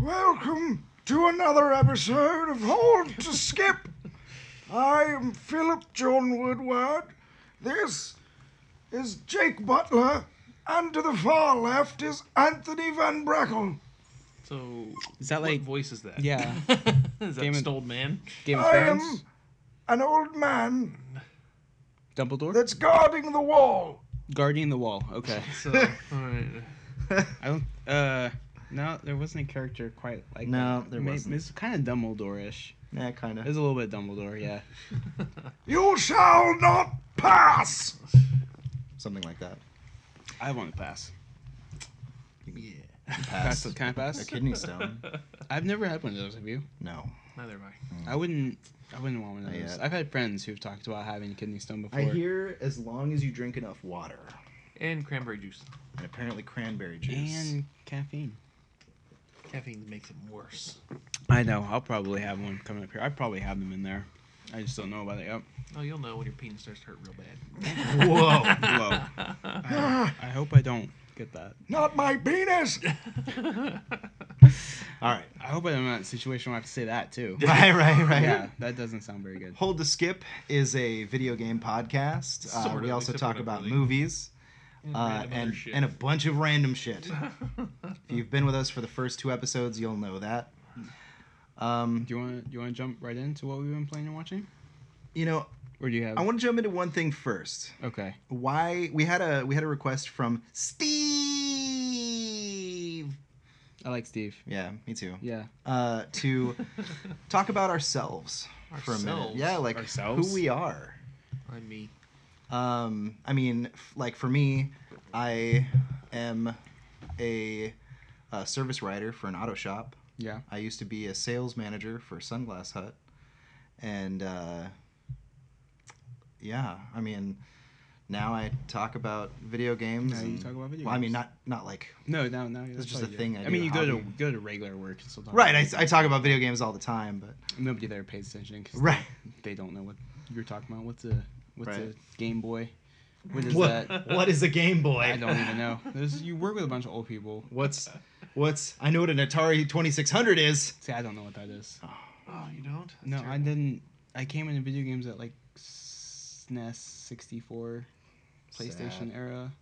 Welcome to another episode of Hold to Skip. I am Philip John Woodward. This is Jake Butler. And to the far left is Anthony Van Brackle. So Is that like what voice is that? yeah, is that Game of- just old man? Game of I Thrones? am an old man Dumbledore? that's guarding the wall. Guardian the Wall. Okay. So all right. I don't. Uh, no, there wasn't a character quite like. No, that. there Ma- wasn't. It's kind of Dumbledore-ish. Yeah, kind It of. was a little bit Dumbledore, yeah. You shall not pass. Something like that. I want to pass. Yeah. Pass. Pass. Can I A pass? kidney stone? I've never had one of those. Have you? No. Neither am I. I wouldn't. I wouldn't want one of Mm. Not those. yet. I've had friends who've talked about having kidney stone before. I hear as long as you drink enough water And cranberry juice. and apparently cranberry juice. and caffeine. Caffeine makes it worse. I know. I'll probably have one coming up here. I probably have them in there. I just don't know about it yet. Oh, you'll know when your penis starts to hurt real bad. Whoa. Whoa. I, I hope I don't get that. Not my penis. All right. I hope I'm not in a situation where I have to say that too. Right, right, right. yeah, that doesn't sound very good. Hold the Skip is a video game podcast. Uh, Sort of, we also except talk we're not about really. movies uh, random other and, shit. and a bunch of random shit. if you've been with us for the first two episodes, you'll know that. Um, Do you want to do you want to jump right into what we've been playing and watching, you know, or do you have? I want to jump into one thing first. Okay. Why we had a we had a request from Steve. I like Steve. Yeah, me too. Yeah. uh, to talk about ourselves, for a minute. Ourselves? Yeah, like Ourselves? who we are. I'm me. Um, I mean, f- like for me, I am a, a service writer for an auto shop. Yeah. I used to be a sales manager for Sunglass Hut, and uh, yeah, I mean, now I talk about video games. Now you and- talk about video Well, I games. mean, not not like No, no, no. It's that's just a probably thing good. I I, do, mean, a you go to hobby. go to regular work and still talk. right. about I, I talk about video games all the time, but it. nobody there pays attention because right. they don't know what you're talking about. What's a what's Right. a Game Boy? What is that? what is a Game Boy? I don't even know. There's you work with a bunch of old people. What's what's I know what an Atari 2600 is. See, I don't know what that is. Oh, you don't? That's no, I terrible. didn't. I came into video games at like SNES, 64, PlayStation Sad. era.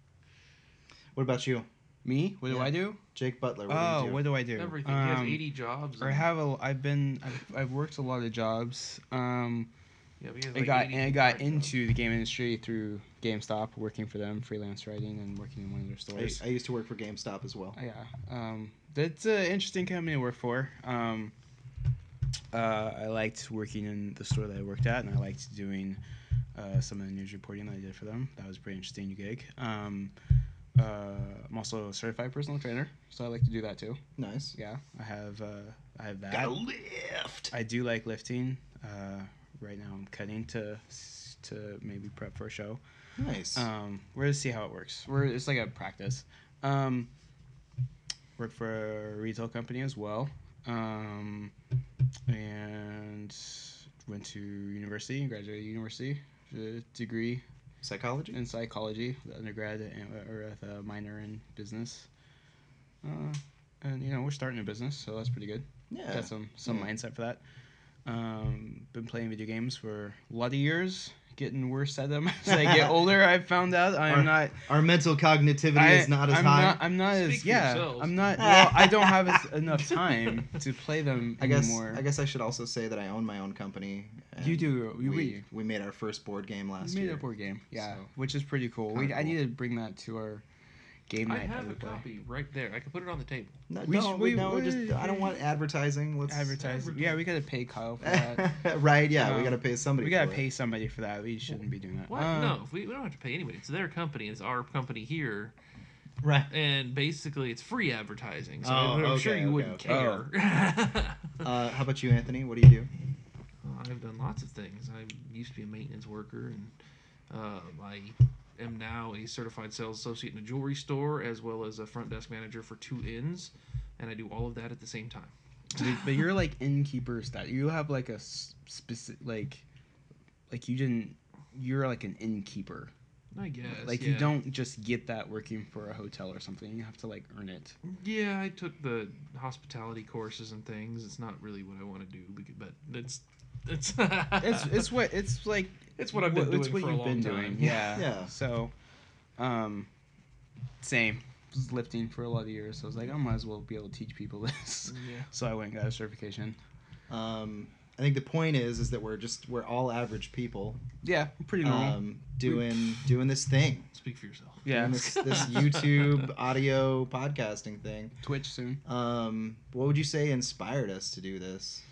What about you? Me? What do Yeah. I do? Jake Butler. What do Oh, you do? what do I do? Everything. he has Um, 80 jobs. I and- have a. I've been. I've, I've worked a lot of jobs. Um, Yeah, but he has I like got 80 and I got different jobs. into the game industry through GameStop, working for them, freelance writing, and working in one of their I, stores. I used to work for GameStop as well. yeah, um, that's an interesting company to work for. Um, uh, I liked working in the store that I worked at, and I liked doing uh, some of the news reporting that I did for them. That was a pretty interesting gig. Um, uh, I'm also a certified personal trainer, so I like to do that too. Nice. Yeah, I have uh, I have that. Gotta lift. I do like lifting. Uh, right now, I'm cutting to s- to maybe prep for a show. Nice. Um, we're gonna see how it works. We're it's like a practice. Um, work for a retail company as well, um, and went to university, graduated university, a degree Psychology. in psychology, with undergrad, and or with a minor in business. Uh, and you know we're starting a business, so that's pretty good yeah. Mm. got some some Yeah. mindset for that. Um, been playing video games for a lot of years, getting worse at them as I get older. I've found out Or I'm not. Our mental cognitivity I, is not as I'm high. Not, I'm not Speak as for yeah. yourselves. I'm not. Well, I don't have as, enough time to play them I guess. anymore. I guess I should also say that I own my own company. and you do. We, You, we we, made our first board game last made year. a board game, yeah, So, which is pretty cool. We, kinda I cool. need to bring that to our game I night. that have we a play. copy right there. I can put it on the table. No, We no, sh- we, we- no, just we- I don't want advertising. Let's Advertising. Yeah, we gotta pay Kyle for that. right. Yeah, we Um, gotta pay somebody. we gotta for it. pay somebody for that. We shouldn't be doing that. What? Um, no, if we, we don't have to pay anybody. It's their company. It's our company here. Right. and basically it's free advertising. So Oh, I'm okay, sure you okay, wouldn't okay. care. Uh, how about you, Anthony? What do you do? I've done lots of things. I used to be a maintenance worker, and uh, I am now a certified sales associate in a jewelry store, as well as a front desk manager for two inns, and I do all of that at the same time. Dude, but you're like innkeeper stat. You have like a specific like, like you didn't. You're like an innkeeper. I guess. Like yeah. you don't just get that working for a hotel or something. You have to like earn it. Yeah, I took the hospitality courses and things. It's not really what I want to do, becau- but it's it's It's it's what it's like It's what I've been it's doing what for a you've long been time. doing. Yeah. Yeah. So, um, same. Was lifting for a lot of years. So I was like, I might as well be able to teach people this. yeah. So I went and got a certification. Um, I think the point is is that we're just we're all average people Yeah, pretty normal. um, doing doing this thing, Speak for yourself. yeah, doing this, this YouTube audio podcasting thing. Twitch soon. Um, what would you say inspired us to do this?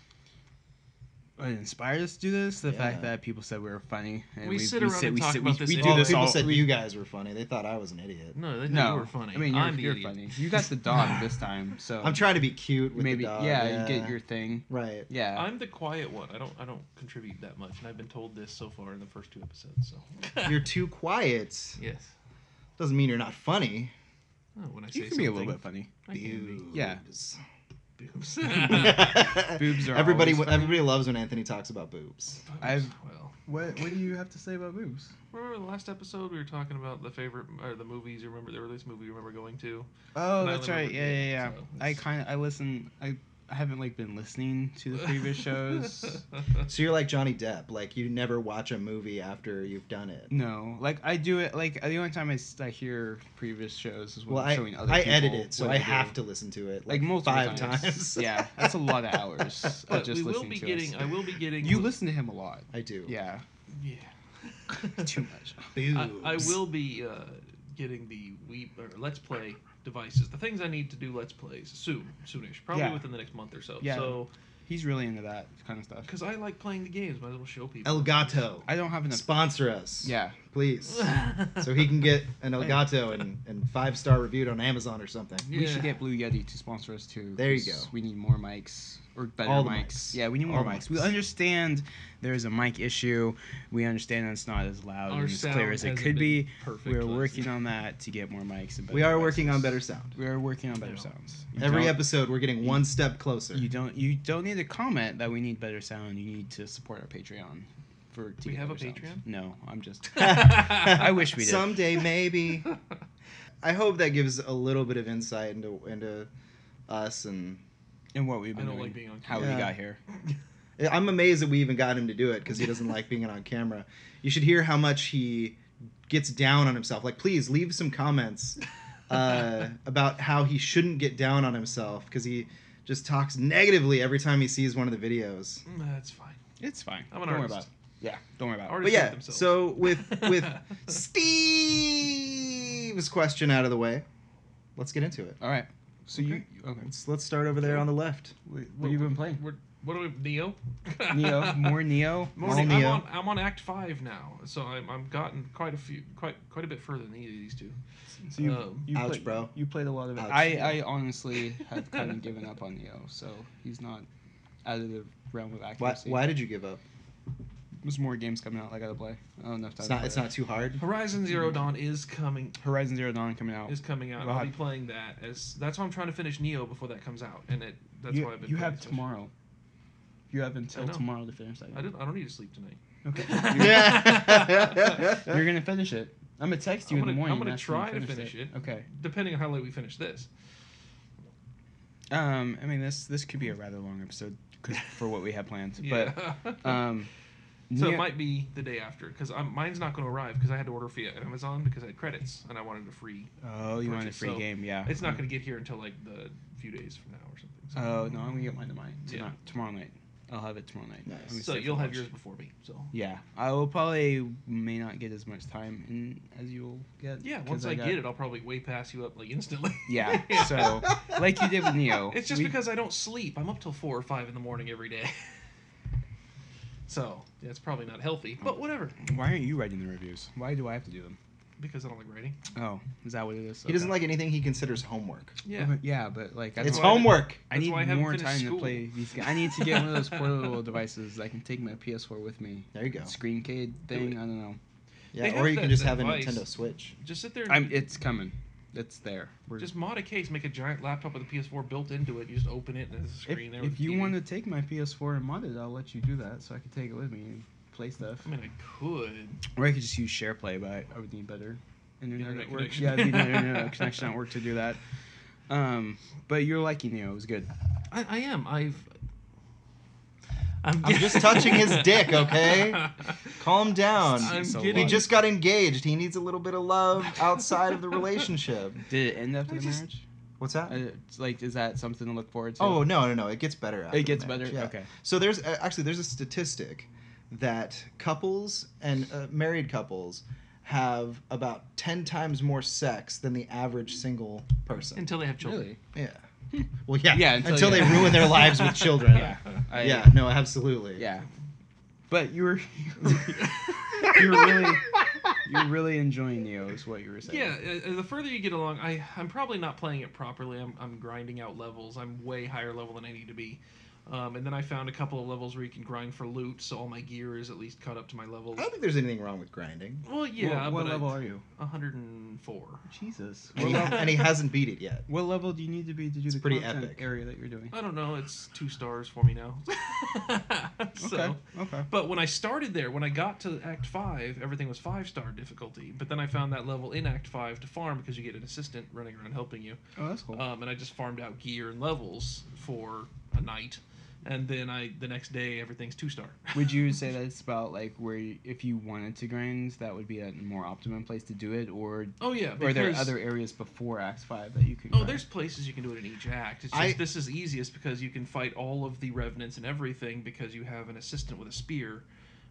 What uh, inspired us to do this? The Yeah. fact that people said we were funny. And We sit around and talk sit- about this We do all this people all. said you guys were funny. They thought I was an idiot. No, they no, you were funny. I mean, you're, I'm the you're idiot. funny. You got the dog this time, so I'm trying to be cute with Oh. maybe the dog. yeah, you get your thing. right. Yeah, I'm the quiet one. I don't I don't contribute that much, and I've been told this so far in the first two episodes. So You're too quiet. yes. Doesn't mean you're not funny. Oh, when I say you can be a little something, bit funny. I can be. Yeah. Boobs. Boobs. Boobs are everybody. always funny. Everybody loves when Anthony talks about boobs. I've- well. What What do you have to say about boobs? Remember the last episode we were talking about the favorite or the movies? You remember the earliest movie you remember going to? Oh, And I that's only right. remember Yeah, yeah, it, yeah. so I it's- kind of I listen. I I haven't like been listening to the previous shows. So you're like Johnny Depp. Like you never watch a movie after you've done it. No, like I do it. Like the only time I, s- I hear previous shows is when Well, I'm I showing other I people edit it, so what I they do. have to listen to it like, like, multiple five times. times. yeah, that's a lot of hours. of but just we will listening be to getting. us. I will be getting. You li- listen to him a lot. I do. Yeah, Yeah. too much. I, I Boobs. will be uh, getting the we or let's play devices. The things I need to do let's plays soon, soonish, probably Yeah. within the next month or so. Yeah. So He's really into that kind of stuff. because I like playing the games, might as well show people. Elgato. I don't have enough. Sponsor us. Yeah, Please. so he can get an Hey. Elgato and, and five star reviewed on Amazon or something. Yeah. we should get Blue Yeti to sponsor us too. There you 'cause go. We need more mics or better All the mics. mics. Yeah, we need more All the mics. We mics. understand there's a mic issue. We understand it's not as loud Our and as sound clear as it hasn't could been be. perfect We're last working year. on that to get more mics and better We are devices. working on better sound. We are working on better Yeah. sounds. You Every don't- episode, we're getting one step closer. You don't you don't need to comment that we need better sound. You need to support our Patreon for to We get have a better sound. Patreon? No, I'm just I I wish we did. Someday, maybe. I hope that gives a little bit of insight into into us, and and what we've I been don't doing, like being on how we camera. got here. I'm amazed that we even got him to do it because he doesn't like being on camera. You should hear how much he gets down on himself. Like, please leave some comments uh, about how he shouldn't get down on himself because he just talks negatively every time he sees one of the videos. Mm, That's fine. It's fine. I'm an don't artist. worry about it. Yeah, don't worry about it. Artists But hate yeah, themselves. so with with Steve's question out of the way, let's get into it. All right. So you okay? Let's let's start over there on the left. What, What- you been playing? We're, what are we, Neo? Neo, more Neo. More All Neo. Neo. I'm on, I'm on Act Five now, so I'm I'm gotten quite a few, quite quite a bit further than either of these two. So you, Um, you Ouch, play- bro. You played a lot of it. Ouch. I, I honestly have kind of given up on Neo, so he's not out of the realm of Why, accuracy. why did you give up? There's more games coming out. I gotta play. I don't have enough time. It's to not play it's that. not too hard. Horizon Mm-hmm. Zero Dawn is coming Horizon Zero Dawn coming out. is coming out. and Well, I'll I- be playing that as that's why I'm trying to finish Neo before that comes out, and it that's you why I've been. you playing have so much. tomorrow. You have until know. tomorrow to finish that. I Game. don't. I don't need to sleep tonight. Okay. Yeah. You're gonna finish it. I'm gonna text you I'm in gonna- the morning. I'm gonna and ask you try to finish it. Okay. Depending on how late we finish this. Um, I mean this this could be a rather long episode 'cause- for what we had planned, Yeah. but um, so Neo- it might be the day after because mine's not going to arrive because I had to order via Amazon because I had credits and I wanted a free. Oh, you want a purchase, free so game? Yeah. It's not going to get here until like the few days from now or something. So, Oh no, I'm gonna get mine tonight. Yeah. Tonight, Tomorrow night, I'll have it tomorrow night. Nice. I'm gonna so stay for you'll have lunch. yours before me. So Yeah, I will probably may not get as much time in as you'll get. yeah, 'cause once I, got- get it, I'll probably way pass you up like instantly. Yeah. So like you did with Neo. It's just we- because I don't sleep. I'm up till four or five in the morning every day. so that's probably not healthy, but whatever. Why aren't you writing the reviews? Why do I have to do them? Because I don't like writing. Oh, is that what it is? He doesn't Okay. like anything he considers homework. Yeah. But- Yeah, but like I It's don't- homework. I That's need why I haven't more finished time to school. play these. ga- I need to get one of those portable devices that I can take my PS4 with me. There you go. Screencade thing. I don't know. They Yeah, have or you that- can just that have a device. Nintendo Switch. Just sit there. And I'm, it's coming. It's there. We're just mod a case, make a giant laptop with a PS4 built into it. You just open it and there's a If, screen there. if with you TV. want to take my PS4 and mod it, I'll let you do that, so I can take it with me and play stuff. I mean, I could. Or I could just use SharePlay, but I would need better internet, Internet network. connection. Yeah, I'd need an internet connection at work to do that. Um, but you're liking Neo. It was good. I, I am. I've. I'm, just touching his dick, okay? Calm down. I'm So getting. He long. just got engaged. He needs a little bit of love outside of the relationship. Did it end after I the just- marriage? What's that? Uh, it's like, is that something to look forward to? Oh no, no, no! It gets better. After it gets the marriage, better. yeah. Okay. So there's uh, actually there's a statistic that couples and uh, married couples have about ten times more sex than the average single person. until they have children. yeah. Well, yeah. Yeah, Until, until- they yeah. ruin their lives with children. Yeah. I- yeah. No. Absolutely. Yeah. But you were you're really you're really enjoying Neo is what you were saying. Yeah, uh, uh, the further you get along, I I'm probably not playing it properly. I'm I'm grinding out levels. I'm way higher level than I need to be. Um, and then I found a couple of levels where you can grind for loot, so all my gear is at least caught up to my levels. I don't think there's anything wrong with grinding. Well, yeah, What, what but level I, are you? 104. Jesus. And What he, level, and he hasn't beat it yet. what level do you need to be to do the pretty content epic. area that you're doing? I don't know. It's two stars for me now. so, okay. Okay. but when I started there, when I got to Act Five, everything was five star difficulty. But then I found that level in Act Five to farm because you get an assistant running around helping you. Oh, that's cool. Um, and I just farmed out gear and levels for a night, and then I the next day everything's two star. would you say that it's about like where you, if you wanted to grind, that would be a more optimum place to do it, or Oh yeah, or are there because- other areas before Act Five that you could? Oh, grind? there's places you can do it in each act. It's just I- this is easiest because you can fight all of the revenants and everything because you have an assistant with a spear.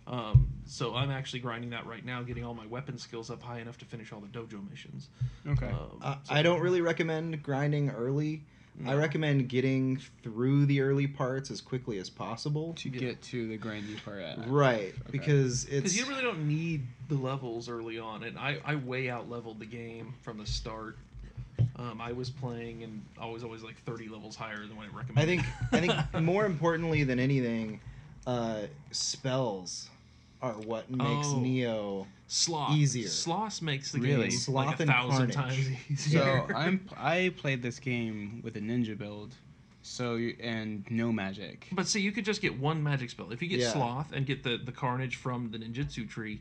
Um, so I'm actually grinding that right now, getting all my weapon skills up high enough to finish all the dojo missions. okay. Um, Uh, so- I don't really recommend grinding early. I No. recommend getting through the early parts as quickly as possible. to yeah. get to the grindy part. At Act Right, Okay. because it's Because you really don't need the levels early on, and I, I way out leveled the game from the start. Um, I was playing and always always like thirty levels higher than what it I recommended. think I think more importantly than anything, uh, spells are what makes Oh. Neo. sloth easier. Sloth makes the Really? game Sloth like a and thousand Carnage. times easier. So I'm I played this game with a ninja build, so you- and no magic. But see, you could just get one magic spell. If you get Yeah. sloth and get the, the carnage from the ninjutsu tree,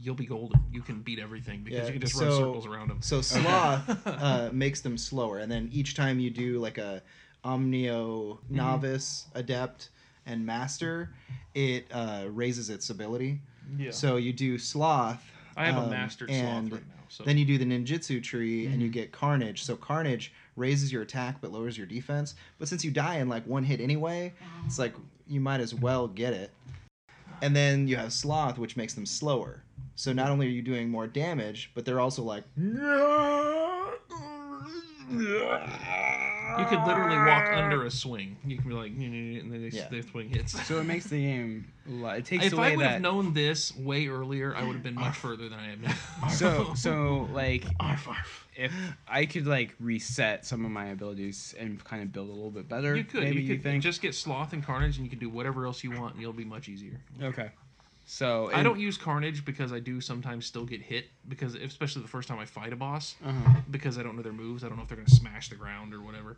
you'll be golden. You can beat everything because Yeah, you can just so- run circles around them. So sloth uh, makes them slower, and then each time you do like a Omnio Mm-hmm. novice, adept, and master, it uh, raises its ability. yeah. So you do sloth. I have um, a mastered and sloth right now. So Mm-hmm. Then you do the ninjutsu tree and you get carnage. So carnage raises your attack but lowers your defense. But since you die in like one hit anyway, it's like you might as well get it. And then you have sloth, which makes them slower. So not only are you doing more damage, but they're also like you could literally walk under a swing. You can be like, "Nyeh, nyeh, nyeh," and then they, Yeah. they swing hits. So it makes the game. a lot- It takes if away I would that. have known this way earlier, I would have been much further than I am now. so so like Arf, arf. if I could like reset some of my abilities and kind of build a little bit better, you could maybe you you, could think. just get sloth and carnage, and you can do whatever else you want, and you'll be much easier. Okay. So I and- don't use Carnage because I do sometimes still get hit because especially the first time I fight a boss Uh-huh. because I don't know their moves. I don't know if they're gonna smash the ground or whatever.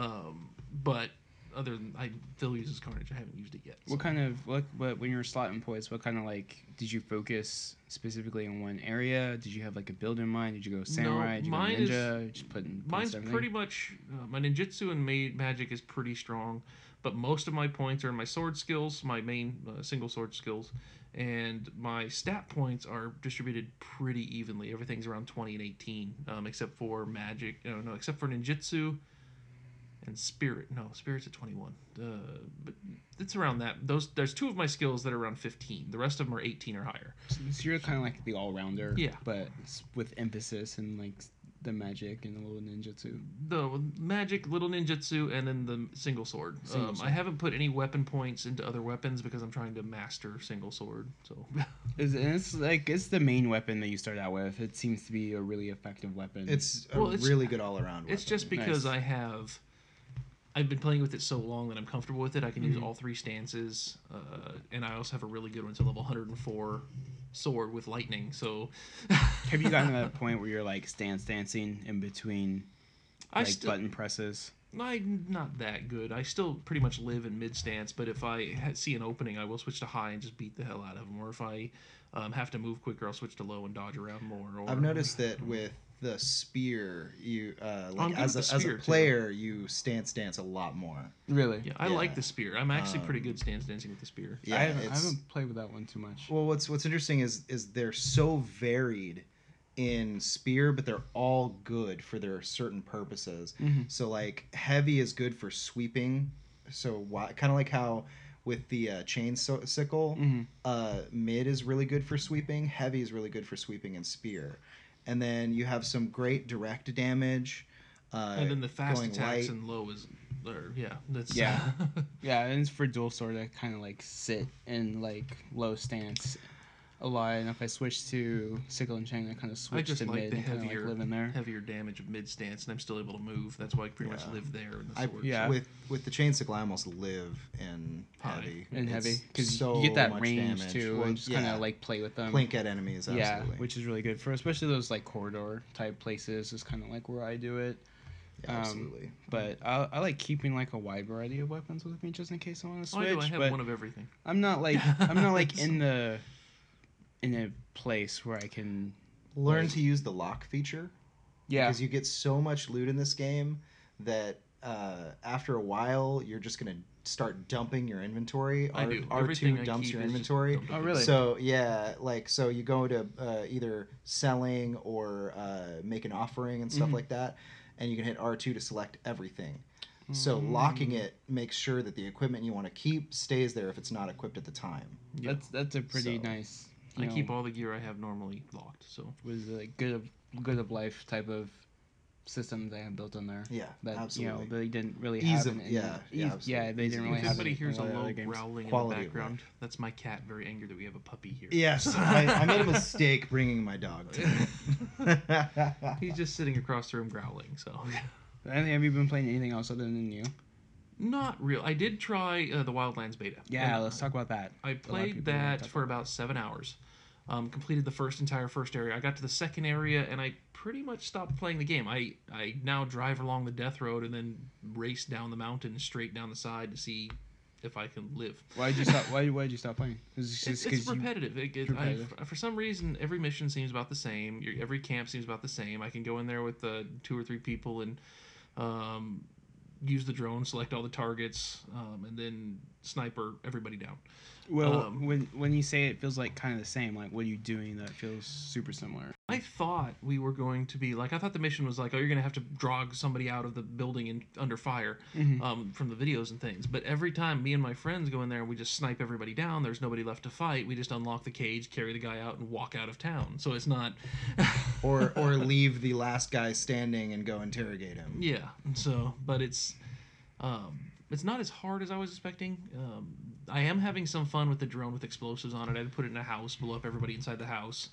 Um, but other than I still use Carnage. I haven't used it yet. so. What kind of what, what when you were slotting points? What kind of like did you focus specifically on one area? Did you have like a build in mind? Did you go samurai? Did you go mine is- ninja? just putting Mine's pretty much uh, my ninjutsu and ma- magic is pretty strong, but most of my points are in my sword skills, my main uh, single sword skills, and my stat points are distributed pretty evenly. Everything's around twenty and eighteen, um, except for magic. No, no, except for ninjutsu and spirit. No, spirit's at twenty one. Uh, but it's around that. Those there's two of my skills that are around fifteen. The rest of them are eighteen or higher. So you're kind of like the all rounder. Yeah. But s- with emphasis and like s- the magic and the little ninjutsu. the magic little ninjutsu and then the single sword. Single um, sword. I haven't put any weapon points into other weapons because I'm trying to master single sword. So It's, and it's like it's the main weapon that you start out with. It seems to be a really effective weapon. it's a Well, it's- really good all around. it's just because Nice. I have I've been playing with it so long that I'm comfortable with it. I can Mm-hmm. use all three stances, uh, and I also have a really good one. It's a level 104 sword with lightning. So have you gotten to that point where you're like stance dancing in between I like still button presses? I'm not that good. I still pretty much live in mid stance, but if I ha- see an opening, I will switch to high and just beat the hell out of them. Or if I um, have to move quicker, I'll switch to low and dodge around more. Or I've noticed that with the spear, you uh, I'm like good as a, with the as spear, a too. player, you stance dance a lot more. Really? Yeah, I Yeah. like the spear. I'm actually pretty Um, good stance dancing with the spear. Yeah, I, haven't, I it's- haven't played with that one too much. Well, what's what's interesting is is they're so varied in spear, but they're all good for their certain purposes. Mm-hmm. Mhm. So like heavy is good for sweeping. So why kind of like how with the uh, chain so- sickle, Mm-hmm. Mhm. uh, mid is really good for sweeping. Heavy is really good for sweeping and spear. And then you have some great direct damage. Uh, and then the fast going attacks light. and low is, or yeah, that's Yeah. Yeah, and it's for dual sword. I kind of like sit in like low stance a lot, and if I switch to sickle and chain, I kind of switch just to like mid the and kind of like heavier- live in there. heavier damage of mid stance, and I'm still able to move. That's why I pretty much Yeah. live there in the I, sword. Yeah. With with the chain sickle, I almost live in High. heavy. And It's heavy because so you get that much range damage. too, Well, and just kind yeah. of like play with them. plink at enemies. yeah, Absolutely. which is really good for especially those like corridor type places. Is kind of like where I do it. Yeah, um, absolutely. But I, I like keeping like a wide variety of weapons with me just in case I want to Oh, switch. I do. I have but one of everything. I'm not like I'm not like in the in a place where I can Learn to use the lock feature yeah because you get so much loot in this game that uh, after a while you're just gonna start dumping your inventory. I R- do. R2 Everything I dumps keep your is just inventory. dumped Oh, up. really? So yeah, like so you go to uh, either selling or uh, make an offering and stuff Mhm. like that, and you can hit R two to select everything. So Mm. locking it makes sure that the equipment you want to keep stays there if it's not equipped at the time. Yeah. that's that's a pretty So, nice. I You know, keep all the gear I have normally locked. So was a good of good of life type of system they have built in there. Yeah, That absolutely. you know they didn't really Ease have of- in- in- yeah, yeah, ease- absolutely. yeah, they Ease didn't of really if have anybody it in hears a lot of low other games. growling in the Quality of background, that's my cat very angry that we have a puppy here. Yes, I, I made a mistake bringing my dog. To He's just sitting across the room growling. So, And have you been playing anything else other than you? not real. I did try uh, the Wildlands beta. Yeah, And let's talk about that. I played people don't that talk for about seven hours. Um, completed the first entire first area. I got to the second area and I pretty much stopped playing the game. I, I now drive along the death road and then race down the mountain straight down the side to see if I can live. Why did you stop? Why why did you stop playing? Is it It's, just it's 'cause you- repetitive. It, it, repetitive. I, for some reason, every mission seems about the same. Your, every camp seems about the same. I can go in there with uh, two or three people and um, use the drone, select all the targets, um, and then sniper everybody down. well, um, when when you say it feels like kind of the same, like what are you doing that feels super similar? I thought we were going to be like I thought the mission was like oh you're gonna have to drag somebody out of the building and under fire Mm-hmm. um, from the videos and things. But every time me and my friends go in there and we just snipe everybody down, there's nobody left to fight. We just unlock the cage, carry the guy out, and walk out of town. So it's not or or leave the last guy standing and go interrogate him. Yeah. So, but it's um, it's not as hard as I was expecting. Um, I am having some fun with the drone with explosives on it. I had to put it in a house, blow up everybody inside the house,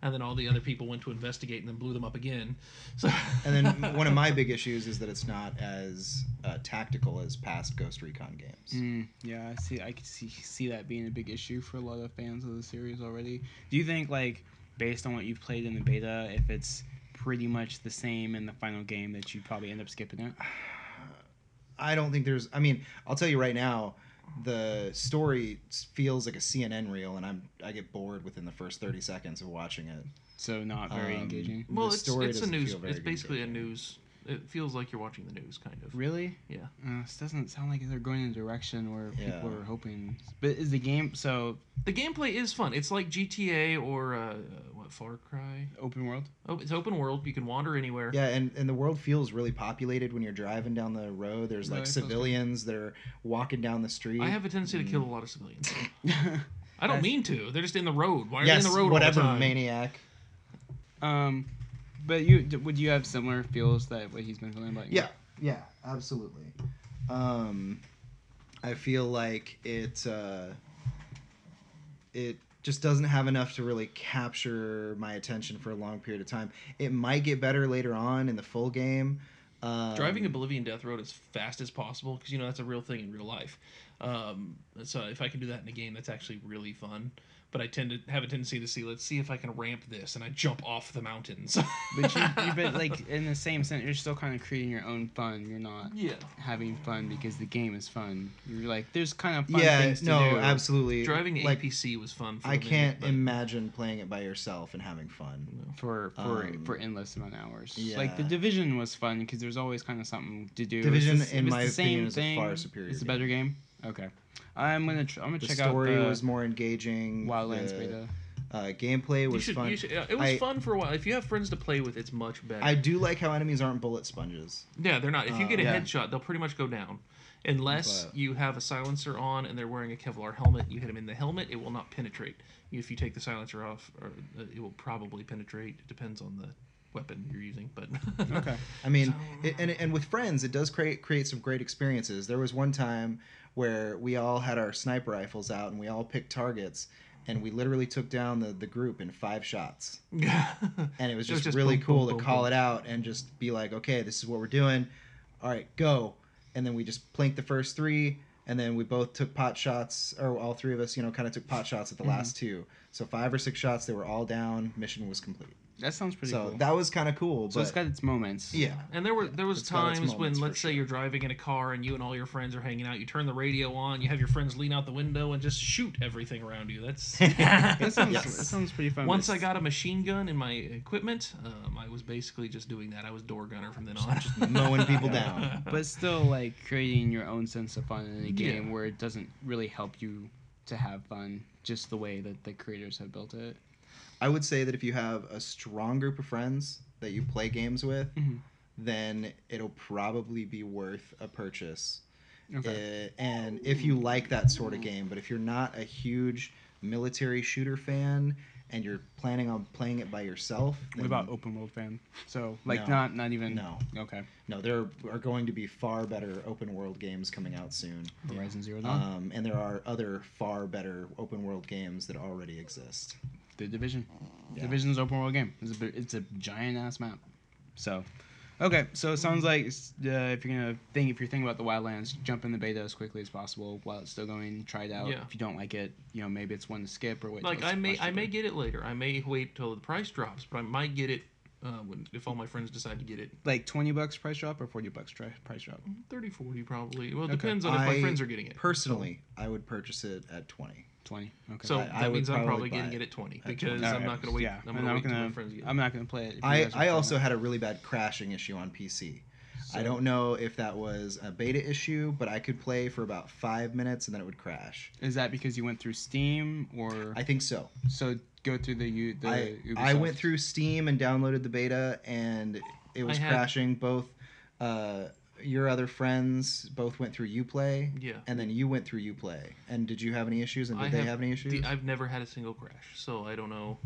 and then all the other people went to investigate and then blew them up again. So, And then one of my big issues is that it's not as uh, tactical as past Ghost Recon games. Mm, yeah, I see. I could see see that being a big issue for a lot of fans of the series already. Do you think, like, based on what you've played in the beta, if it's pretty much the same in the final game, that you probably end up skipping it? I don't think there's. I mean, I'll tell you right now, the story s- feels like a CNN reel, and I'm I get bored within the first thirty seconds of watching it. So not very Um, engaging. well, The it's story it's a doesn't news. feel very It's basically a engaging. news. It feels like you're watching the news, kind of. Really? Yeah. Uh, this doesn't sound like they're going in a direction where Yeah. people are hoping. But is the game so The gameplay is fun. It's like GTA or uh, what Far Cry. open world? Oh, it's open world. You can wander anywhere. Yeah, and, and the world feels really populated when you're driving down the road. There's No, like it feels good. civilians that are walking down the street. I have a tendency to kill a lot of civilians. um, I don't That's- mean to. They're just in the road. Why are yes, they in the road whatever all the time? maniac. Um, but you d- would you have similar feels that what he's been feeling about? you? Yeah, yeah, absolutely. Um, I feel like it uh, it just doesn't have enough to really capture my attention for a long period of time. It might get better later on in the full game. Um, Driving a Bolivian death road as fast as possible because you know that's a real thing in real life. Um, so if I can do that in a game, that's actually really fun. But I tend to have a tendency to see, let's see if I can ramp this, and I jump off the mountains. But you, you but like in the same sense, you're still kind of creating your own fun. You're not yeah, having fun because the game is fun. You're like, there's kind of fun yeah, things to no, do. absolutely. driving like APC was fun. For I a minute, can't but- imagine playing it by yourself and having fun. For for Um, for endless amount of hours. Like the yeah. division was fun because there's always kind of something to do. It's Division, the s- in it's my the same opinion, is a far thing. superior It's a game. better game. Okay, I'm gonna tr- I'm gonna The check story out the was more engaging. Wildlands the, beta. Uh, gameplay You was should, fun. you should- yeah, it was I- fun for a while. If you have friends to play with, it's much better. I do like how enemies aren't bullet sponges. Yeah, they're not. If you Uh, get a yeah. headshot, they'll pretty much go down. Unless But- you have a silencer on and they're wearing a Kevlar helmet, you hit them in the helmet, it will not penetrate. If you take the silencer off, or uh, it will probably penetrate. It depends on the weapon you're using, but Okay. I mean, So- it, and and with friends, it does create create some great experiences. There was one time where we all had our sniper rifles out and we all picked targets, and we literally took down the the group in five shots. And it was just, really cool to call it out and just be like, okay, this is what we're doing. All right, go. And then we just planked the first three, and then we both took pot shots, or all three of us, you know, kind of took pot shots at the last two. So five or six shots, they were all down. Mission was complete. That sounds pretty so cool. that was kind of cool. so but it's got its moments. yeah, And there were there was It's got its times when moments for let's say you're driving in a car and you and all your friends are hanging out, you turn the radio on, you have your friends lean out the window and just shoot everything around you. That's That sounds Yes. that sounds pretty fun. but Once I it's- got a machine gun in my equipment, um, I was basically just doing that. I was door gunner from then on. Just mowing people down. but still like creating your own sense of fun in a Uh. Yeah. game where it doesn't really help you to have fun just the way that the creators have built it I would say that if you have a strong group of friends that you play games with, Mhm. then it'll probably be worth a purchase. okay Uh, and if you like that sort of game, but if you're not a huge military shooter fan and you're planning on playing it by yourself, what then about open world fan so like No. not not even no, okay no, there are going to be far better open world games coming out soon, horizon zero dawn Uh, um, and there are other far better open world games that already exist. the division Yeah. division's open world game it's a, bi- it's a giant ass map so okay so it sounds like it's, uh, if you're gonna think if you're thinking about the wildlands jump in the beta as quickly as possible while it's still going try it out Yeah. if you don't like it you know maybe it's one to skip or wait till like it's I may much I may cheaper. get it later. I may wait till the price drops, but I might get it uh, when if all my friends decide to get it. like 20 bucks price drop or 40 bucks tri- price drop 30, 40 probably. Well, it Okay. depends on if my I- friends are getting it. Personally, I would purchase it at twenty. 20 okay So I- I that would means I'm probably probably buy getting it it at 20 at because 20. I'm not going to wait. I'm going to wait till my friends get it. I'm not gonna play it if you I, guys are I playing also it. had a really bad crashing issue on PC. I So- don't know if that was a beta issue, but I could play for about five minutes and then it would crash. is that because you went through steam or I think so. so go through the you the I, Ubisoft. I went through Steam and downloaded the beta and it was had- crashing. Both uh, your other friends both went through Uplay. Yeah. And then you went through Uplay. And did you have any issues? And I did they have any issues? the- I've never had a single crash, so I don't know.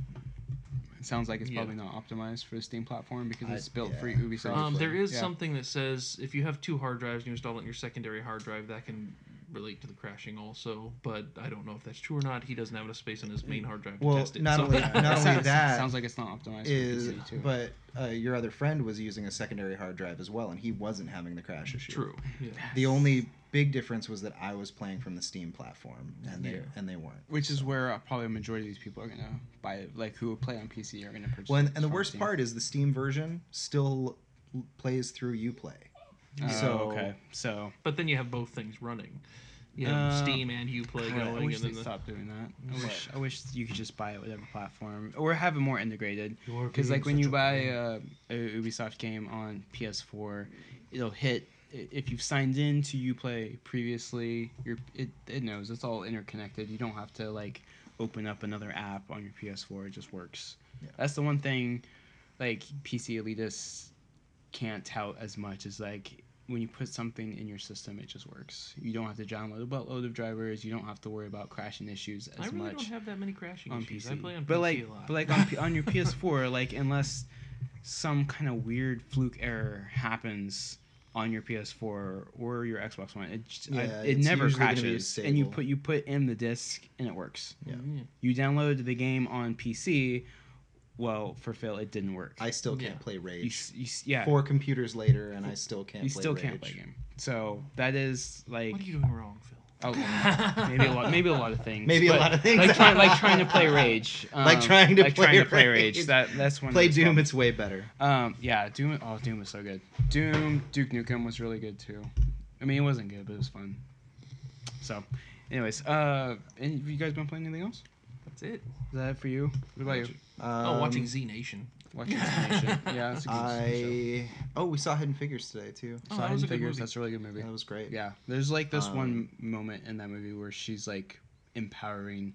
it sounds like it's Yeah. probably not optimized for the steam platform because I- it's built for yeah. ubisoft Um, there is Yeah. something that says if you have two hard drives and you install it in your secondary hard drive, that can relate to the crashing also. But I don't know if that's true or not. He doesn't have enough space on his main hard drive to Well, test it. not so- only- not It only sounds, that sounds like it's not optimized is for PC too. but uh, your other friend was using a secondary hard drive as well and he wasn't having the crash Mm, issue true. Yeah. the only big difference was that i was playing from the steam platform and they Yeah. and they weren't which is where uh, probably a majority of these people are gonna buy it, like who play on PC are gonna purchase. Well, and, it and the from worst Steam. part is the Steam version still l- plays through UPlay. Oh, so- okay, so But then you have both things running. You have Uh, Steam and Uplay God, I going, wish and they then the, stopped doing that. I wish, I wish you could just buy it whatever platform or have it more integrated. You're Because like being when you such a buy a, a Ubisoft game on PS4, it'll hit i- if you've signed in to UPlay previously. Your it it knows it's all interconnected. You don't have to like open up another app on your PS4. It just works. Yeah. That's the one thing, like PC elitists can't tout as much as like when you put something in your system, it just works. You don't have to download a buttload of drivers. You don't have to worry about crashing issues as I really much don't have that many crashing on issues. PC. I play on but PC like, a lot. but like on, P- on your PS4, like unless some kind of weird fluke error happens on your PS4 or your Xbox One, it just, I- Yeah, it it's never usually gonna be crashes. And you stable. put you put in the disc and it works. Yeah. Yeah. You download the game on PC. Well, for Phil, it didn't work. I still can't Yeah. play you, Rage. s- you, s- yeah, Four computers later, and I still can't. you play still Rage. can't play a game. So that is like What are you doing wrong, Phil? Oh, maybe a lot. Maybe a lot of things. Maybe a but lot of things. Like, try, like trying to play Rage. Like um, trying to like play trying to play Rage. Rage. That that's one. Play that's Doom, fun. it's way better. Um, yeah, Doom. Oh, Doom was so good. Doom, Duke Nukem was really good too. I mean, it wasn't good, but it was fun. So, anyways, uh, and you guys been playing anything else? That's it. Is that it for you? What about you? oh, watching Um, Z Nation. Watching Destination. yeah, that's a good show. I oh, we saw Hidden Figures today too. Oh, So that was a good Figures. movie. That's a really good movie. That was great. Yeah, there's like this Um, one moment in that movie where she's like empowering,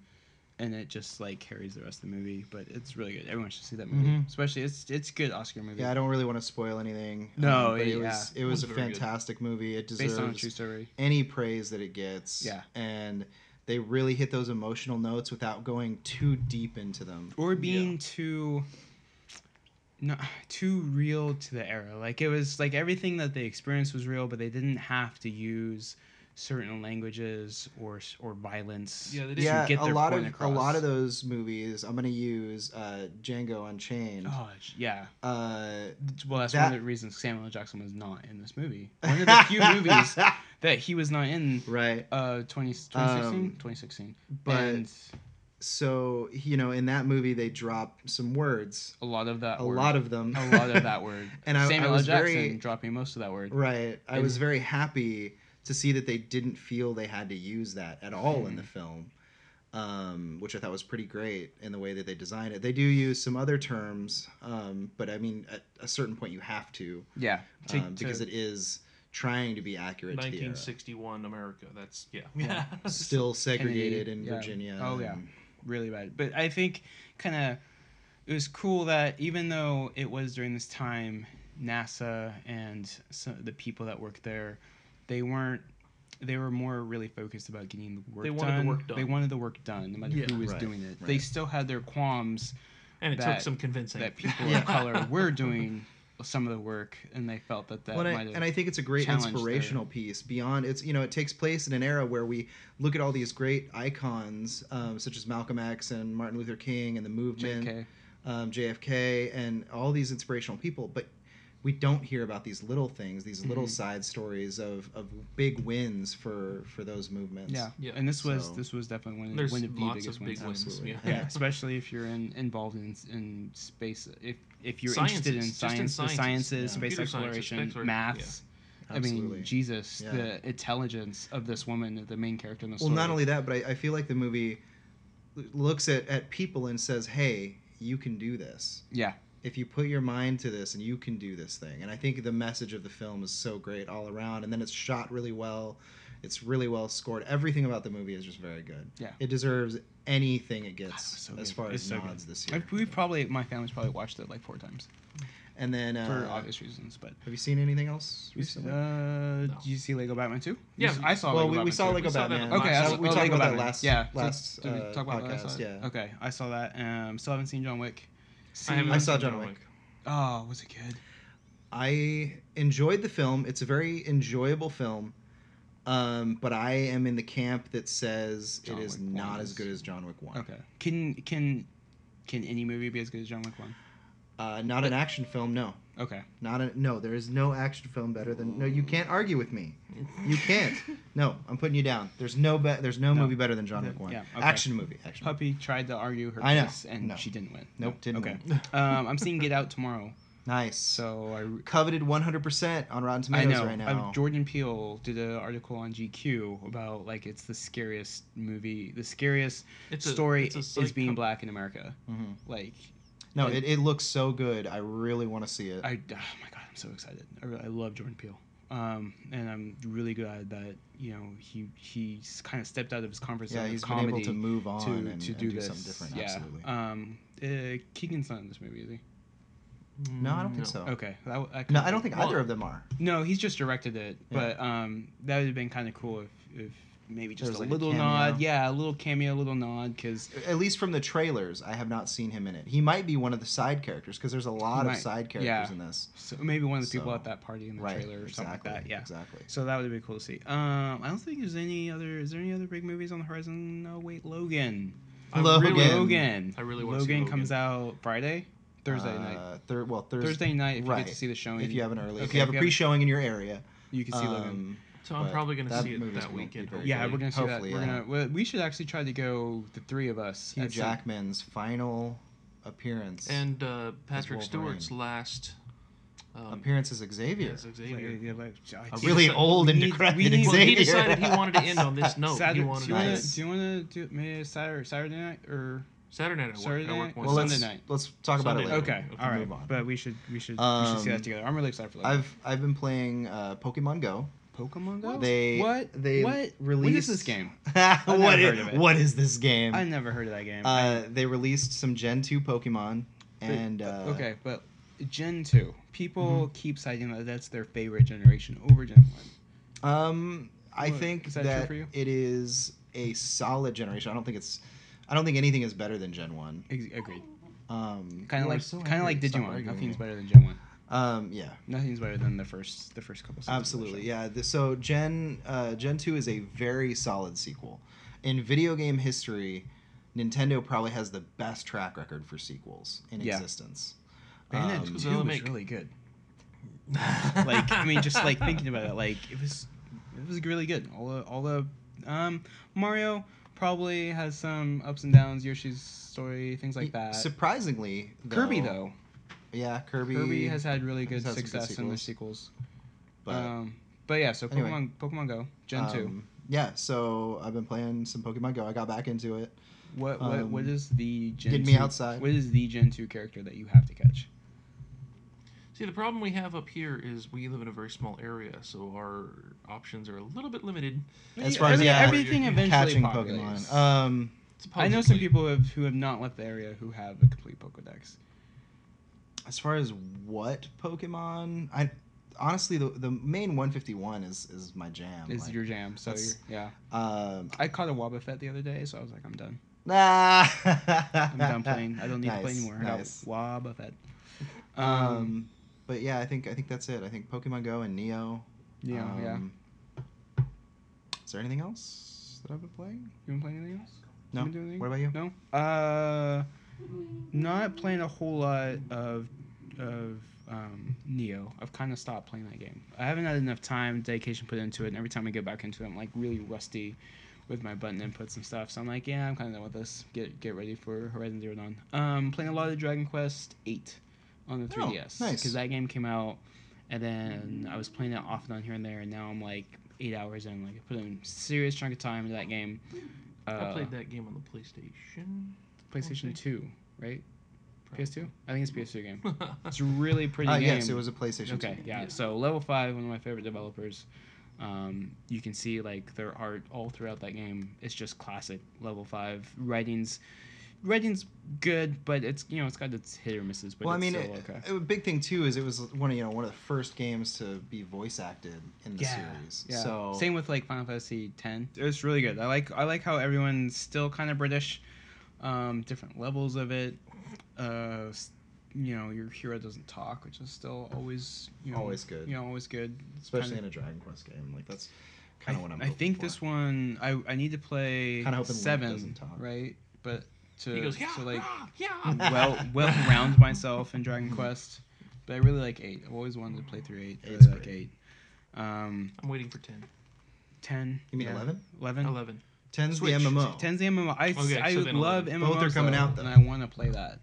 and it just like carries the rest of the movie. But it's really good. Everyone should see that movie, Mhm. especially it's it's a good Oscar movie. Yeah, I don't really want to spoil anything. Um, No, but it yeah. was it It was was a very good. fantastic movie. It based on a true deserves story. any praise that it gets. Yeah. and they really hit those emotional notes without going too deep into them. or being too no too real to the era like it was like everything that they experienced was real but they didn't have to use certain languages or s- or violence Yeah, they to didn't- Yeah, get a their lot of point across. a lot of those movies. I'm gonna use uh, Django Unchained. oh j- yeah Uh, well that's That- one of the reasons samuel L. jackson was not in this movie one of the few movies that he was not in right. uh 20, 2016 Um, 2016 but- and So you know, in that movie, they drop some words. a lot of that A word, lot of them. a lot of that word And I- I samuel L. was jackson very- dropping most of that word Right. I And- was very happy to see that they didn't feel they had to use that at all in Hmm. the film, um, which I thought was pretty great in the way that they designed it. They do use some other terms, um, but I mean, at a certain point, you have to, yeah to- um, because to- it is trying to be accurate to the era. 1961 America. That's yeah. Yeah. Still segregated in yeah. Virginia. Oh, yeah. and- really bad. But I think kind of it was cool that even though it was during this time, NASA and so the people that worked there, they weren't. They were more really focused about getting the work They done. wanted the work done. They wanted the work done, no matter Yeah. who was Right, doing it. right. They still had their qualms And it took That- some convincing. that people Yeah. of color were doing some of the work, and they felt that that Well, and, might I, have. and I think it's a great challenged their- inspirational piece beyond it's you know it takes place in an era where we look at all these great icons um, such as malcolm x and martin luther king and the movement JFK. um, JFK and all these inspirational people, but we don't hear about these little things, these little Mm-hmm. side stories of, of big wins for for those movements. Yeah. Yeah. and this was So- this was definitely one of, There's one of the lots biggest of big wins. ones. Absolutely. Yeah. yeah, especially if you're in, involved in, in space, if if you're interested in Sciences, just in sciences, science, the sciences, yeah. space Computer sciences, exploration, space exploration, maths. I Absolutely. mean, Jesus, Yeah. the intelligence of this woman, the main character in the Well, story. not only that, but I, I feel like the movie l- looks at, at people and says, "Hey, you can do this." yeah, if you put your mind to this and you can do this thing. And I think the message of the film is so great all around. And then it's shot really well. It's really well scored. Everything about the movie is just very good. Yeah. It deserves anything it God, it was gets so as good. far It's as so nods good. this I, year. we probably my family's probably watched it like four times And then uh, for obvious reasons, but. have you seen anything else Uh, recently? Did you see Lego Batman 2? Yeah. I saw. Lego well, we, we Batman saw 2. Lego We saw that Batman. on Okay, Last- I Uh, saw, we oh, talked Lego about Batman. that last yeah, so last did we uh, talk about that last podcast. time? Yeah, Okay, I saw that. Um, still haven't seen John Wick. I haven't I seen saw John Wick. Oh, was it good? I enjoyed the film. It's a very enjoyable film. Um, but I am in the camp that says John it is Wick one not as is- good as John Wick One. Okay. Can can can any movie be as good as John Wick one? Uh, not an action film, no. Okay. Not a, no. There is no action film better than no. You can't argue with me. You can't. No, I'm putting you down. There's no be, there's no, No. movie better than John Wick one. yeah, okay. Action movie. Action. movie. Puppy tried to argue her I know. case and No. she didn't win. Nope, didn't Okay. win. um, I'm seeing Get Out tomorrow, Nice. so I. re- coveted 100% on I Rotten Tomatoes know. right now. Uh, Jordan Peele did an article on GQ about like it's the scariest movie, the scariest It's a- story it's a is being psycho- black in America. Mhm. Like No, it, it looks so good. I really want to see it. I, oh my god, I'm so excited. I, really, I love Jordan Peele, um, and I'm really glad that you know he he's kind of stepped out of his comfort zone yeah, of he's been comedy able to move on to, and, to and do, do this. something different. Yeah. Absolutely. Um, uh, Keegan's not in this movie, is he? mm, no, Um, I don't think so. Okay. That, w- that Oh. No, could've I don't been- think Well- either of them are. No, he's just directed it, Yeah. but um, that would have been kind of cool if, if maybe just There's a like a little cameo. nod. Yeah, a little cameo, a little nod, because At least from the trailers, I have not seen him in it. He might be one of the side characters because there's a lot of might- side characters yeah. in this. so maybe one of the people So- at that party in the right. trailer or exactly. something like that. Yeah. Exactly. So that would be cool to see. Um, I don't think there's any other. Is there any other big movies on the horizon? No, wait, Logan. I Logan. really- Logan. I really wanna Logan see Logan. comes out Friday, Thursday night. Uh, Thir- well, Thursday, Thursday night. If you right. get to see the showing, If you have an early, if Okay, you have if a you pre-showing in your area, you can see Logan. um, So I'm But probably going to that see it movie's that gonna be weekend. very Yeah, hopefully. we're gonna see Hopefully, that. We're yeah. gonna. well, We should actually try to go. The three of us. Hugh at some- Jackman's final appearance And uh, Patrick Wolverine. Stewart's last um, appearance as Xavier. as Yeah, Xavier. yeah, like- I- A Jesus, really decide- old we and need- decrepit we need- Well, Xavier. he decided he wanted to end on this note. Saturday, he wanted do you wanna- Nice. do you want to do maybe Saturday, Saturday night or Saturday night. I work, Saturday I night? work one well, let's, Sunday. Sunday night. let's talk about it Sunday later. night. okay? Okay, All right, move on. but we should we should we should see Um, that together. I'm really excited for that. I've I've been playing uh, Pokemon Go. Pokemon Go. They what they what released When is this game? never what, heard is, of it. what is this game? I never heard of that game. Uh, they released some Gen 2 Pokemon, But- and uh, okay, but Gen two. People keep citing that that's their favorite generation over Gen one. Um, I What- think is that that, true for you? it is a solid generation. I don't think it's, I don't think anything is better than Gen One. Ex- agreed. Um, Kind you of were like so kind of like angry. Stop Digimon. arguing. Nothing's better than Gen one. Um, yeah, Nothing's better than the first the first couple. seasons of the absolutely, show. yeah. The, so Gen uh, Gen Two is a very solid sequel. In video game history, Nintendo probably has the best track record for sequels in Yeah. existence. Bayonetta Um, Because two they'll was make- really good. like I mean, just like thinking about it, like it was, it was really good. All the, all the, um, Mario probably has some ups and downs. Yoshi's story, things like that. Surprisingly, Kirby though, Yeah, Kirby. Kirby, has had really good has had some good success in the sequels. but, um, but yeah, so Anyway. Pokemon Pokemon Go Gen two. um, Yeah, so I've been playing some Pokemon Go. I got back into it. What what um, what is the Gen Get 2, Me Outside. What is the Gen two character that you have to catch? See, the problem we have up here is we live in a very small area, so our options are a little bit limited. As far as, Every- yeah, everything eventually Catching populates. Pokemon. Um, It's I know some positively- people who have, who have not left the area who have a complete Pokedex. as far as what Pokemon, I honestly the the main 151 is is my jam. Is like, your jam? So that's- you're- yeah, um, I caught a Wobbuffet the other day, so I was like, I'm done. nah. I'm done playing. I don't need to play Nice, anymore. Nice. I got Wobbuffet. Um, Um, but yeah, I think I think that's it. I think Pokemon Go and Neo. yeah, yeah. You um, Is there anything else that I've been playing? been playing anything else? No. been doing anything? What about you? No. Uh, not playing a whole lot of of um, Neo. I've kind of stopped playing that game. I haven't had enough time, dedication put into it, and every time I get back into it, I'm like really rusty with my button inputs and stuff. So I'm like, yeah, I'm kind of done with this. Get get ready for Horizon Zero Dawn. Um, playing a lot of Dragon Quest Eight on the Oh, 3DS nice. because that game came out, and then I was playing it off and on here and there, and now I'm like eight hours in. Like I put in serious chunk of time into that game. I Uh, played that game on the PlayStation. PlayStation Okay. 2, right? PS2? I think it's PS2 game. Probably. It's a really pretty Uh, game. yes, it was a PlayStation. Okay, two. yeah. Yeah. So Level 5, one of my favorite developers. Um, you can see like their art all throughout that game. It's just classic Level 5 writings. Writing's good, but it's you know it's got its hit or misses, but Well, I it's mean, still it- okay. it- a big thing too is it was one of you know one of the first games to be voice acted in the Yeah, series. Yeah. So Same with like Final Fantasy X. It's really good. I like I like how everyone's still kind of British. Um, different levels of it. Uh, s- you know, your hero doesn't talk, which is still always you know Always good. You know, always good. It's especially in kinda- a Dragon Quest game, like that's kind of I, what I'm. I think this one I I need to play Kinda hoping Link seven doesn't talk. right, but to he goes, yeah, to like yeah. well well round myself in Dragon Quest. But I really like eight. I've always wanted to play through eight. I Eight's really like great. eight. Um, I'm waiting for 10. ten. You mean yeah. 11? 11? 11. Ten's Switch. the MMO. Ten's the MMO. I, Okay, I so would then love 11. MMOs. Both are coming out, and though. I want to play that.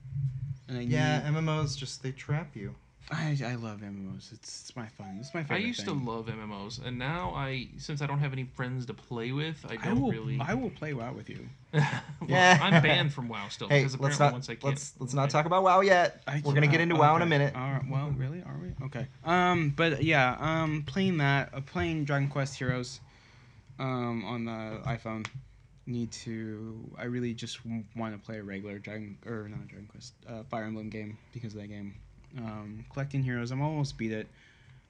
And I Yeah, need- MMOs just they trap you. I, I love MMOs. It's, it's my fun. It's my favorite. I used to love MMOs, and now I, since I don't have any friends to play with, I I don't will. really. I will play WoW with you. well, Yeah. I'm banned from WoW still Hey, because apparently let's not once I can't. let's let's not talk about WoW yet. I We're gonna can't- get into WoW in a okay. Oh. minute. All right. Well, really, are we? Okay. Um, but yeah, um, playing that, uh, playing Dragon Quest Heroes, um, on the iPhone. Need to. I really just want to play a regular Dragon or not a Dragon Quest, uh, Fire Emblem game because of that game. Um, collecting heroes. I'm almost beat it.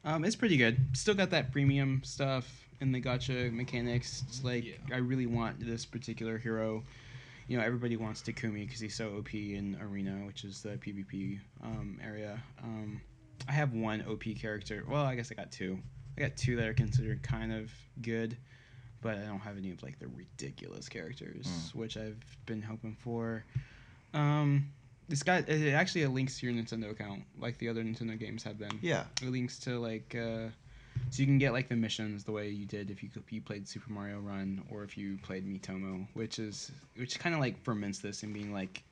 Um, it's pretty good. Still got that premium stuff and the gotcha mechanics. It's like Yeah. I really want this particular hero. You know, everybody wants Takumi because he's so OP in Arena, which is the PvP um, area. Um, I have one OP character. Well, I guess I got two. I got two that are considered kind of good, but I don't have any of like the ridiculous characters, which I've been hoping for. Um, it's got it it actually links to your Nintendo account, like the other Nintendo games have been Yeah. it links to like uh So you can get like the missions the way you did if you could- you played Super Mario Run or if you played Mitomo, which is which kind of like ferments this and being like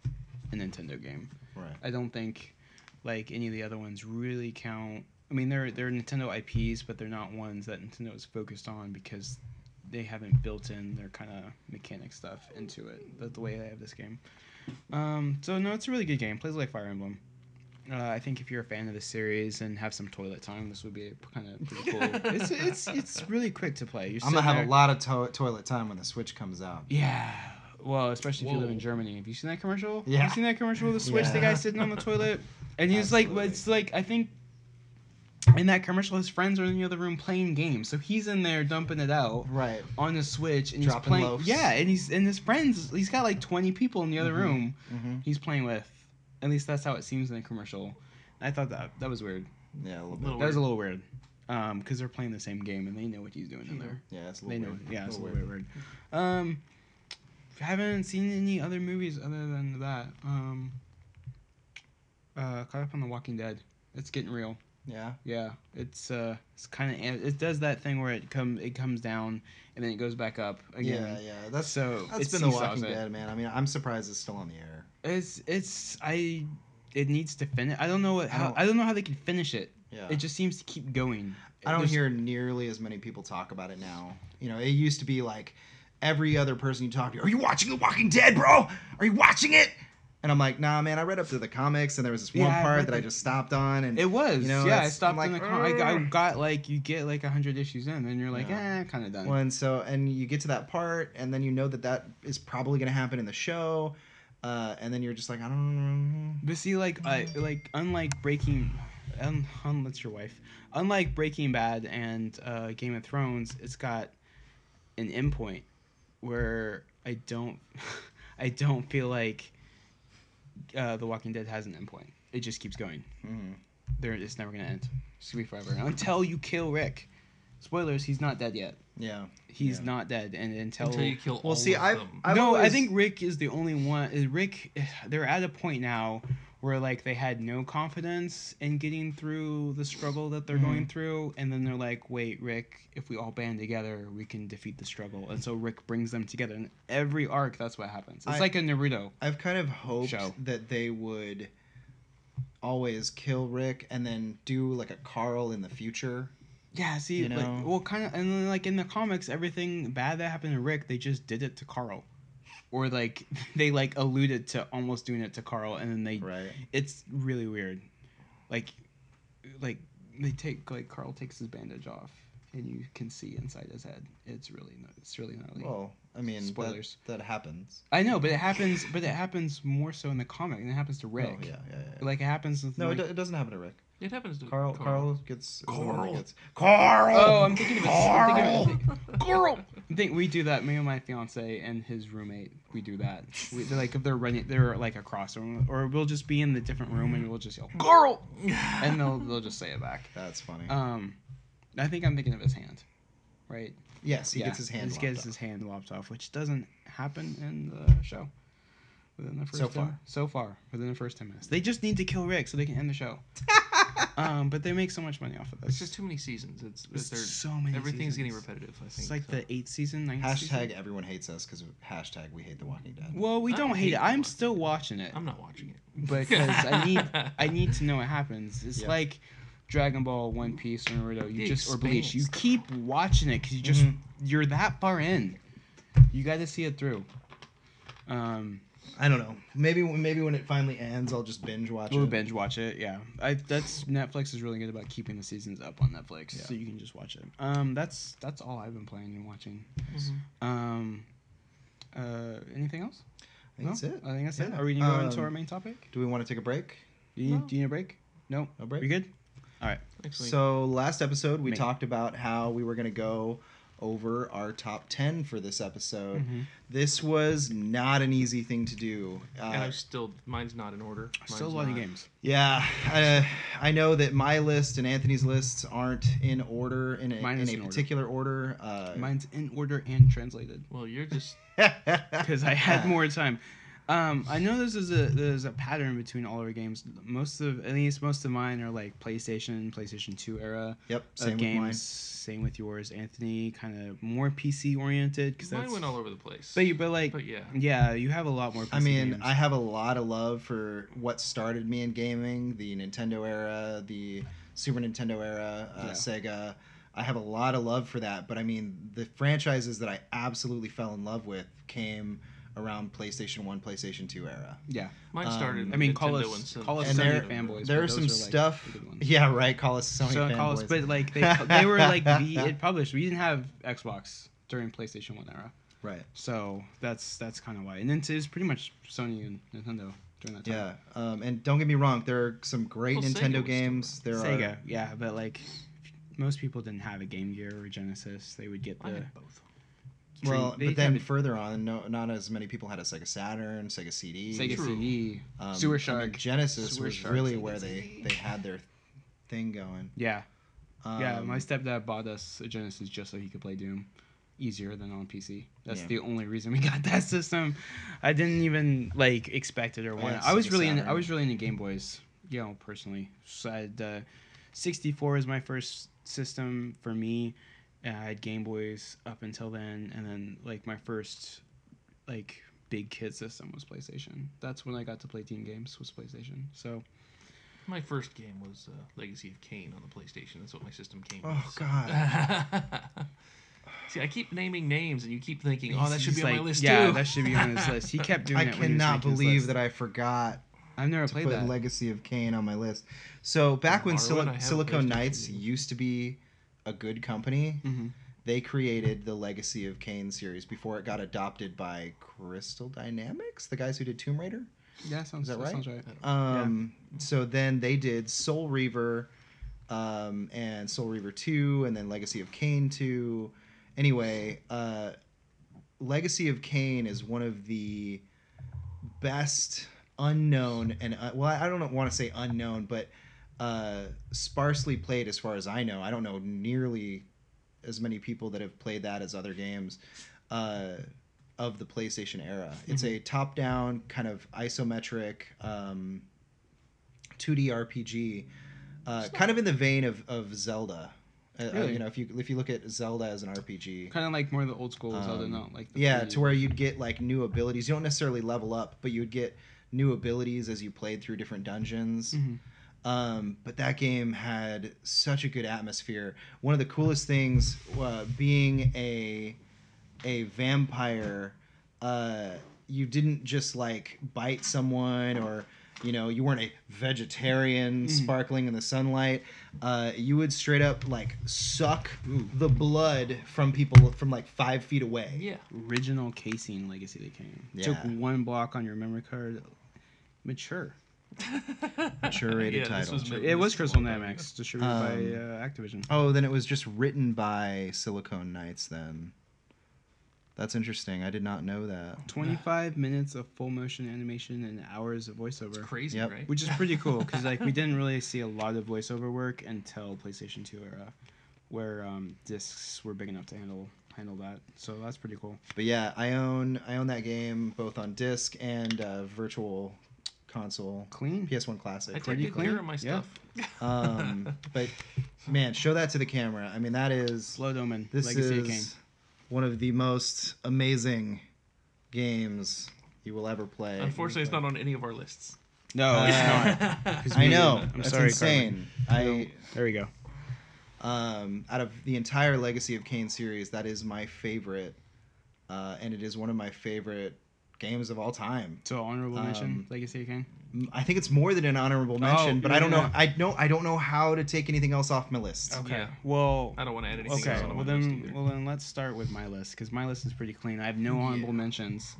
a Nintendo game. Right. I don't think like any of the other ones really count. I mean, they're they're Nintendo IPs, but they're not ones that Nintendo is focused on because they haven't built in their kind of mechanic stuff into it. That's the way they have this game. Um, so no, it's a really good game. Plays like Fire Emblem. Uh, I think if you're a fan of the series and have some toilet time, this would be kind of pretty cool. it's it's it's really quick to play. You're I'm gonna sitting have there- a lot of to- toilet time when the Switch comes out. yeah. Well, especially if you live in Whoa. Germany. Have you seen that commercial? Have Yeah. you seen that commercial with the Switch, the guy Yeah. sitting on the toilet? And he's like, Absolutely. it's like, I think in that commercial, his friends are in the other room playing games. So he's in there dumping it out Right. on the Switch and he's Dropping playing. loafs. Yeah, and he's and his friends, he's got like 20 people in the other Mhm. room Mm-hmm. he's playing with. At least that's how it seems in the commercial. I thought that that was weird. Yeah, a little bit. Little That was a little weird. Um, because they're playing the same game and they know what he's doing in there. Yeah, it's a They little know. weird. Yeah, it's a Little little bit weird. Um, haven't seen any other movies other than that. Um, uh, caught up on The Walking Dead. It's getting real. Yeah. Yeah, it's uh, it's kind of it does that thing where it come it comes down and then it goes back up Yeah, again. yeah. That's so that's it been the seesaws Walking it. Dead, man. I mean, I'm surprised it's still on the air. It's it's I it needs to finish. I don't know what I how I don't, don't- know how they can finish it. Yeah. It just seems to keep going. I don't There's- hear nearly as many people talk about it now. You know, it used to be like every other person you talk to, "Are you watching The Walking Dead, bro? Are you watching it?" And I'm like, "Nah, man. I read up to the comics, and there was this one Yeah, I part read that the- I just stopped on." And It was, You know, yeah. I it's- stopped I'm in the like, car. I, I got like you get like hundred issues in, and you're like, Yeah. eh, kind of done. Well, and so and you get to that part, and then you know that that is probably going to happen in the show, uh, and then you're just like, I don't. know. But see, like, I like unlike Breaking, un, un, that's your wife. Unlike Breaking Bad and uh, Game of Thrones, it's got an endpoint where I don't, I don't feel like uh, The Walking Dead has an endpoint. It just keeps going. Mhm. There, it's never gonna end. It's gonna be forever until you kill Rick. Spoilers: He's not dead yet. Yeah. He's Yeah. not dead, and until, until you kill all Well, see, of I've, them. I've no, I always- think Rick is the only one. is Rick, eh, they're at a point now where like they had no confidence in getting through the struggle that they're going through, and then they're like, "Wait, Rick, if we all band together, we can defeat the struggle." And so Rick brings them together. In every arc, that's what happens. It's I- like a Naruto. I've kind of hoped Show. that they would always kill Rick and then do like a Carl in the future. Yeah, see, You know? like, well, kind of, and then like in the comics, everything bad that happened to Rick, they just did it to Carl, or like they like alluded to almost doing it to Carl, and then they Right. it's really weird. Like, like they take like Carl takes his bandage off, and you can see inside his head. It's really no, it's really gnarly. Well, I mean, that- Spoilers. That, happens. Oh, I know, but it happens. But it happens more so in the comic, and it happens to Rick. Oh, yeah, yeah, yeah. Like it happens with no, like, it, do- it doesn't happen to Rick. it happens to Carl, Carl gets. is the one that Carl. Gets, Carl. Oh, I'm thinking of it. I'm Carl. thinking of it. I think we do that. Me and my fiance and his roommate, we do that. We, they're like if they're running, they're like across, or, or we'll just be in the different room and we'll just yell, Carl. and they'll they'll just say it back. That's funny. Um, I think I'm thinking of his hand, right? yes, he Yeah, gets his hand. He lopped gets off. his hand lopped off, which doesn't happen in the show. Within the first So ten- far. so far, within the first ten minutes, they just need to kill Rick so they can end the show. um, but they make so much money off of this. It's just too many seasons. It's, It's they're- so many. everything's getting seasons. repetitive. I think It's like so. the eighth season, ninth Hashtag season. everyone hates us because hashtag we hate The Walking Dead. Well, we I don't don't hate hate it. The I'm Walking still watching it I'm not watching it. because I need I need to know what happens. It's Yeah. like Dragon Ball, One Piece, or Naruto. You The just or Bleach. You expanse. keep watching it because you just Mm-hmm. you're that far in. You got to see it through. Um, I don't know. Maybe maybe when it finally ends, I'll just binge watch we'll it. binge watch it. Yeah, I that's Netflix is really good about keeping the seasons up on Netflix, Yeah. so you can just watch it. Um, that's that's all I've been playing and watching. Mm-hmm. Um, uh, anything else? I think that's No? it. I think that's it. Yeah. Are we going to go into Um, our main topic? Do we want to take a break? Do you, no. do you need a break? No. A break? We good? Actually, So last episode we Me. talked about how we were gonna go over our top ten for this episode. Mm-hmm. This was not an easy thing to do. and Uh, I'm still mine's not in order. I'm still Mine's loading not- games. yeah, uh, I know that my list and Anthony's lists aren't in order in a, Mine in is a in order. particular order. Uh, Mine's in order and translated Well, you're just because I had more time. Um, I know this is a there's a pattern between all our games. Most of at least most of mine are like PlayStation, PlayStation Two era Yep, of same with games. mine. Same with yours, Anthony. Kind of more PC oriented because Mine that's. went all over the place. But you, but like, But yeah. yeah, you have a lot more. PC I mean, games. I have a lot of love for what started me in gaming the Nintendo era, the Super Nintendo era, uh, Yeah. Sega. I have a lot of love for that, but I mean, the franchises that I absolutely fell in love with came around PlayStation 1, PlayStation 2 era. yeah, Mine um, started. I mean, Nintendo call and us- Sony. call us And Sony there- fanboys. Boys, there but are those some are, like, stuff. the good ones. Yeah, right. Call us Sony so call us, fanboys. but like they they were like the it published. We didn't have Xbox during PlayStation One era, right. so that's that's kind of why. And then it's pretty much Sony and Nintendo during that time. Yeah, um, and don't get me wrong. There are some great Well, Sega was Nintendo still games. There Sega, are yeah, but like most people didn't have a Game Gear or Genesis. They would get I the had both. well, Dream- they but then had further on, no, not as many people had a Sega Saturn, Sega a CD, Sega True. CD, um, Sewer I mean, Shark. Genesis Sewer was Shark, really Sega where they CD. they had their thing going. Yeah, Um, yeah. My stepdad bought us a Genesis just so he could play Doom easier than on PC. That's Yeah. the only reason we got that system. I didn't even like expect it or I want. had it. I was Sega really in, I Saturn. was really into Game Boys, you know, personally. So I had uh, 64 is my first system for me. And I had Game Boys up until then, and then like my first like big kid system was PlayStation. That's when I got to play teen games was PlayStation. So My first game was uh, Legacy of Kane on the PlayStation. That's what my system came with. Oh so. God. See, I keep naming names, and you keep thinking, "Oh, that should he's be on my like, list yeah, too." that should be on his list. He kept doing I it. when he was cannot making his believe list. that I forgot I've never to played put that. Legacy of Kane on my list. So back when Tomorrow when I Sili- have a Silicon PlayStation Knights game. used to be a good company, Mhm. they created the Legacy of Kane series before it got adopted by Crystal Dynamics, the guys who did Tomb Raider. Yeah, sounds that that right? sounds right. Um, So then they did Soul Reaver, um, and Soul Reaver Two, and then Legacy of Kane Two. Anyway, uh, Legacy of Kane is one of the best unknown and uh, well, I I don't want to say unknown, but uh, sparsely played as far as I know. I don't know nearly as many people that have played that as other games. Uh, of the PlayStation era. It's a top-down kind of isometric um, 2D RPG, uh, kind of in the vein of, of Zelda. Uh, uh, Really? you know, if you if you look at Zelda as an RPG, Kind of like more of the old school Zelda, um, not like the yeah, pre- to where you'd get like new abilities. You don't necessarily level up, but you would get new abilities as you played through different dungeons. Mhm. Um, but that game had such a good atmosphere. One of the coolest things uh, being a a vampire, uh, you didn't just like bite someone or you know you weren't a vegetarian Mm-hmm. sparkling in the sunlight. Uh, you would straight up like suck Ooh. the blood from people from like five feet away. yeah. original casing legacy that came. Took Yeah. one block on your memory card. Mature. Curated Yeah, this title. was made- It was this is Crystal one that- Dynamics, distributed by Um, uh, Activision. Oh, then it was just written by Silicone Knights then. That's interesting. I did not know that. 25 minutes of full motion animation and hours of It's voiceover, crazy, Yep. right? which is pretty cool because like we didn't really see a lot of voiceover work until PlayStation 2 era, where um, discs were big enough to handle handle that. So that's pretty cool. But yeah, I own I own that game both on disc and uh, virtual console. Clean. PS1 I Classic. take good clean, care of my yeah. stuff. Um, but man, show that to the camera. I mean, that is Slow Doman. this Legacy is of Kane. one of the most amazing games you will ever play. Unfortunately, it's not on any of our lists. No, Uh, it's not. 'Cause I we- know. I'm that's sorry, insane. I There we go. um, out of the entire Legacy of Kane series, that is my favorite, uh, and it is one of my favorite games of all time. So honorable mention, Um, Legacy of Kane. M- I think it's more than an honorable mention, Oh, but yeah, I don't know. yeah. Oh. I know I don't know how to take anything else off my list. Yeah. Well. I don't want to add anything Okay. else on Well my list then, either. well then, let's start with my list because my list is pretty clean. I have no honorable mentions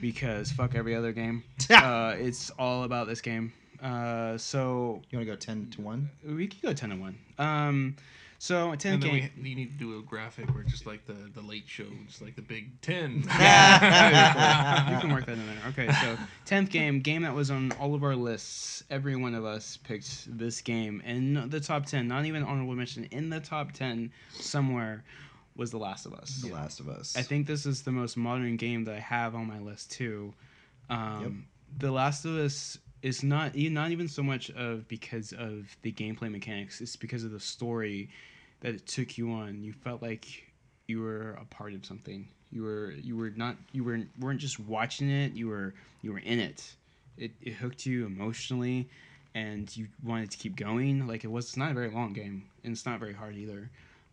because fuck every other game. uh, it's all about this game. Uh, so You want to go ten to one? we could go ten to one. Um, so ten and then game. we, you need to do a graphic where just like the, the late show, just like the big ten. Yeah, you can work that in there. Okay, so tenth game, game that was on all of our lists. Every one of us picked this game in the top ten. Not even honorable mention in the top ten somewhere was The Last of Us. The Last of Us. I think this is the most modern game that I have on my list too. Um, The Last of Us is not e- not even so much of because of the gameplay mechanics. It's because of the story that it took you on. You felt like you were a part of something. You were you were not you were weren't just watching it. You were you were in it. It it hooked you emotionally, and you wanted to keep going. Like it was. It's not a very long game, and it's not very hard either.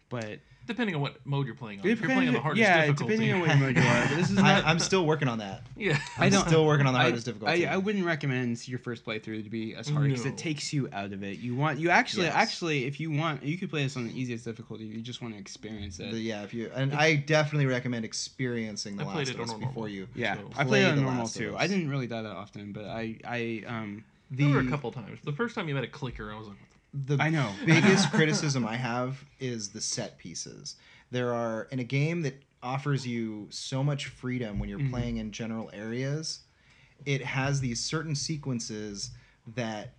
But Depending on what mode you're playing on. If you're playing on the hardest yeah, difficulty. depending on what mode you are. But this is I, not. I'm still working on that. yeah. I'm don't- still working on the I- hardest difficulty. I, I wouldn't recommend your first playthrough to be as hard because No. it takes you out of it. You want you actually Yes. actually if you want you could play this on the easiest difficulty. You just want to experience it. The- yeah, if you and I definitely recommend experiencing the I played last it of on us normal. before you. yeah, So- I Play played it The on normal Last of too. Us. I didn't really die that often, but I I um The There were a couple times. The first time you met a clicker, I was like, the I know. biggest criticism I have is the set pieces. There are in a game that offers you so much freedom when you're Mhm. playing in general areas, it has these certain sequences that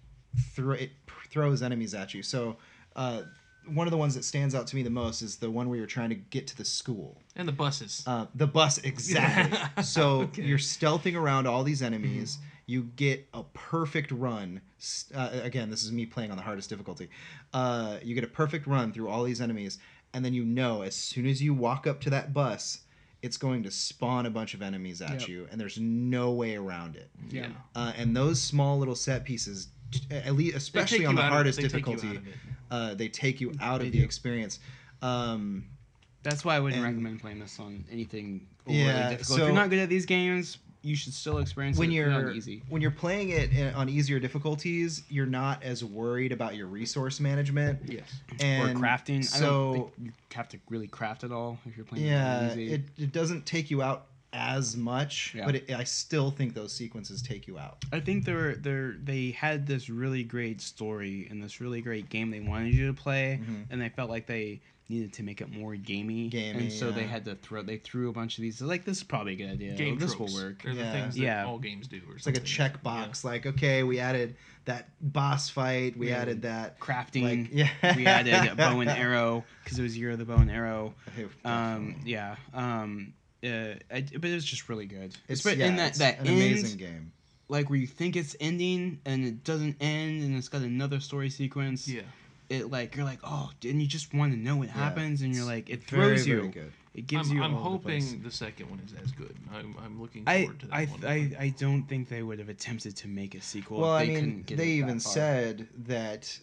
throw it p- throws enemies at you. So uh, one of the ones that stands out to me the most is the one where you're trying to get to the school. and the buses. Uh, the bus, exactly. so Okay. Mm-hmm. you're stealthing around all these enemies. You get a perfect run. S- Uh, again, this is me playing on the hardest difficulty. Uh, you get a perfect run through all these enemies, and then you know as soon as you walk up to that bus, it's going to spawn a bunch of enemies at Yep. you, and there's no way around it. yeah. Uh, and those small little set pieces, t- at least They take especially you on the out of- hardest they take you out difficulty, of it. uh, they take you out They of the do. experience. Um, That's why I wouldn't And- recommend playing this on anything overly Yeah, difficult. so- if you're not good at these games, you should still experience when it if you're e-, not easy. when you're playing it in- on easier difficulties, you're not as worried about your resource management Yes. Or and crafting. I don't So think you have to really craft at all if you're playing it on yeah, easy. it, it doesn't take you out as much, Yeah. but it, I still think those sequences take you out. I think they were they they had this really great story and this really great game they wanted you to play, Mhm. and they felt like they needed to make it more gamey. Gamey, and so they yeah. had to throw they threw a bunch of these. They're like this is probably a good idea. Game this tropes. will work. They're the Yeah. things that Yeah. all games do. Or It's like a checkbox. Like okay, we added that boss fight, we Yeah. added that. Crafting. Like, yeah, we added a bow and arrow because it was year of the bow and arrow. Hey, Um, definitely. yeah. Um, uh, I, but it was just really good. it's, but yeah, in that it's that an end, amazing game. like where you think it's ending and it doesn't end, and it's got another story sequence. Yeah. it like you're like oh and you just want to know what Yeah, happens and you're it's like it Very, throws you very good. it gives I'm, you I'm all over the place. hoping the second one is as good. I'm, I'm looking I, forward to that I, one. I, I don't think they would have attempted to make a sequel. if Well, I they mean, couldn't get they it that even far. said that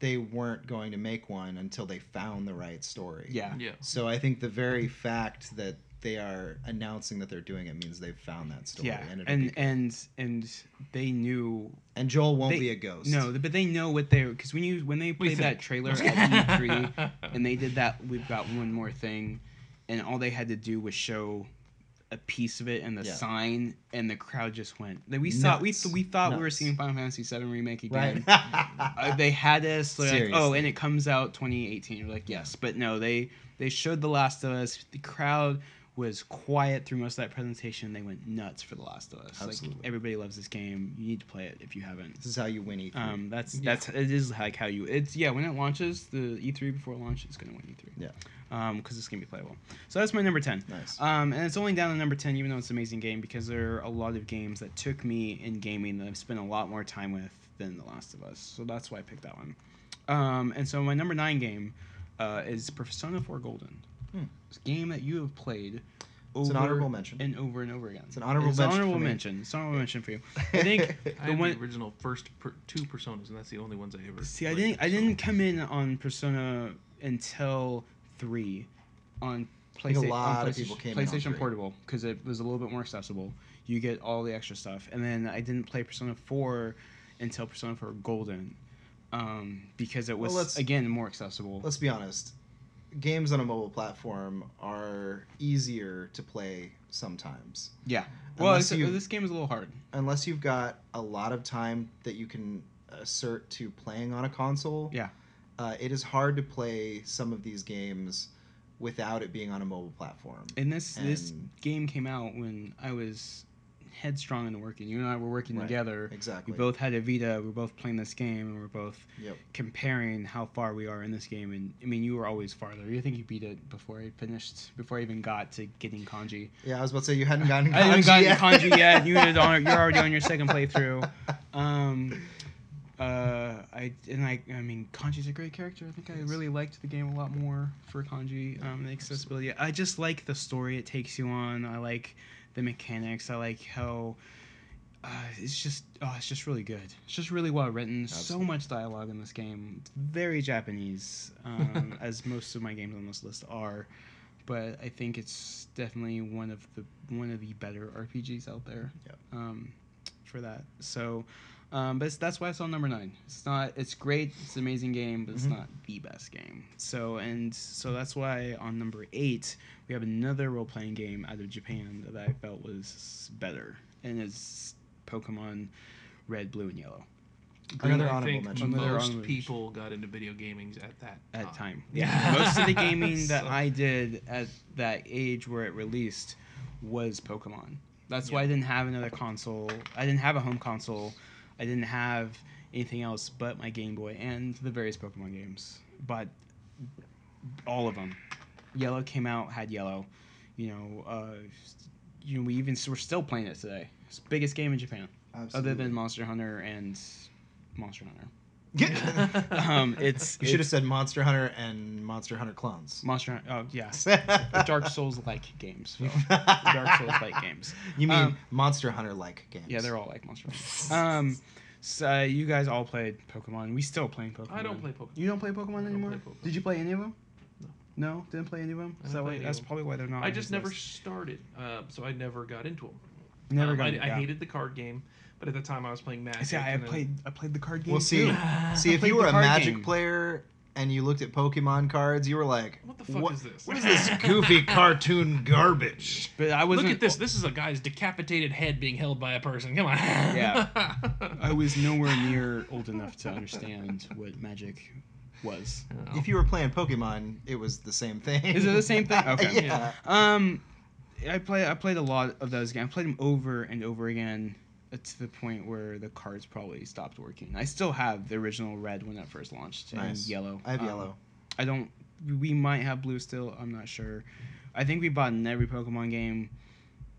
they weren't going to make one until they found the right story. yeah, yeah. So I think the very fact that they are announcing that they're doing it means they've found that story. yeah, And, it'll and be, and and they knew and Joel won't they- be a ghost. no, but they know what they because when you when they played that think. trailer at E3 and they did that with about one more thing, and all they had to do was show a piece of it and the Yeah. sign, and the crowd just went. Then We saw we Nuts. we thought we were Nuts. seeing Final Fantasy VII remake again. Right. Uh, they had us like, oh, Seriously. and it comes out 2018. You're like, yes, but no, they they showed The Last of Us. The crowd was quiet through most of that presentation. They went nuts for The Last of Us. Absolutely. Like everybody loves this game. You need to play it if you haven't. this is how you win E E3. Um, that's Yeah. that's it is like how you it's yeah when it launches the E3 before launch it's gonna win E3 Yeah. um because it's gonna be playable so that's my number ten nice. um and it's only down to number ten even though it's an amazing game because there are a lot of games that took me in gaming that I've spent a lot more time with than The Last of Us so that's why I picked that one um and so my number nine game uh, is Persona 4 Golden Hmm. it's a game that you have played it's an over honorable mention. and over and over again It's an honorable mention for honorable me. mention it's an honorable mention for you I think I the have one the original first per, two personas, and that's the only ones I ever. See, I played, didn't. I so- didn't come in on Persona until three, on think a PlayStation. lot on of people PlayStation- came in on PlayStation three. Portable because it was a little bit more accessible. You get all the extra stuff, and then I didn't play Persona Four until Persona Four Golden, um, because it Well, was let's- again more accessible. Let's be honest. Games on a mobile platform are easier to play sometimes. yeah. Well, unless except- you- this game is a little hard. unless you've got a lot of time that you can assert to playing on a console. Yeah. Uh, it is hard to play some of these games without it being on a mobile platform. And this this And- game came out when I was headstrong and working. You and I were working Right. together. Exactly. We both had a Vita. We were both playing this game, and we are both Yep. comparing how far we are in this game. And I mean, you were always farther. You think you beat it before I finished, before I even got to getting kanji. Yeah, I was about to say you hadn't gotten. I haven't kanji gotten yet. kanji yet. You did on, you're already on your second playthrough. Um, uh, I and I, I mean, Kanji's a great character. I think I really liked the game a lot more for Kanji. Um, the accessibility. I just like the story it takes you on. I like the mechanics. I like how. Uh, it's just, oh, it's just really good. It's just really well written. Absolutely. So much dialogue in this game. It's very Japanese, um, as most of my games on this list are. But I think it's definitely one of the one of the better RPGs out there. Yep. Um, for that. So, um, but it's, that's why it's on number nine. It's not. It's great. It's an amazing game, but it's Mhm. not the best game. So and so that's why on number eight we have another role playing game out of Japan that I felt was better, and it's Pokemon Red, Blue, and Yellow Another I honorable think mention. Another Most honorable mention. people got into video gaming at that at time. time. Yeah. Most of the gaming that So- I did at that age where it released was Pokemon. That's why I didn't have another console. I didn't have a home console. I didn't have anything else but my Game Boy and the various Pokemon games. But all of them. Yellow came out, had Yellow. You know, uh, you know, we even we're still playing it today. It's the biggest game in Japan, Absolutely. other than Monster Hunter and Monster Hunter. Um, um, it's you should have it's said Monster Hunter and Monster Hunter clones. Monster Hunter. Oh yeah, The Dark Souls like games. Phil. The Dark Souls like games. You mean Um, Monster Hunter like games? Yeah, they're all like Monster Hunter. Um, so uh, you guys all played Pokemon. We still playing Pokemon. I don't play Pokemon. You don't play Pokemon don't anymore. play Pokemon. Did you play any of them? No. No, didn't play any of them. I Is don't that play why, any that's of 'em. probably why they're not. I on just this never list. started, uh, so I never got into them. never Um, got. I, it, I yeah. hated the card game, but at the time I was playing Magic. See, I and then- played. I played the card game. Well, see, too. see, if Played you were the a card Magic game. player and you looked at Pokemon cards, you were like, What the fuck "What- is this? What is this goofy cartoon garbage?" But I Look wasn't. at this. This is a guy's decapitated head being held by a person. Come on. Yeah. I was nowhere near old enough to understand what magic was. Oh. If you were playing Pokemon, it was the same thing. Is it the same thing? Okay. yeah. Um, I play. I played a lot of those games. I played them over and over again uh, to the point where the cards probably stopped working. I still have the original red when it first launched and Nice. yellow. I have Um, yellow. I don't. We might have blue still. I'm not sure. I think we bought in every Pokemon game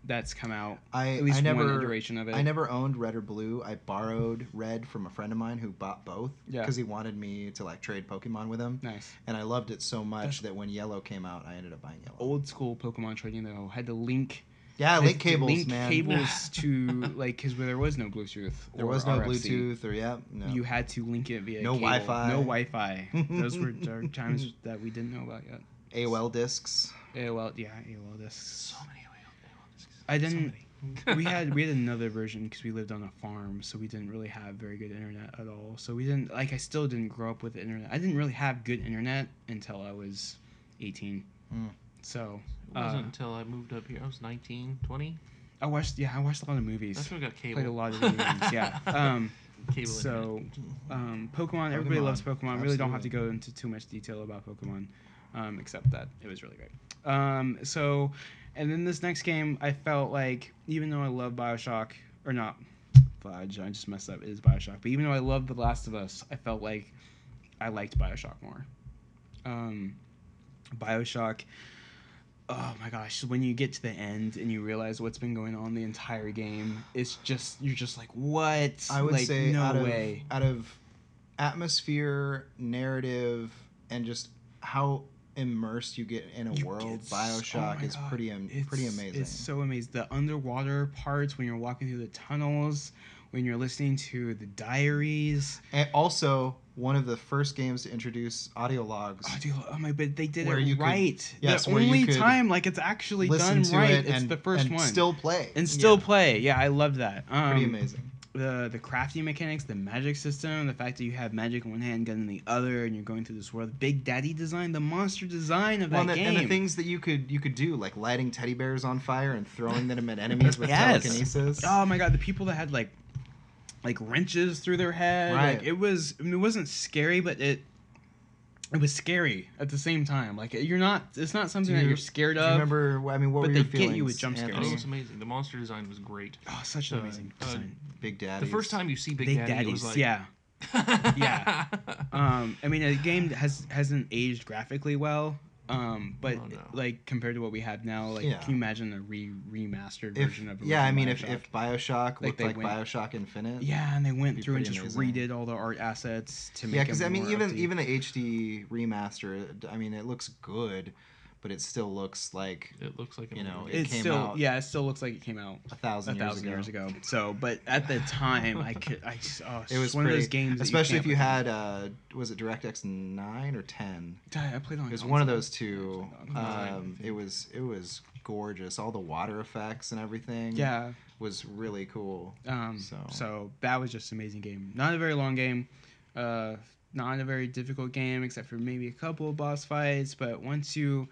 that's come out. I, At least I one never iteration of it. I never owned red or blue. I borrowed red from a friend of mine who bought both Yeah. because he wanted me to like trade Pokemon with him, Nice. and I loved it so much That's- Oh, that when yellow came out, I ended up buying yellow. Old school Pokemon trading though had to link yeah, link had to cables, link man. cables to like because there was no Bluetooth. There or was no RFC. Bluetooth or yeah, no. You had to link it via No cable. Wi-Fi. No Wi-Fi. Those were dark times that we didn't know about yet. AOL discs. AOL, yeah, AOL discs. So many AOL. I didn't. So many. we had we had another version because we lived on a farm, so we didn't really have very good internet at all. So we didn't like. I still didn't grow up with the internet. I didn't really have good internet until I was eighteen. Mm. So It uh, wasn't until I moved up here. I was 19, 20. I watched. Yeah, I watched a lot of movies. That's when I got cable. Played a lot of games. yeah. Um, cable internet. so um, Pokemon, everybody Pokemon, loves Pokemon. Really don't have to go into too much detail about Pokemon, um, except that it was really great. Um, so, and then this next game, I felt like even though I love Bioshock or not, I ju- I just messed up. It is Bioshock, but even though I love The Last of Us, I felt like I liked Bioshock more. Um, Bioshock. Oh my gosh! When you get to the end and you realize what's been going on the entire game, it's just you're just like, what? I would Like, say no out of way. out of atmosphere, narrative, and just how immersed you get in a You world, get s- oh Bioshock my is God, pretty am- it's- pretty amazing. It's so amazing. The underwater parts when you're walking through the tunnels, when you're listening to the diaries. And also one of the first games to introduce audio logs. Oh, dude, oh my! But they did Where it you could- right. yes, the where you only could time like it's actually Listen done to right. it it's and, the first and one. still play. and still Yeah. play. Yeah, I love that. Um, pretty amazing. the the crafting mechanics, the magic system, the fact that you have magic in one hand, gun in the other, and you're going through this world. Big Daddy design, the monster design of Well, and that the, game. and the things that you could you could do, like lighting teddy bears on fire and throwing them at enemies with Yes. telekinesis. Oh my god, the people that had like like wrenches through their head. Right. Like it was I mean, it wasn't scary, but it it was scary at the same time. Like you're not. It's not something Do that you- you're scared Do you of. remember? I mean, what but were they your get you feelings? with jump I scares. think Anthony? it's amazing. The monster design was great. oh, such an Uh, amazing uh, design. Big Daddy. The first time you see Big, Big Daddy, it was Daddies. like yeah. Yeah. Um, I mean, a game that has hasn't aged graphically well. Um, but Oh, no. like compared to what we have now, like Yeah. can you imagine a re remastered If, version of yeah, I mean, if, original Bioshock? if Bioshock looked they like went- Bioshock Infinite. yeah, and they went be through and pretty just amazing. redid all the art assets to make Yeah, because them I mean, more even update- even the HD remaster, it- I mean, it looks good, but it still looks like it looks like a You know, movie. it it's came still out yeah, it still looks like it came out a thousand, a thousand years years ago. ago. So, but at the time, I could I oh, It was one pretty, of those games, that especially if you can't let had uh, was it DirectX nine or ten? go. I played on. It was console. one of those two. I played on console, I Um, it was it was gorgeous. All the water effects and everything. Yeah. was really cool. Um, so. So- that was just an amazing game. Not a very long game, uh, not a very difficult game except for maybe a couple of boss fights. But once you,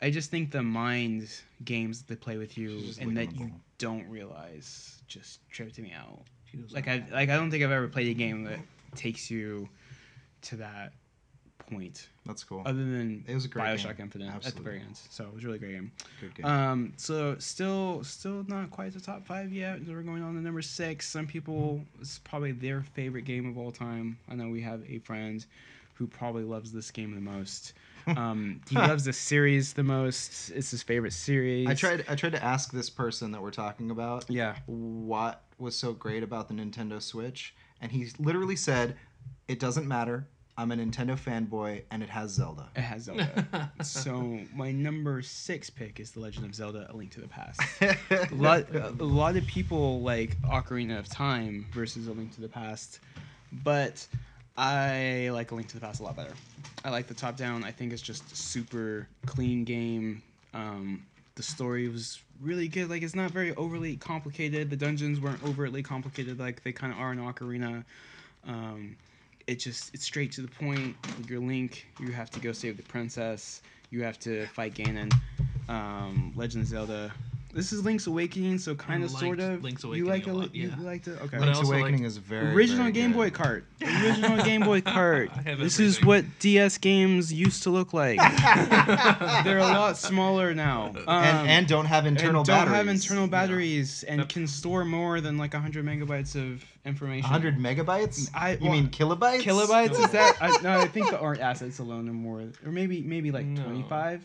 I just think the mind games that they play with you She's just and that licking the you ball. don't realize just tripped me out. She does Like not- I like I don't think I've ever played a game that takes you to that point That's cool. other than It was a great Bioshock game. Infinite at the Absolutely. very end. So it was a really great game. Good game. Um, so still, still not quite the top five yet. We're going on to number six. Some people, it's probably their favorite game of all time. I know we have a friend who probably loves this game the most. Um, he loves the series the most. It's his favorite series. I tried I tried to ask this person that we're talking about Yeah. what was so great about the Nintendo Switch, and he literally said, "It doesn't matter. I'm a Nintendo fanboy, and it has Zelda." It has Zelda. so my number six pick is The Legend of Zelda: A Link to the Past. a lot, a lot of people like Ocarina of Time versus A Link to the Past, but I like A Link to the Past a lot better. I like the top down. I think it's just a super clean game. Um, the story was really good. Like it's not very overly complicated. The dungeons weren't overtly complicated like they kind of are in Ocarina. Um, it just it's straight to the point. You're Link. You have to go save the princess. You have to fight Ganon. Um, Legend of Zelda. This is Link's Awakening, so kind of liked sort of. Link's you Awakening like a li- lot, you yeah. like the okay. But I Link's also liked- Awakening is very Original very Game good. Boy cart. Original Game Boy cart. I have This is everything. what DS games used to look like. They're a lot smaller now. Um, and, and don't have internal and don't batteries. have internal batteries and Yep. can store more than like 100 megabytes of information. 100 megabytes? I- you well, mean kilobytes? kilobytes is that? I, no, I think the art assets alone are more, or maybe maybe like No. 25,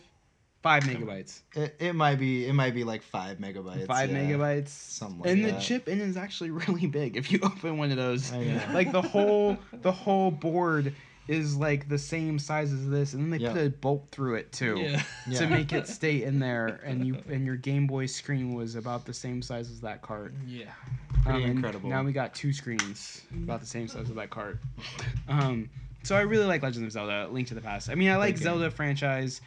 five megabytes, It, it might be. It might be like five megabytes. five yeah. megabytes. something like and the that. chip in it is actually really big. If you open one of those, I know. like the whole the whole board is like the same size as this, and then they Yeah. put a bolt through it too. yeah. Yeah. to make it stay in there and you and your Game Boy screen was about the same size as that cart. Yeah. Pretty Um, and incredible. Now we got two screens about the same size as that cart. Um, so I really like Legend of Zelda: Link to the Past. I mean, I like game. Zelda franchise.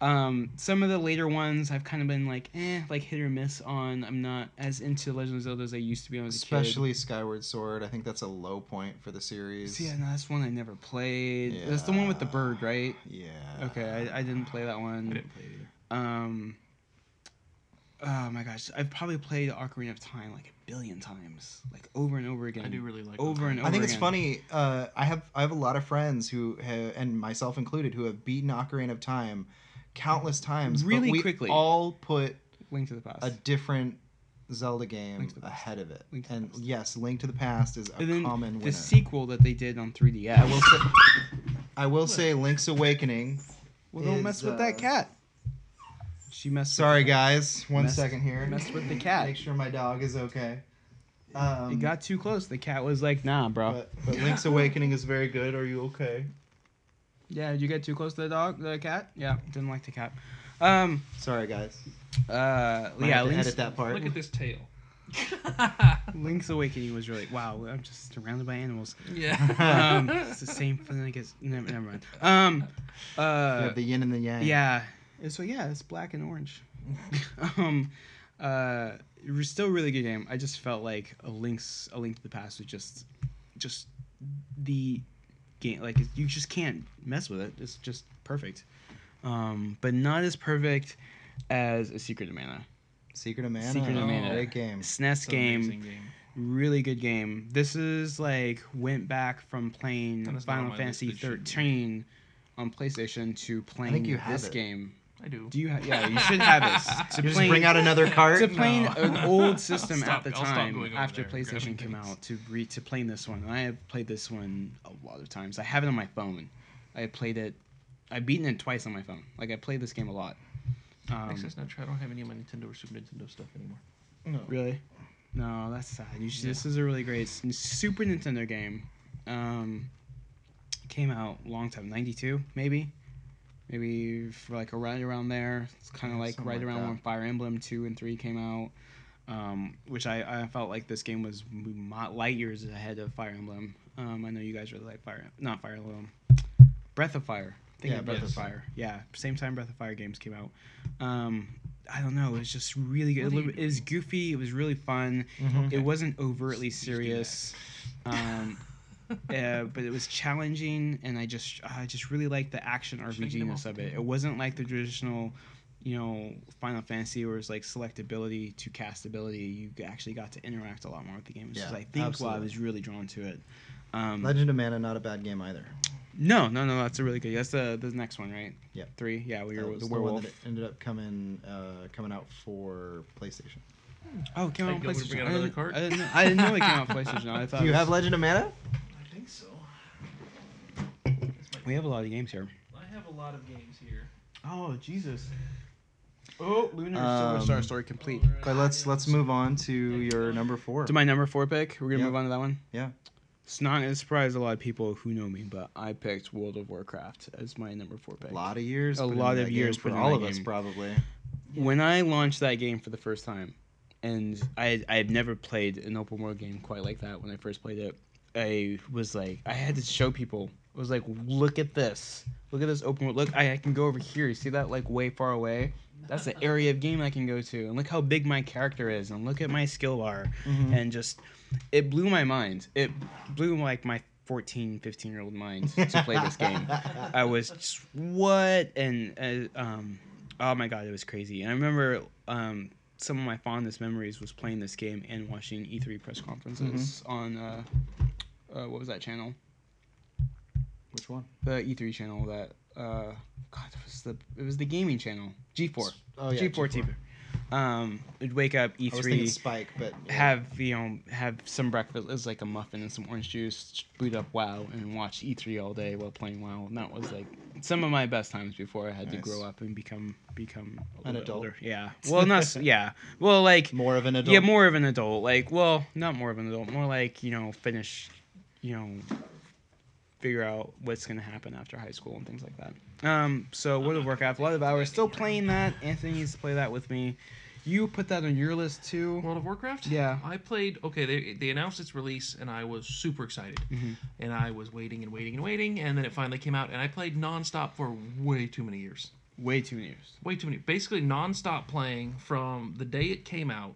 Um, some of the later ones I've kind of been like, eh, like hit or miss on. I'm not as into Legend of Zelda as I used to be when I was a kid. Especially Skyward Sword. I think that's a low point for the series. See, and that's one I never played. That's the one with the Yeah. bird, right? Yeah. Okay, I, I didn't play that one. Um, I didn't play it either. oh my gosh, I've probably played Ocarina of Time like a billion times, like over and over again. I do really like Over and Ocarina. I think over it's again. funny. Uh, I have I have a lot of friends who have, and myself included, who have beaten Ocarina of Time countless times. Really but we quickly. All put Link to the Past. a different Zelda Link game to the Past. ahead of it. Link to the and Past. yes, Link to the Past is a and then common the winner. sequel that they did on 3DS. I will say, I will say, Link's Awakening. well, don't is, mess with uh, that cat. She messed. Sorry, with guys. One Messed- second the, here. Messed with the cat. Make sure my dog is okay. Um, It got too close. The cat was like, "Nah, bro. But, but Link's Awakening is very good. Are you okay? yeah, you get too close to the dog, the cat. Yeah, didn't like the cat. Um, Sorry, guys. uh, Might yeah, have to Link's, edit that part. Look at this tail. Link's Awakening was really wow. I'm just surrounded by animals. yeah. um, it's the same thing. I guess. Never, never mind. Um, We uh, have the yin and the yang. yeah. And So yeah, it's black and orange. um, uh, it was still a really good game. I just felt like a links a link to the past was just, just the game. Like it- you just can't mess with it. It's just perfect. Um, but not as perfect as a Secret of Mana. Secret of Mana. Secret of Oh, Mana. Great game. SNES It's an game Mm. amazing game. really good game. This is like went back from playing And it's not Final on my list, Fantasy it should be. thirteen on PlayStation to playing you have this it. game. I do. Do you have? Yeah, you should have it. To You just playing- bring out another cart. to playing No. an old system I'll stop- at the I'll stop time going over after there. PlayStation Grabbing came things. out to re- to playing this one. And I have played this one a lot of times. I have it on my phone. I have played it. I've beaten it twice on my phone. Like I played this game a lot. Um, Makes sense now, Trey. I don't have any of my Nintendo or Super Nintendo stuff anymore. really? No, that's sad. You should, This is a really great s- Super Nintendo game. Um, came out a long time, ninety two maybe, maybe for like a right around there. It's kind of Yeah, like something right like around that. when Fire Emblem two and three came out. um, which I, I felt like this game was m- mo- light years ahead of Fire Emblem. Um, I know you guys really like Fire, not Fire Emblem, Breath of Fire. Thinking Yeah, of Breath yes. of Fire. Yeah, same time Breath of Fire games came out. Um, I don't know. It was just really What good. are It, you was goofy. It was really fun. Mhm. It wasn't overtly Just- just do that. serious. Um, uh, but it was challenging, and I just I just really liked the action Shaking them off RPGness of the it. It table. wasn't like the traditional, you know, Final Fantasy where it's like selectability to castability. You g- actually got to interact a lot more with the game, which Yeah, is I think why I absolutely. was really drawn to it. Um, Legend of Mana, not a bad game either. no, no, no, that's a really good. That's the the next one, right? Yeah. three. Yeah, we That were was the Uh, one werewolf. that ended up coming uh, coming out for PlayStation. Hey, oh, it came out on do you want me to bring PlayStation. out I another didn't- card? I didn't, know, I didn't know it came out on PlayStation. I thought Do you it have was- Legend of Mana? I think so. we have a lot of games here. I have a lot of games here. Oh Jesus! Oh, Lunar Silver Star Star Um, Story complete. But let's let's move on to your number four. To my number four pick, we're gonna Yeah. move on to that one. Yeah. It's not gonna surprise a lot of people who know me, but I picked World of Warcraft as my number four pick. A lot of years. A put into lot that of game years for put in all that of us, game. probably. When I launched that game for the first time, and I I had never played an open world game quite like that when I first played it, I was like, I had to show people. I was like, look at this. Look at this open world. Look, I, I can go over here. You see that like way far away? That's the area of game I can go to. And look how big my character is. And look at my skill bar. Mm-hmm. And just, it blew my mind. It blew like my 14, 15 year old mind to play this game. I was just, what? And, uh, um, oh my God, it was crazy. And I remember, um, some of my fondest memories was playing this game and watching E3 press conferences Mm-hmm. on, uh, uh, what was that channel? Which one? The E3 channel that, uh, God, it was the it was the gaming channel G4, Oh yeah. G4, G4. TV. Um, we'd wake up E I was thinking E3, Spike, but have you know have some breakfast, it was like a muffin and some orange juice, just boot up WoW and watch E3 all day while playing WoW. And that was like some of my best times before I had to Nice. grow up and become become a little An bit adult. Older. Yeah. Well, not s- yeah. Well, like more of an adult. yeah, more of an adult. Like, well, not more of an adult. More like you know, finish, you know, figure out what's gonna happen after high school and things like that. Um, so World of Warcraft, a lot of hours still playing that. Anthony needs to play that with me. You put that on your list too. World of Warcraft? Yeah. I played, okay, they, they announced its release and I was super excited. Mhm. And I was waiting and waiting and waiting and then it finally came out and I played nonstop for way too many years. Way too many years. Way too many. Basically nonstop playing from the day it came out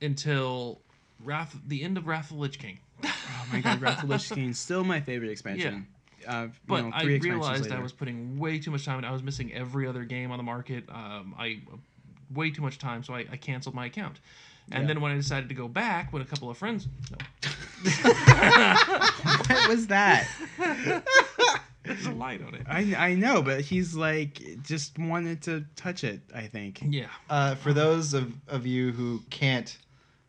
until Wrath, the end of Wrath of the Lich King. Oh my god, Wrath of the Lich King still my favorite expansion. Yeah. Uh, But you know, I three expansions realized I later. was putting way too much time and I was missing every other game on the market. Um, I way too much time, so I, I canceled my account. And Yeah. then when I decided to go back, when a couple of friends, no, what was that? there's a light on it. I I know, but he's like just wanted to touch it. I think. Yeah, Uh, for those of, of you who can't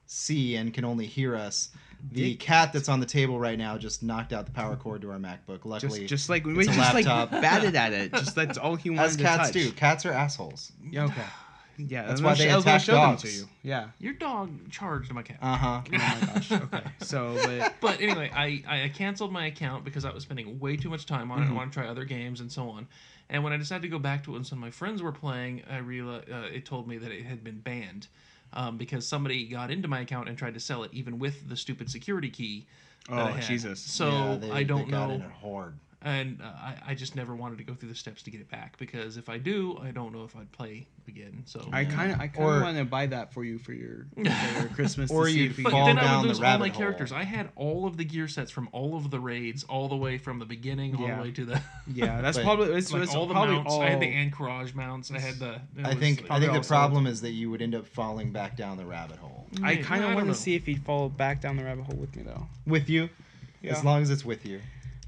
see and can only hear us, the Dick. cat that's on the table right now just knocked out the power cord to our MacBook. Just, Luckily, just like we it's a just like laptop. batted at it. Just that's all he wanted as to cats touch. do. Cats are assholes. Yeah, okay. Yeah, That's I was gonna why they sh- I was gonna attack show them dogs. to you. Yeah. your dog charged my cat. Uh huh. Oh my gosh. Okay. So, but but anyway, I, I canceled my account because I was spending way too much time on Mm-hmm. it. I want to try other games and so on. And when I decided to go back to it when some of my friends were playing, I realized uh, it told me that it had been banned um, because somebody got into my account and tried to sell it, even with the stupid security key. that I Oh, had. Jesus. So I don't got know, in it hard. and uh, I, I just never wanted to go through the steps to get it back because if I do, I don't know if I'd play again. So I kind of, I kind Or- of want to buy that for you for your, for your Christmas. Or to see you if we But fall then can- I down would the lose all my rabbit hole. characters. I had all of the gear sets from all of the raids, all the way from the beginning, all Yeah. the way to the Yeah, that's But- probably it's, like it's all the probably mounts. all. I had the Anchorage mounts. I had the. it I was think I like- think the also- problem is that you would end up falling back down the rabbit hole I Yeah, kind of don't want know. to see if he'd fall back down the rabbit hole with me though. with you, Yeah. as long as it's with you.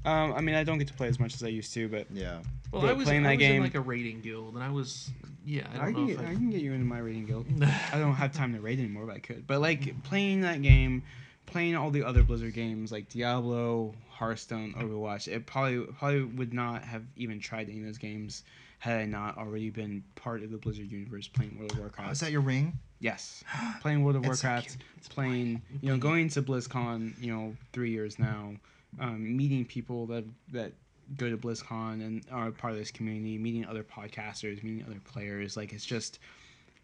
Um, I mean, I don't get to play as much as I used to, but Yeah. Well, Yeah, I was, playing I that was in game- like a raiding guild, and I was yeah. I I, don't can know get, if I I, can get you into my raiding guild. I I don't have time to raid anymore, but I could. But like playing that game, playing all the other Blizzard games like Diablo, Hearthstone, Overwatch, it probably probably would not have even tried any of those games had I not already been part of the Blizzard universe playing World of Warcraft. Oh, is that your ring? yes, playing World of It's so Warcraft, playing you know going to BlizzCon, you know three years now, um, meeting people that that go to BlizzCon and are part of this community, meeting other podcasters, meeting other players. Like it's just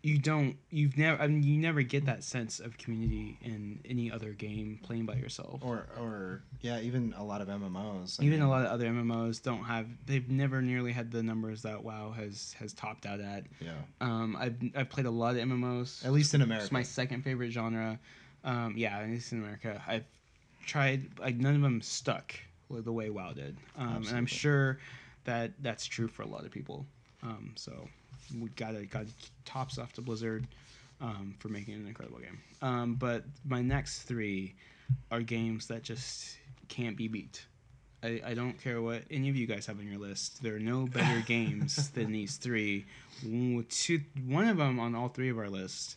you don't you've never I mean you never get that sense of community in any other game playing by yourself. Or or yeah, even a lot of MMOs. I Even a mean, lot of other MMOs don't have they've never nearly had the numbers that WoW has has topped out at. Yeah. Um, I've I've played a lot of MMOs. At least in It's America. my second favorite genre. Um, yeah, at least in America, I've tried like none of them stuck like, the way WoW did, um, and I'm Absolutely. sure that that's true for a lot of people. Um, so we gotta gotta tops off to Blizzard um, for making an incredible game. Um, but my next three are games that just can't be beat. I, I don't care what any of you guys have on your list. There are no better games than these three. One with Two, one of them on all three of our lists,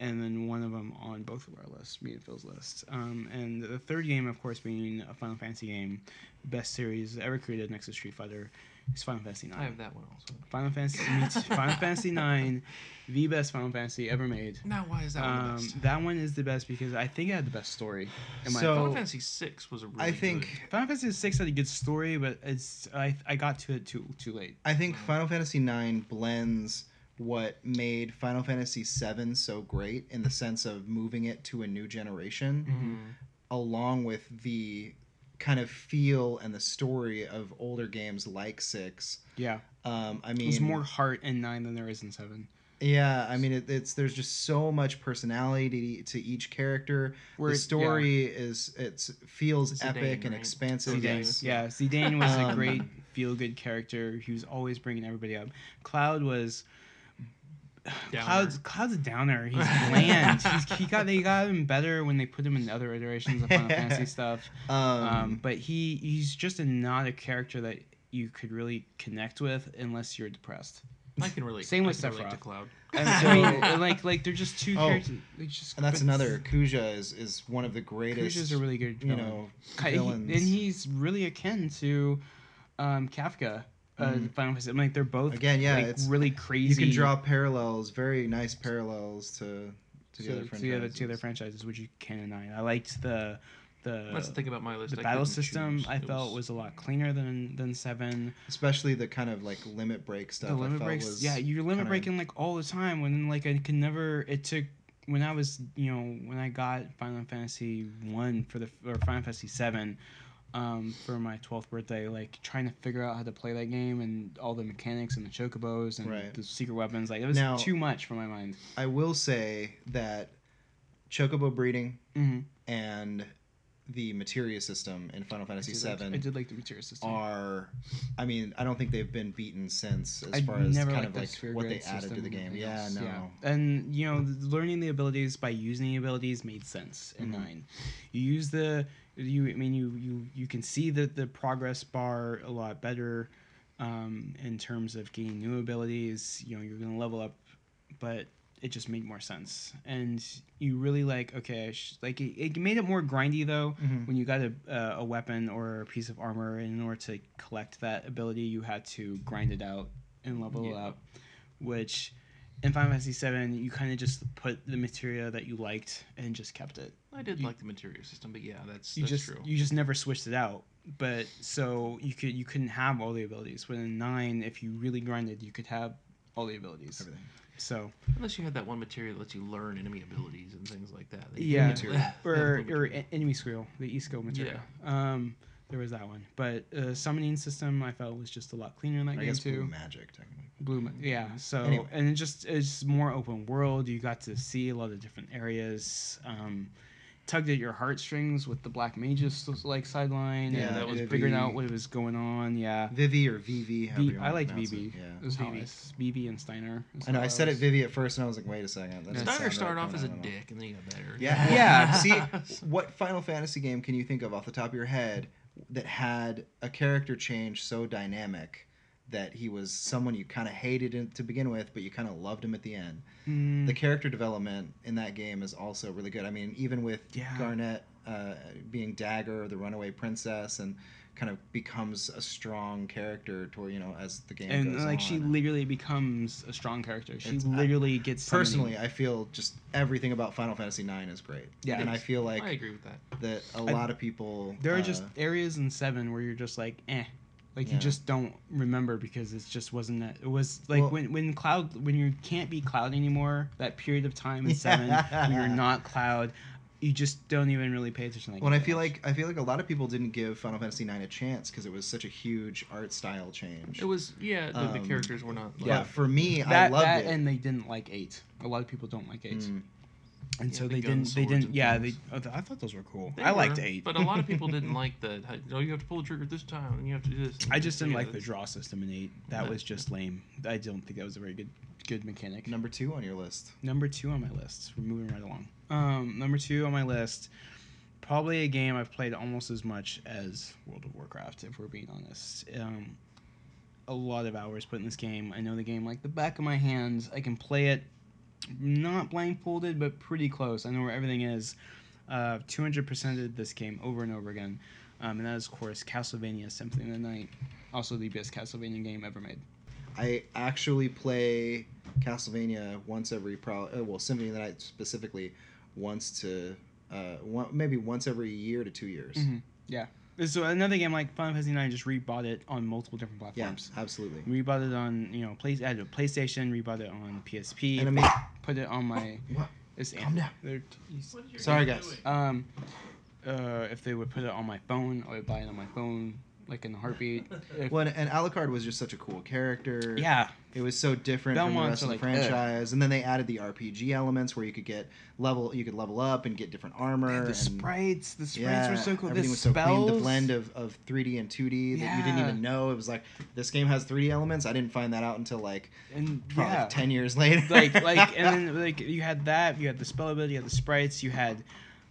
and then one of them on both of our lists, me and Phil's list. Um, and the third game, of course, being a Final Fantasy game, best series ever created next to Street Fighter, is Final Fantasy IX. I have that one also. Final Fantasy meets Final Fantasy IX, the best Final Fantasy ever made. Now, why is that one the Um, best? that one is the best because I think it had the best story. In my So- opinion. Final Fantasy Six was a really I think Final Fantasy VI had a good story, but it's I, I got to it too too late. I think Final Fantasy IX blends what made Final Fantasy VII so great in the sense of moving it to a new generation, Mm-hmm. good. Mhm. along with the kind of feel and the story of older games like Six. Yeah, Um, I mean, there's more heart in nine than there is in seven. Yeah, I mean, it, it's there's just so much personality to each character. Where- the story is it's feels It's a epic Dane, and right? expansive. Zidane, Yes. yeah, Zidane was a Um, great feel good character. He was always bringing everybody up. Cloud was. Downer. Cloud's Cloud's a downer. He's bland. He's, he got they got him better when they put him in other iterations of Final Fantasy stuff. Um, um, but he he's just a, not a character that you could really connect with unless you're depressed. I can relate. Same I with can relate Sephiroth. to Cloud. And so, and like like they're just two Oh, characters. They just and that's but another Kuja is is one of the greatest. Kuja's a really good you villain. know, Um, Ki- he- villains. and he's really akin to um, Kafka. Uh, Mhm. Final Fantasy. I'm like they're both Again, yeah, like, it's- really you crazy. can draw parallels, very nice parallels to to the other to the other to the other franchises. franchises, which you can and I. I liked the the That's the thing about my list. the I battle couldn't system. choose. I It felt was a lot cleaner than than seven. especially the kind of like limit break stuff. the I limit felt breaks was yeah you're limit kinda- breaking like all the time when like i can never it took when i was you know when i got final fantasy one for the or final fantasy seven um, for my 12th birthday like trying to figure out how to play that game and all the mechanics and the chocobos and Right. the secret weapons like it was Now- too much for my mind I will say that chocobo breeding mm-hmm. and the materia system in Final Fantasy VII i did like the material system are i mean i don't think they've been beaten since as I far as never kind liked of the like sphere what they grid added to system the and game everything yeah else, no and you know th- learning the abilities by using the abilities made sense in Mhm. nine you use the you i mean you you you can see the the progress bar a lot better um in terms of gaining new abilities you know you're gonna level up but it just made more sense and you really like okay I sh- like it, it made it more grindy though Mm-hmm. Mhm. when you got a, uh, a weapon or a piece of armor in order to collect that ability you had to grind it out and level it Yeah. up which in final fantasy 7 you kind of just put the materia that you liked and just kept it I did you- like the material system, but yeah, that's you that's just true. you just never switched it out but so you could you couldn't have all the abilities when in 9 if you really grinded you could have all the abilities everything so Unless you had that one material that lets you learn enemy abilities and things like that. that you Yeah. can't- Material. that blue or or material. en- enemy squeal, the Isco material. Um, there was that one, but uh, summoning system I felt was just a lot cleaner in that i game guess blue too. magic technically Blue, ma- yeah. So Anyway. and it just it's more open world. You got to see a lot of different areas. Um, tugged at your heartstrings with the black mages like sideline. Yeah, and that was figuring pretty- out what was going on. Yeah. vivi or vv however V- you I wanna liked pronounce it, VV. It yeah was how VV. I s- BB and Steiner. is i know how i said it was- vivi at first and i was like wait a second that doesn't Steiner sound started right off as a coming out of my mouth. dick, and then he got better. yeah Yeah. yeah see what final fantasy game can you think of off the top of your head that had a character change so dynamic that he was someone you kind of hated in- to begin with, but you kind of loved him at the end. Hmm. Mm. The character development in that game is also really good. I mean, even with Yeah. Garnet uh, being Dagger, the runaway princess, and kind of becomes a strong character toward you know as the game and goes like she on. literally becomes a strong character. She It's- I- literally gets summoning. personally i feel just everything about final fantasy IX is great Yeah. and i feel I like agree with that. that a lot of people There are uh, just areas in seven where you're just like, eh, like Yeah. you just don't remember because it just wasn't that. It was like Well- when when cloud when you can't be cloud anymore. That period of time in seven when you're not cloud, you just don't even really pay attention. Like well, and I that feel much. like I feel like a lot of people didn't give Final Fantasy IX a chance because it was such a huge art style change. It was yeah. The, the Um, characters were not. but yeah. for me, I that, loved that it. and they didn't like eight. A lot of people don't like eight, Mm. and Yeah, so the they gun didn't. They swords didn't. and Yeah, they. things. Oh, th- I thought those were cool. They I liked were, eight, But a lot of people didn't like the. Oh, you have to pull the trigger this time, and you have to do this. and I just didn't yeah, like the that's- draw system in eight. That No. was just lame. I don't think that was a very good good mechanic. number two on your list. Number two on my list. We're moving right along. Um, number two on my list, probably a game I've played almost as much as World of Warcraft, if we're being honest. Um, a lot of hours put in this game. I know the game like the back of my hands. I can play it, not blindfolded, but pretty close. I know where everything is. Uh, 200%ed this game over and over again. Um, and that is, of course, Castlevania Symphony of the Night. Also, the best Castlevania game ever made. I actually play Castlevania once every pro uh, well Symphony of the Night specifically once to uh, one, maybe once every year to two years. Mhm. So another game like Final Fantasy IX just rebought it on multiple different Yeah, platforms. absolutely. Rebought it on you know play, I had a PlayStation. Rebought it on PSP. And I mean, put it on my. What? It's Calm down. They're- Sorry, guys. Um, uh, if they would put it on my phone, I would buy it on my phone, like in a heartbeat. If- Well, and, and Alucard was just such a cool character. yeah, It was so different from the Belmonts rest of are the like, ugh. franchise, and then they added the RPG elements where you could get level, you could level up and get different armor. the and- sprites, the sprites yeah, were so cool. The Everything was spells, so clean. The blend of, of 3D and 2D that you didn't Yeah. even know. It was like this game has 3D elements. I didn't find that out until like and probably yeah, ten years later. like like and then like you had that you had the spell ability you had the sprites you had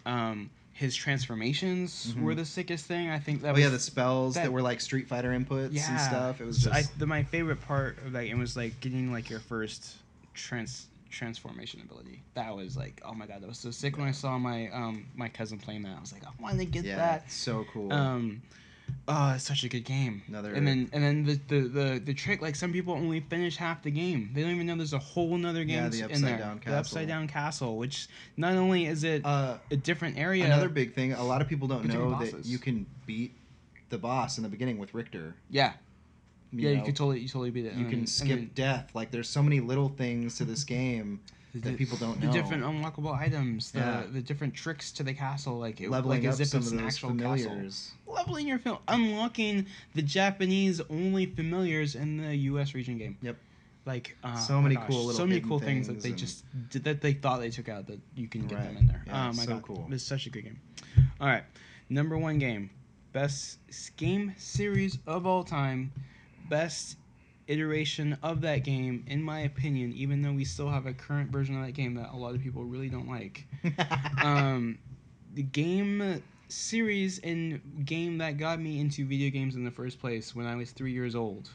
um his transformations Mhm. were the sickest thing i think that oh was yeah, the spells that, that- were like Street Fighter inputs and stuff. It was So just I, the, my favorite part of that game was like getting like your first trans transformation ability that was like oh my god that was so sick when i saw my um my cousin playing that i was like i want to get yeah, that so cool. Ah, um oh it's such a good game Another and then and then the, the the the trick like some people only finish half the game they don't even know there's a whole nother game Yeah, that's the in there upside-down the upside castle. down castle which not only is it uh, a different area Another big thing. A lot of people don't But different know that bosses. you can beat the boss in the beginning with Richter. yeah yeah you know, could totally you totally beat it you and can then- skip and then death. Like there's so many little things to this game the that di- people don't the know. different unlockable items, the, Yeah. the different tricks to the castle, like it, leveling like up as if some it's of an those actual castle. familiars. Leveling your film, unlocking the Japanese only familiars in the U.S. region game. Yep. Like uh, So my many gosh, cool little so many hidden cool things, that things they and- just did, that they thought they took out that you can get them Right. in there. Yeah, oh my so god, cool. it's such a good game. All right, number one game, best s- game series of all time, best iteration of that game, in my opinion. Even though we still have a current version of that game that a lot of people really don't like um, the game series and game that got me into video games in the first place when I was three years old.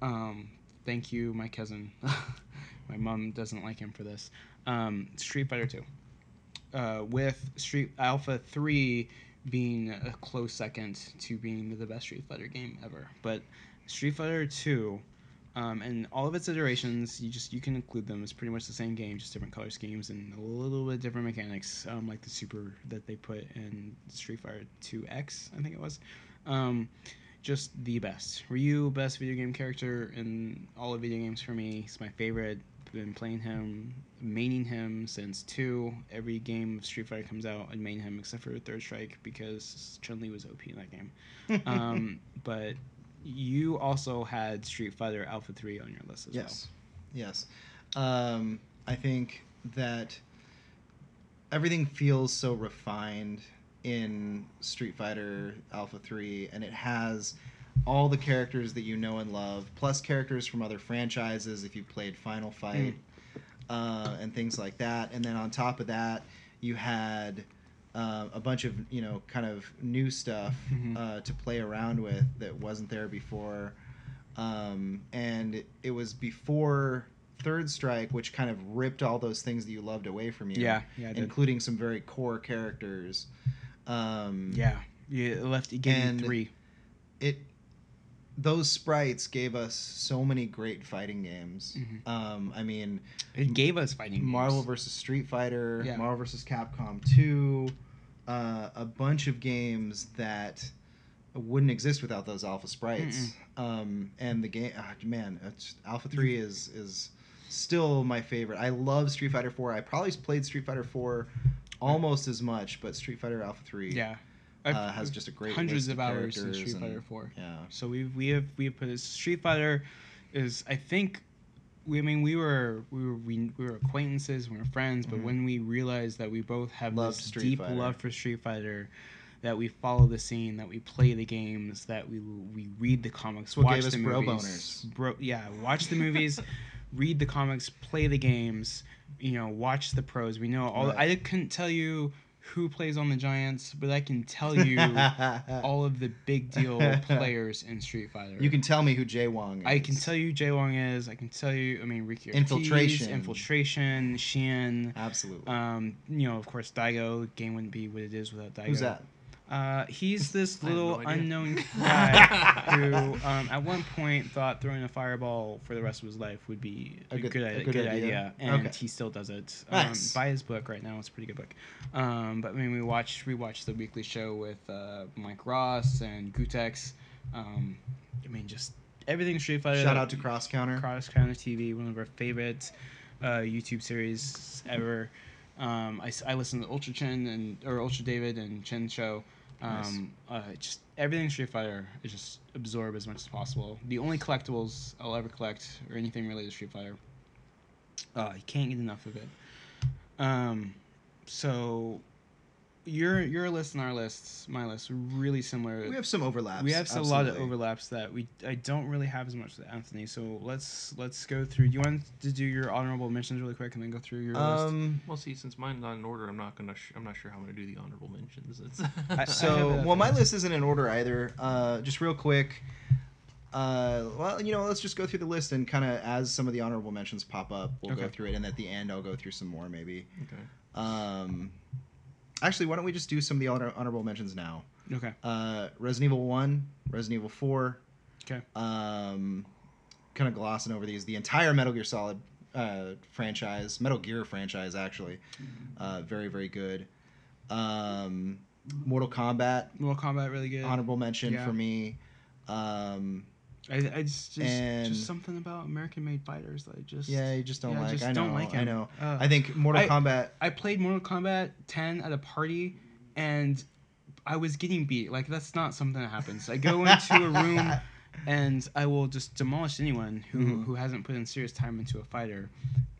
Um, thank you, my cousin. my mom doesn't like him for this. Um, Street Fighter Two, uh, with Street Alpha Three being a close second to being the best Street Fighter game ever, but Street Fighter Two. Um, and all of its iterations, you just you can include them. It's pretty much the same game, just different color schemes and a little bit different mechanics, um, like the super that they put in Street Fighter Two X, I think it was. Um, just the best. Ryu, best video game character in all of video games for me. He's my favorite. Been playing him, maining him since two. Every game of Street Fighter comes out, I main him except for Third Strike because Chun Li was OP in that game. Um, but you also had Street Fighter Alpha 3 on your list as yes, yes. Um, I think that everything feels so refined in Street Fighter Alpha Three, and it has all the characters that you know and love, plus characters from other franchises if you played Final Fight, uh, and things like that. And then on top of that, you had uh, a bunch of you know kind of new stuff Mhm. uh, to play around with that wasn't there before, um, and it, it was before Third Strike, which kind of ripped all those things that you loved away from you. Yeah, yeah, I did. including some very core characters. Um, yeah. You left. It gave me And- three. it those sprites gave us so many great fighting games. Mhm. Um, I mean, It gave us fighting. Marvel games. versus Street Fighter, Yeah. Marvel versus Capcom 2, uh, a bunch of games that wouldn't exist without those alpha sprites. Um, and the game, ah, man, it's, Alpha Mm-hmm. 3 is is still my favorite. I love Street Fighter 4. I probably played Street Fighter 4 almost as much, but Street Fighter Alpha 3 Yeah. I've- uh, has just a great hundreds list of hours in characters Street and- Fighter Four. Yeah. So we we have we have put this Street Fighter is I think we I mean we were we were we, we were acquaintances we were friends but Mhm. when we realized that we both have Loved this Street deep Fighter. love for Street Fighter that we follow the scene that we play the games that we we read the comics It's what watch gave us the bro movies bro yeah watch the movies read the comics play the games you know watch the pros we know all Right. I couldn't tell you who plays on the Giants but I can tell you all of the big deal players in Street Fighter. you can tell me who Jay Wong is. I can tell you Jay Long is. I can tell you. I mean Ricky. Ortiz, Infiltration. infiltration. Sheehan. Absolutely. Um, you know, of course, Daigo. Game wouldn't be what it is without Daigo. Who's that? Uh, he's this I have little no idea. unknown guy who, um, at one point, thought throwing a fireball for the rest of his life would be a, good, i- good, idea, and Okay. he still does it. Um, Nice. Buy his book right now; it's a pretty good book. Um, but I mean, we watched we watched the weekly show with uh, Mike Ross and Gutex. Um, I mean, just everything Street Fighter. Shout out to Cross Counter. Cross Counter TV, one of our favorite uh, YouTube series ever. Um, I, s- I listen to Ultra Chen and or Ultra David and Chen Show. Um, uh, just everything Street Fighter is just absorb as much as possible. The only collectibles I'll ever collect or anything related to Street Fighter. Uh, you can't get enough of it. Um, so your your list and our lists, my list, are really similar. We have some overlaps. We have s- a lot of absolutely. overlaps that we I don't really have as much with Anthony. So let's let's go through. Do you want to do your honorable mentions really quick and then go through your list? Um, Well, see, since mine's not in order, I'm not gonna. Sh- I'm not sure how I'm gonna do the honorable mentions. It's I have it so up well, my here. list isn't in order either. Uh, just real quick. Uh, well, you know, let's just go through the list and kind of as some of the honorable mentions pop up, we'll go Okay. through it, and at the end, I'll go through some more maybe. okay. Um, actually, why don't we just do some of the honor- honorable mentions now? Okay. uh, Resident Evil One, Resident Evil Four. Okay. Um, kind of glossing over these, the entire Metal Gear Solid uh, franchise, Metal Gear franchise actually, Mm-hmm. uh, very very good. Um, Mortal Kombat, Mortal Kombat really good. honorable mention Yeah. for me. Um, I, I just just, And- just something about American made fighters that I just yeah, you just don't Yeah, I like. just I know. don't like I him. know. Uh, I think Mortal I- Kombat. I played Mortal Kombat 10 at a party and I was getting beat. Like that's not something that happens. I go into a room and I will just demolish anyone who Mhm. who hasn't put in serious time into a fighter.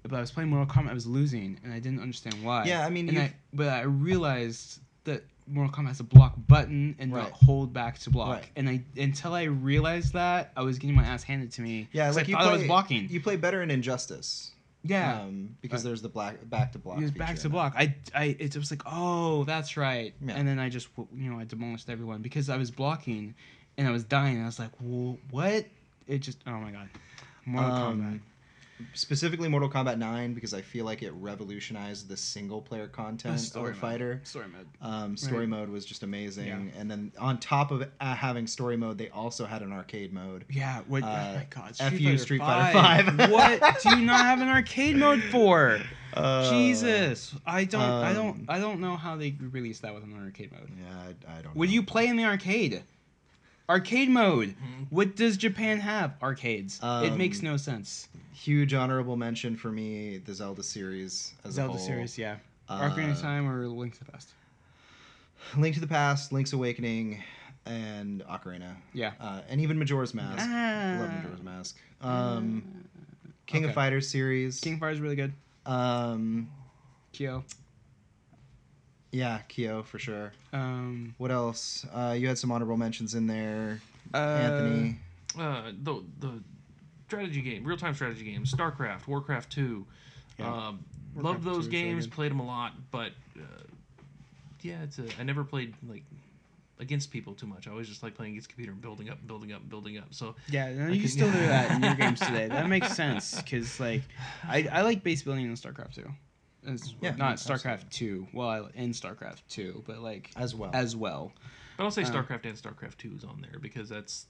But I was playing Mortal Kombat, I was losing, and I didn't understand why. Yeah, I mean, and you've- I, but I realized that Mortal Kombat has a block button and Right. not hold back to block. Right. And I until I realized that, I was getting my ass handed to me. Yeah, 'cause like I you thought play, I was blocking. You play better in Injustice. yeah, Um, because Right. there's the black back to block. He was feature back to in it. block. I, I, it was like, oh, that's right. Yeah. And then I just, w- you know, I demolished everyone because I was blocking, and I was dying. I was like, well, what? It just, oh my god, Mortal Um, specifically Mortal Kombat 9 because I feel like it revolutionized the single player Kombat. content of a fighter. Story mode. Um, story Right. mode was just amazing, Yeah. and then on top of uh, having story mode, they also had an arcade mode. Yeah. What? Uh, oh my god. F you, Street Fighter five. what do you not have an arcade mode for? Uh, Jesus, I don't, I um, don't, I don't know how they released that with an arcade mode. Yeah, I, I don't. Would know. you play in the arcade? Arcade mode. What does Japan have? Arcades. it makes Um, no sense. Huge honorable mention for me, the Zelda series as a Zelda whole. series, yeah. Uh, Ocarina of Time or Link to the Past? Link to the Past, Link's Awakening, and Ocarina, Yeah. uh, and even Majora's Mask. Love Ah. Majora's Mask. Um, King of Okay. Fighters series. King of Fire's really good. Um, Kyo. yeah, Kyo for sure. Um, What else? Uh, you had some honorable mentions in there, uh, Anthony. uh, the the strategy game, real time strategy games, StarCraft, Warcraft Two. Yeah. Um, love Warcraft those 2 is really games, good. played them a lot, but uh, yeah, it's a. I never played like against people too much. I always just like playing against computer, and building up, building up, building up. So Yeah, I no, you can- can still do that in your games today. That makes sense because like I, I like base building in StarCraft two. It's Yeah, not absolutely. StarCraft two. Well, I, in StarCraft two, but like as well. as well. But I'll say Uh, StarCraft and StarCraft Two is on there because that's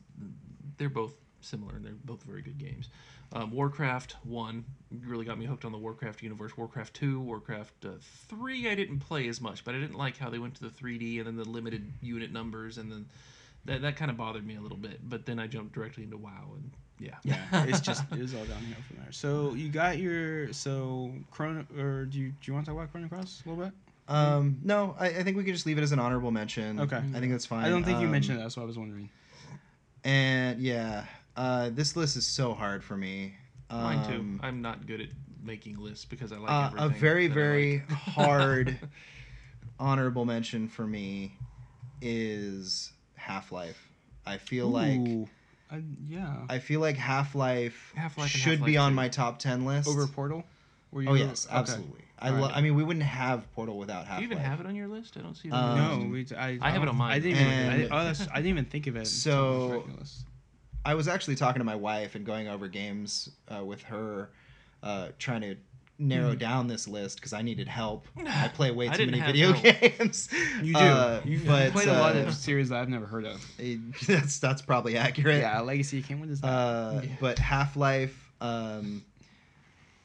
they're both similar and they're both very good games. Um, Warcraft One really got me hooked on the Warcraft universe. Warcraft Two, Warcraft uh, Three, I didn't play as much, but I didn't like how they went to the 3D and then the limited unit numbers and then that that kind of bothered me a little bit. But then I jumped directly into WoW and yeah, Yeah, it's just it was all downhill from there. So you got your so Chrono or do you do you want to talk about Chrono Cross a little bit? Um, no, I, I think we can just leave it as an honorable mention. Okay. I think that's fine. I don't think you Um, mentioned that, so I was wondering. And yeah, uh, this list is so hard for me. Um, mine too. I'm not good at making lists because I like uh, a everything very, that I very like. hard honorable mention for me is Half Life. I feel like Ooh, I, yeah, I feel like Half Life Half-Life and should Half-Life be on 2. my top ten list. over Portal. Were oh yes, okay. absolutely. I Alright. lo- I mean, we wouldn't have Portal without Half Do Life. you even have it on your list? I don't see it. Um, on your list. No, we, I, I have it on mine. I didn't. Even, I, And- oh, that's- I didn't even think of it. So- It's ridiculous. I was actually talking to my wife and going over games uh, with her, uh, trying to narrow down this list because I needed help. I play way Mm-hmm. I too didn't many have video help. games. You do. Uh, You've but, played a lot uh, of series that I've never heard of. it- that's that's probably accurate. Yeah, Legacy came with his. Uh, Yeah. But Half Life um,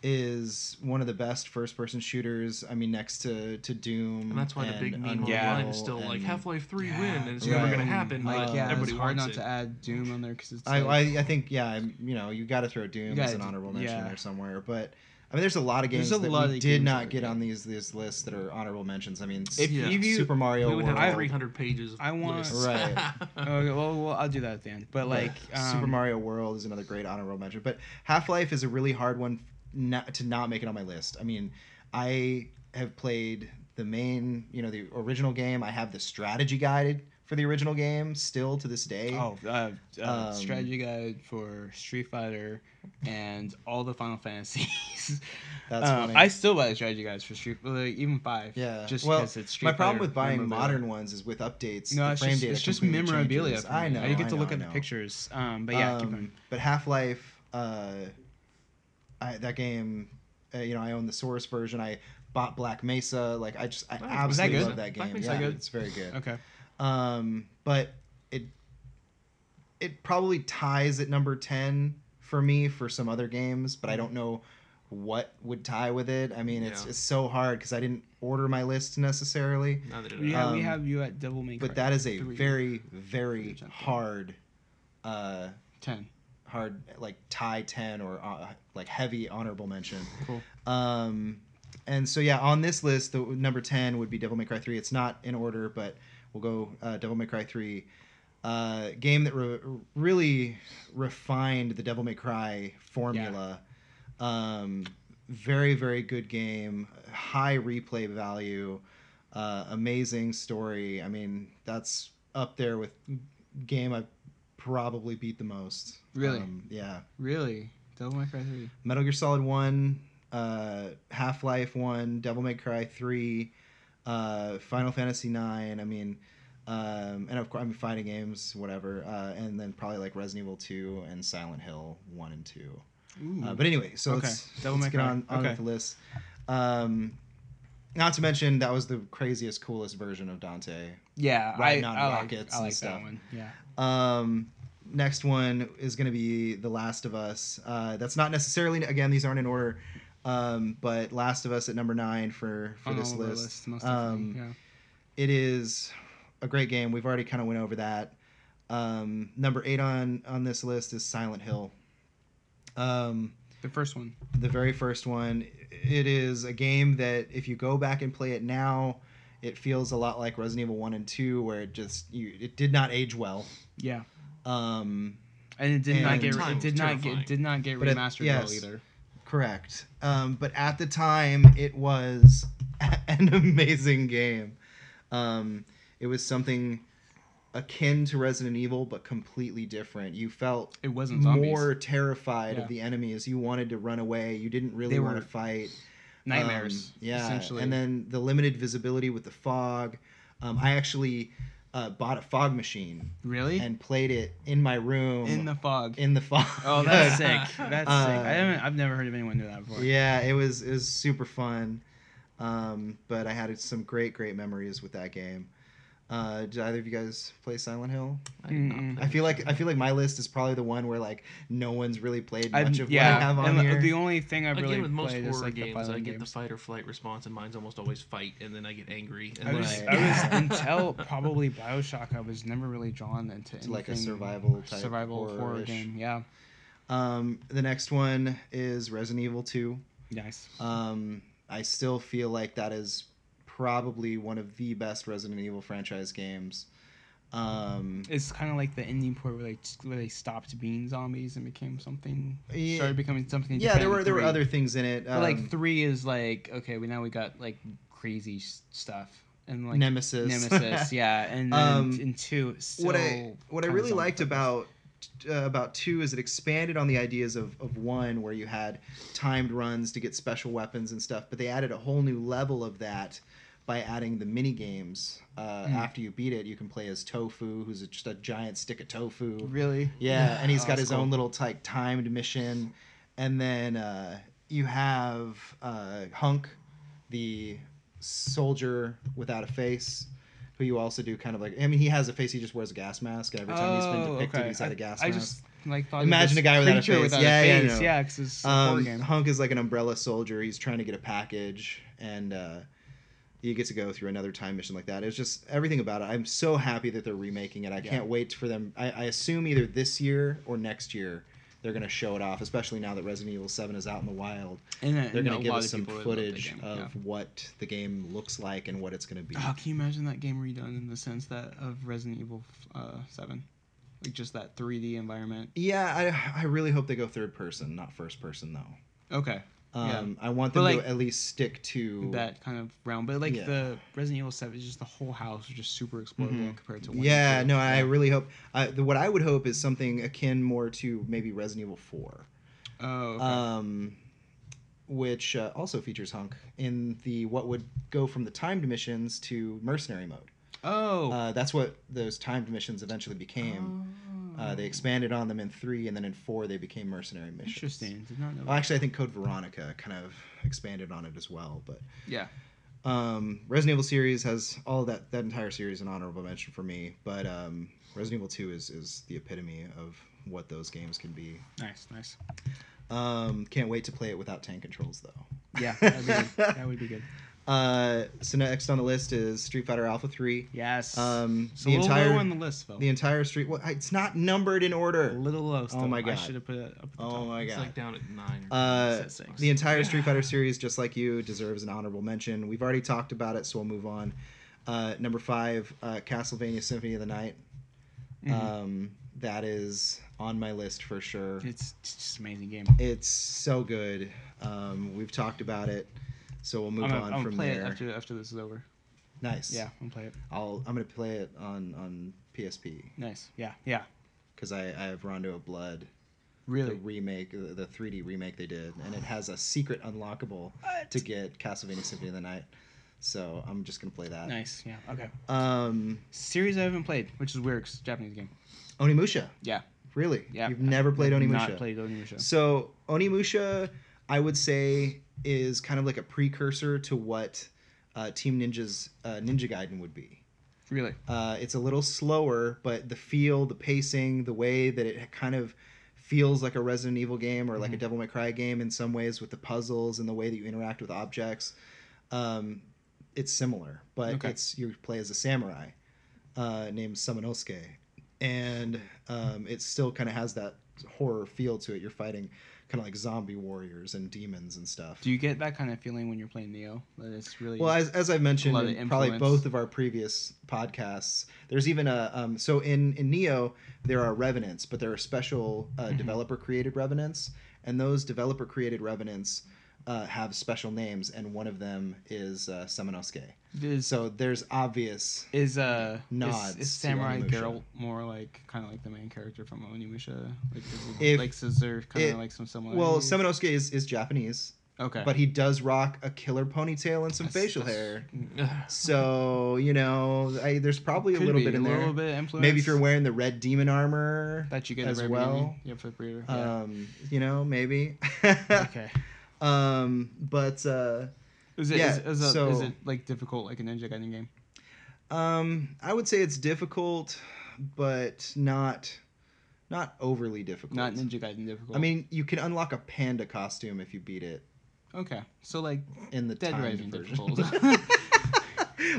is one of the best first person shooters. I mean, next to to Doom. And that's why the big and meme Yeah. online Unreal is still like and- Half Life Three Yeah. win, and it's Right. never gonna happen. like, but yeah, everybody it's hard wants not it. to add Doom on there because it's. I, I like, I think yeah, I'm- you know, you got to throw Doom as gotta an do- honorable mention yeah. there somewhere. But I mean, there's a lot of There's games a that lot we of did games not that- get on these these lists that are honorable mentions. I mean, s- If Yeah. you- if you- Super Mario we would World, have 300 pages. Of I want- lists. Right. okay, well, well, I'll do that at the end. But like, um, Super Mario World is another great honorable mention. But Half Life is a really hard one not, to not make it on my list. I mean, I have played the main, you know, the original game. I have the strategy guide for the original game still to this day. Oh, uh, uh, Um, strategy guide for Street Fighter and all the Final Fantasies. That's Um, funny. I still buy strategy guides for Street, like, even five. Yeah. just well, because it's Street my problem Fighter with buying memorabilia. modern ones is with updates. No, the it's frame just, data it's just completely memorabilia. changes. for I me. know. You get I to look at know, I the know. pictures. Um, but yeah, keep Um, going. But Half Life, uh, I, that game, uh, you know, I own the Source version. I bought Black Mesa. Like I just, I Black Mesa. absolutely Is that love good? that Black game. Mesa yeah, good? it's very good. Okay. Um, but it, it probably ties at number ten for me for some other games, but I don't know what would tie with it. I mean, it's Yeah. it's so hard because I didn't order my list necessarily. Neither did I. Yeah, we Um, have you at Devil May Cry. but that is a three. very very Something. hard uh ten. hard like tie 10 or uh, like heavy honorable mention Cool. um and so yeah on this list the number 10 would be devil may cry 3 it's not in order but we'll go uh, devil may cry 3 uh, game that re- really refined the devil may cry formula um very very good game high replay value uh, amazing story i mean that's up there with game i probably beat the most Really? um, yeah Really, Devil May Cry three. metal gear solid 1 uh, half-life 1 devil may cry 3 uh, final fantasy 9 i mean um, and of course i mean fighting games whatever uh, and then probably like resident evil 2 and silent hill 1 and 2 Ooh. uh, but anyway, so Hmm. Okay. let's, Devil let's May get Cry. on, on Okay. with the list. Um, not to mention that was the craziest, coolest version of Dante. yeah, I, riding on I rockets like, I and like stuff. that one. Yeah. Um, next one is going to be The Last of Us. Uh, that's not necessarily again; these aren't in order. Um, but Last of Us at number nine for for On this all of our list. lists, most um, definitely, yeah. it is a great game. We've already kind of went over that. Um, number eight on on this list is Silent Hill. Um, The first one. the very first one. It is a game that if you go back and play it now, it feels a lot like Resident Evil One and Two, where it just you, it did not age well. Yeah. Um, And it did And not get time it did was not get terrifying. it did not get But it- remastered yes. well either. correct. Um, but at the time, it was an amazing game. Um, it was something akin to Resident Evil, but completely different. You felt It wasn't zombies. more um, terrified Yeah. of the enemies. You wanted to run away. You didn't really They want were- to fight. Nightmares, Um, yeah. essentially. And then the limited visibility with the fog. Um, I actually uh, bought a fog machine Really? and played it in my room in the fog. in the fog. oh, that's sick. That's sick. Um, I haven't. I've never heard of anyone do that before. Yeah, it was it was super fun. Um, but I had some great great memories with that game. Uh, did either of you guys play Silent Hill? I, did not Mm-mm. play I feel much like of I it. feel like my list is probably the one where like no one's really played I've- much of yeah, what I have on and here. The only thing I've Again, really with most played horror is like the games, I fighting get the games. fight or flight response, and mine's almost always fight, and then I get angry. And I then was, Right. I was Yeah. until probably Bioshock. I was never really drawn into It's like a anything survival type survival horror, horror-ish. game. Yeah, Um, the next one is Resident Evil Two. nice. Um, I still feel like that is probably one of the best Resident Evil franchise games. Um, It's kind of like the ending point where they where they stopped being zombies and became something. Yeah. Started becoming something. yeah, there different in were there were three. other things in it. But um, like three is like okay, we now we got like crazy s- stuff and like Nemesis. Nemesis, yeah, and then Um, in two, it's still what I what I kinda really zombie liked focused. about uh, about two is it expanded on the ideas of, of one where you had timed runs to get special weapons and stuff, but they added a whole new level of that by adding the mini games. Uh, After you beat it, you can play as Tofu, who's a, just a giant stick of tofu. really, Yeah, and he's Oh, got that's his cool. own little like timed mission, and then uh, you have uh, Hunk, the soldier without a face, who you also do kind of like. I mean, he has a face; he just wears a gas mask, and every time he's been Oh, depicted, okay. he's had I- a gas I mask. just like thought of Imagine this a guy without a creature face. Without Yeah, yeah, I a face. know. yeah, because it's a horror um, game. Hunk is like an umbrella soldier. He's trying to get a package, and uh, you get to go through another time mission like that. It's just everything about it. I'm so happy that they're remaking it. I can't wait for them. I, I assume either this year or next year they're going to show it off, especially now that Resident Evil 7 is out in the wild. And, uh, They're and going a to give lot us of some people really love that footage game, of yeah. what the game looks like and what it's going to be. Oh, can you imagine that game redone in the sense that of Resident Evil uh, Seven, like just that 3D environment? Yeah, I, I really hope they go third person, not first person, though. Okay, Yeah. Um, I want But, them like, to at least stick to that kind of realm. But like Yeah. the Resident Evil Seven is just the whole house was just super explorable compared to one. and Mm-hmm. Yeah, two. no, I really hope. I, the, what I would hope is something akin more to maybe Resident Evil Four, Oh, okay. um, which uh, also features Hunk in the what would go from the timed missions to mercenary mode. oh. Uh, that's what those timed missions eventually became. Uh, Oh. they expanded on them in three, and then in four they became mercenary missions. Interesting. Did not know. Well, that. actually, I think Code Veronica kind of expanded on it as well, but Yeah. um, Resident Evil series has all of that that entire series an honorable mention for me, but um, Resident Evil Two is is the epitome of what those games can be. Nice. Nice. Um, can't wait to play it without tank controls though. Yeah. That'd be good. that would be good. Uh, so next on the list is Street Fighter Alpha Three. Yes. Um, it's a the little entire low on the list, Phil. the entire Street. Well, it's not numbered in a order. little low. Still. my I God. should have put it up. At the Oh top. my It's god. like down at nine. Or Uh, It's at six. the entire Street Fighter series, just like you, deserves an honorable mention. We've already talked about it, so we'll move on. Uh, number five, uh, Castlevania Symphony of the Night. Mm-hmm. uh, Um, that is on my list for sure. It's just an amazing game. It's so good. Um, we've talked about it, so we'll move I'm gonna, on I'm gonna from play there. it after after this is over. Nice. Yeah, I'm gonna play it. I'll I'm gonna play it on on PSP Nice. Yeah, yeah. because I I have Rondo of Blood. The Really. remake, the the 3D remake they did, and it has a secret unlockable to get Castlevania Symphony of the Night. So I'm just gonna play that. Nice. Yeah. Okay. Um, Series I haven't played, which is weird. 'cause it's a Japanese game. Onimusha, Yeah. really? Yeah. You've never played I've Onimusha? Not played Onimusha. So Onimusha, I would say, is kind of like a precursor to what uh, Team Ninja's uh, Ninja Gaiden would be. Really. Uh, it's a little slower, but the feel, the pacing, the way that it kind of feels like a Resident Evil game or like a Devil May Cry game in some ways with the puzzles and the way that you interact with objects, um, it's similar. But Okay. it's you play as a samurai uh, named Samanosuke, and um, it still kind of has that horror feel to it. You're fighting kind of like zombie warriors and demons and stuff. Do you get that kind of feeling when you're playing Neo? That it's really. Well, as, as I've mentioned lot of in probably influence. both of our previous podcasts, there's even a um, so in in Neo there are revenants, but there are special uh, Mm-hmm. developer created revenants, and those developer created revenants uh, have special names, and one of them is uh, Samanosuke. is So there's obvious. is uh nods is, is to Samurai Onimusha. Geralt more like kind of like the main character from Onimusha? Like, is, it- If- like is there kind it- of like some similar? Well, Samanosuke is, is Japanese, Okay. but he does rock a killer ponytail and some That's- facial that's- hair. Ugh. So you know, I, there's probably a Could little be, bit in a there. little bit influence. Maybe if you're wearing the red demon armor, that you get as the well. Yeah, flip reader. Yeah. um, you know, maybe. okay. um, but uh, Is it, yeah, is, is, a, is so- it like difficult like a Ninja Gaiden game? um, I would say it's difficult, but not not overly difficult. Not Ninja Gaiden difficult. I mean, you can unlock a panda costume if you beat it okay. So like in the Dead timed Rising version. difficult.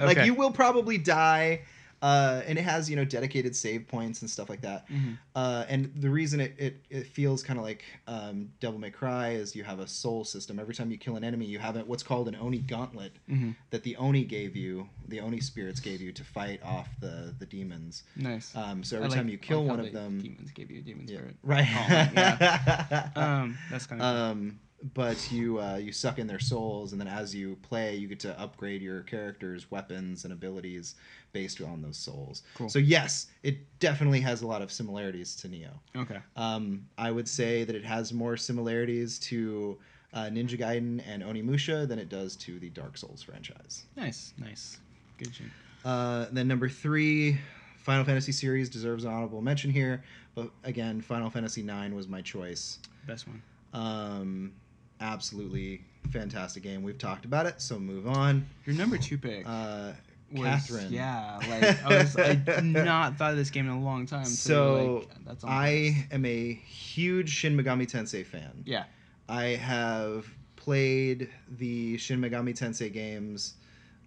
Like Okay. you will probably die, uh, and it has you know dedicated save points and stuff like that. Mhm. Uh, and the reason it it, it feels kind of like um, Devil May Cry is you have a soul system. Every time you kill an enemy, you have a- what's called an Oni gauntlet Mhm. that the Oni gave you, the Oni spirits gave you to fight off the the demons. nice. Um, so I every like- time you kill like how one the of them, demons give you a demon yeah, Uh, spirit. right? Oh, Um, that's kind of um, but you uh, you suck in their souls, and then as you play, you get to upgrade your characters' weapons and abilities based on those souls. Cool. So yes, it definitely has a lot of similarities to Neo. okay. Um, I would say that it has more similarities to uh, Ninja Gaiden and Onimusha than it does to the Dark Souls franchise. Nice, nice, good gene. Uh, then number three, Final Fantasy series deserves an honorable mention here, but again, Final Fantasy IX was my choice. Best one. Um, absolutely fantastic game. We've talked about it, so move on. Your number two pick. Uh, was, Catherine. Yeah, like I was I not thought of this game in a long time. So, So, like, that's on my list. I am a huge Shin Megami Tensei fan. yeah. I have played the Shin Megami Tensei games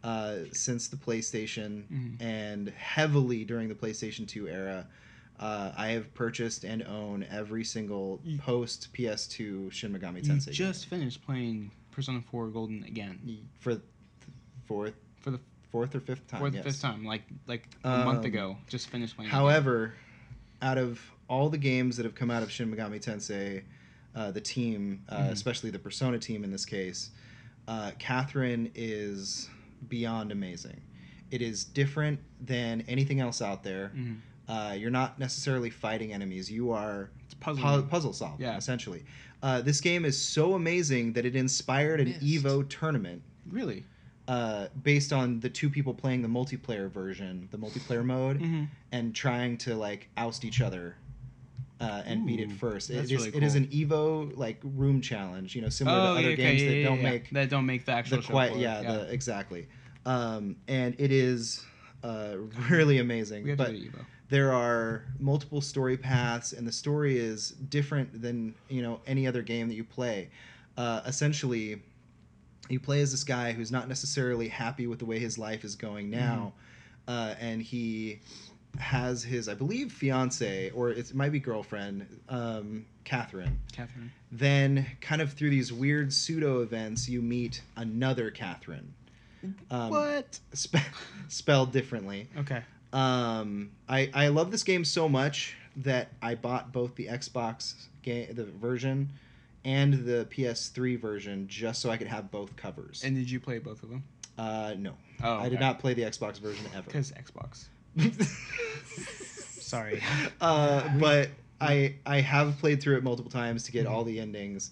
uh, since the PlayStation Mhm. and heavily during the PlayStation 2 era. Uh, I have purchased and own every single You- post PS2 Shin Megami Mm-hmm. You Tensei game. just finished playing Persona 4 Golden again for the fourth for the fourth or fifth time. fourth, yes. fifth time, like like a month Um, ago. Just finished playing. it again. However, out of all the games that have come out of Shin Megami Tensei, uh, the team, uh, Mhm. especially the Persona team in this case, uh, Catherine is beyond amazing. It is different than anything else out there. Mhm. Uh, you're not necessarily fighting enemies. You are it's puzzling. pu- puzzle solving, Yeah. essentially. Uh, this game is so amazing that it inspired an Missed. Evo tournament really. uh, based on the two people playing the multiplayer version, the multiplayer mode, Mm-hmm. and trying to like oust each other uh, and beat it Ooh, first. It that's is really it is cool. an Evo like room challenge, you know, Oh, similar to other yeah, okay, games yeah, that yeah, don't yeah. make that don't make the actual the show quite floor. yeah, The, exactly. Um, and it is uh, really amazing. we have but to go to Evo. there are multiple story paths and the story is different than you know any other game that you play uh, essentially you play as this guy who's not necessarily happy with the way his life is going now uh, and he has his i believe fiance or it's- it might be girlfriend um, catherine Catherine. then kind of through these weird pseudo events you meet another catherine um, what? spe- spelled differently Okay. um, I I love this game so much that I bought both the Xbox game the version and the PS3 version just so I could have both covers. And did you play both of them? uh, no, Oh, I did not play the Xbox version ever. Because Xbox. Sorry. uh, but I I have played through it multiple times to get all the endings.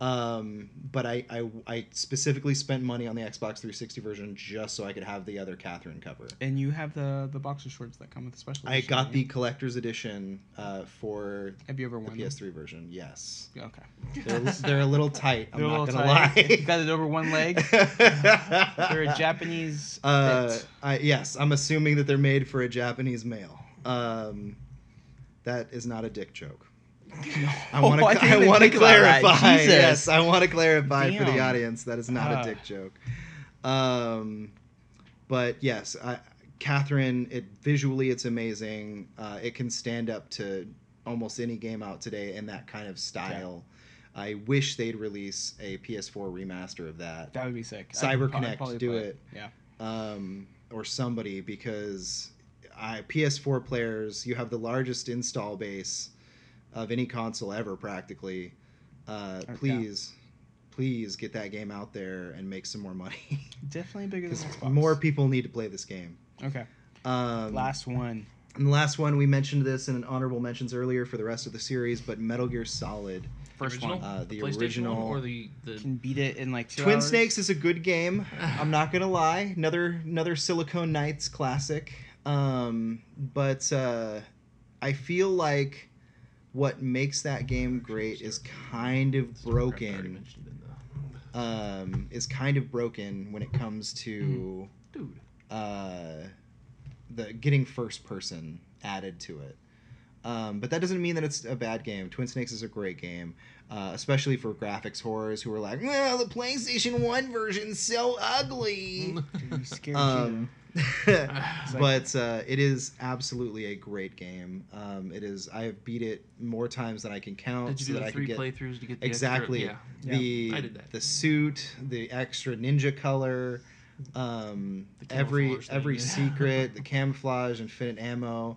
Um, but I, I I specifically spent money on the Xbox 360 version just so I could have the other Catherine cover. And you have the the boxer shorts that come with the special. I edition, got right? the collector's edition uh, for Have you ever won? the PS3 version. Yes, them? Okay. they're, they're a little tight. I'm They're a not little gonna tight. lie. You got it over one leg. They're a Japanese. Uh, fit. I, yes, I'm assuming that they're made for a Japanese male. Um, that is not a dick joke. I want to. Oh, I didn't I even want to think about that. clarify. Jesus. Yes, I want to clarify for the Damn. audience that is not Ah. a dick joke. Um, but yes, I, Catherine. It visually, it's amazing. Uh, it can stand up to almost any game out today in that kind of style. I wish they'd release a PS4 remaster of that That would be sick. Cyber I'd prob- I'd Connect, probably do play it. Yeah. um, or somebody because I PS4 players you have the largest install base of any console ever practically. Uh, yeah. please, please get that game out there and make some more money Definitely bigger than because Xbox. more people need to play this game. Okay. Um, Last one. and the last one we mentioned this in an honorable mentions earlier for the rest of the series, but Metal Gear Solid first original? one. Uh, the PlayStation original- one or the the Can beat it in like two Twin hours. Snakes is a good game. I'm not gonna lie. Another another Silicon Knights classic. Um, but uh, I feel like what makes that game great is kind of I already broken. mentioned it, Um, is kind of broken when it comes to though. Dude, uh, the getting first person added to it. Um, but that doesn't mean that it's a bad game. Twin Snakes is a great game, uh, especially for graphics horrors who are like, well, the PlayStation 1 version's so ugly. Dude, you scared um, It's like- but uh, it is absolutely a great game. Um, it is. I have beat it more times than I can count. did you so do that the I could three get playthroughs to get the exactly Extra, Yeah. the I did that. the suit, the extra ninja color, um, The every camouflage thing, every yeah. secret, the camouflage, infinite ammo.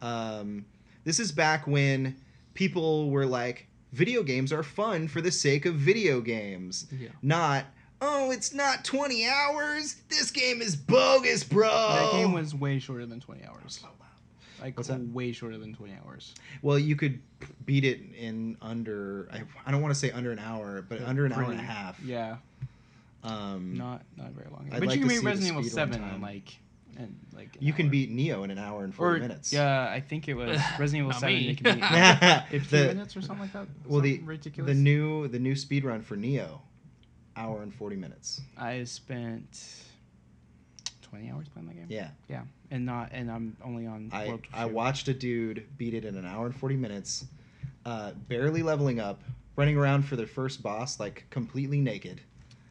Um, this is back when people were like, video games are fun for the sake of video games, yeah, yeah. not. Oh, it's not 20 hours. This game is bogus, bro. That game was way shorter than 20 hours. Like oh. What's that? way shorter than 20 hours. Well, you could beat it in under. I, I don't want to say under an hour, but Yeah, under an hour and a pretty- half. Yeah, Um, not not very long. I'd but like you can to beat see the Resident Evil speed one 7 in time. like and like an You can hour. beat Neo in an hour and or forty minutes. yeah, I think it was Resident Evil Not 7. me. You can beat in like the, 15 minutes or something like that. well, the- Something ridiculous. the new the new speed run for Neo, hour and forty minutes. I spent 20 hours playing that game. Yeah, and not and I'm only on. I World I Two. watched a dude beat it in an hour and forty minutes, uh, barely leveling up, running around for their first boss like completely naked,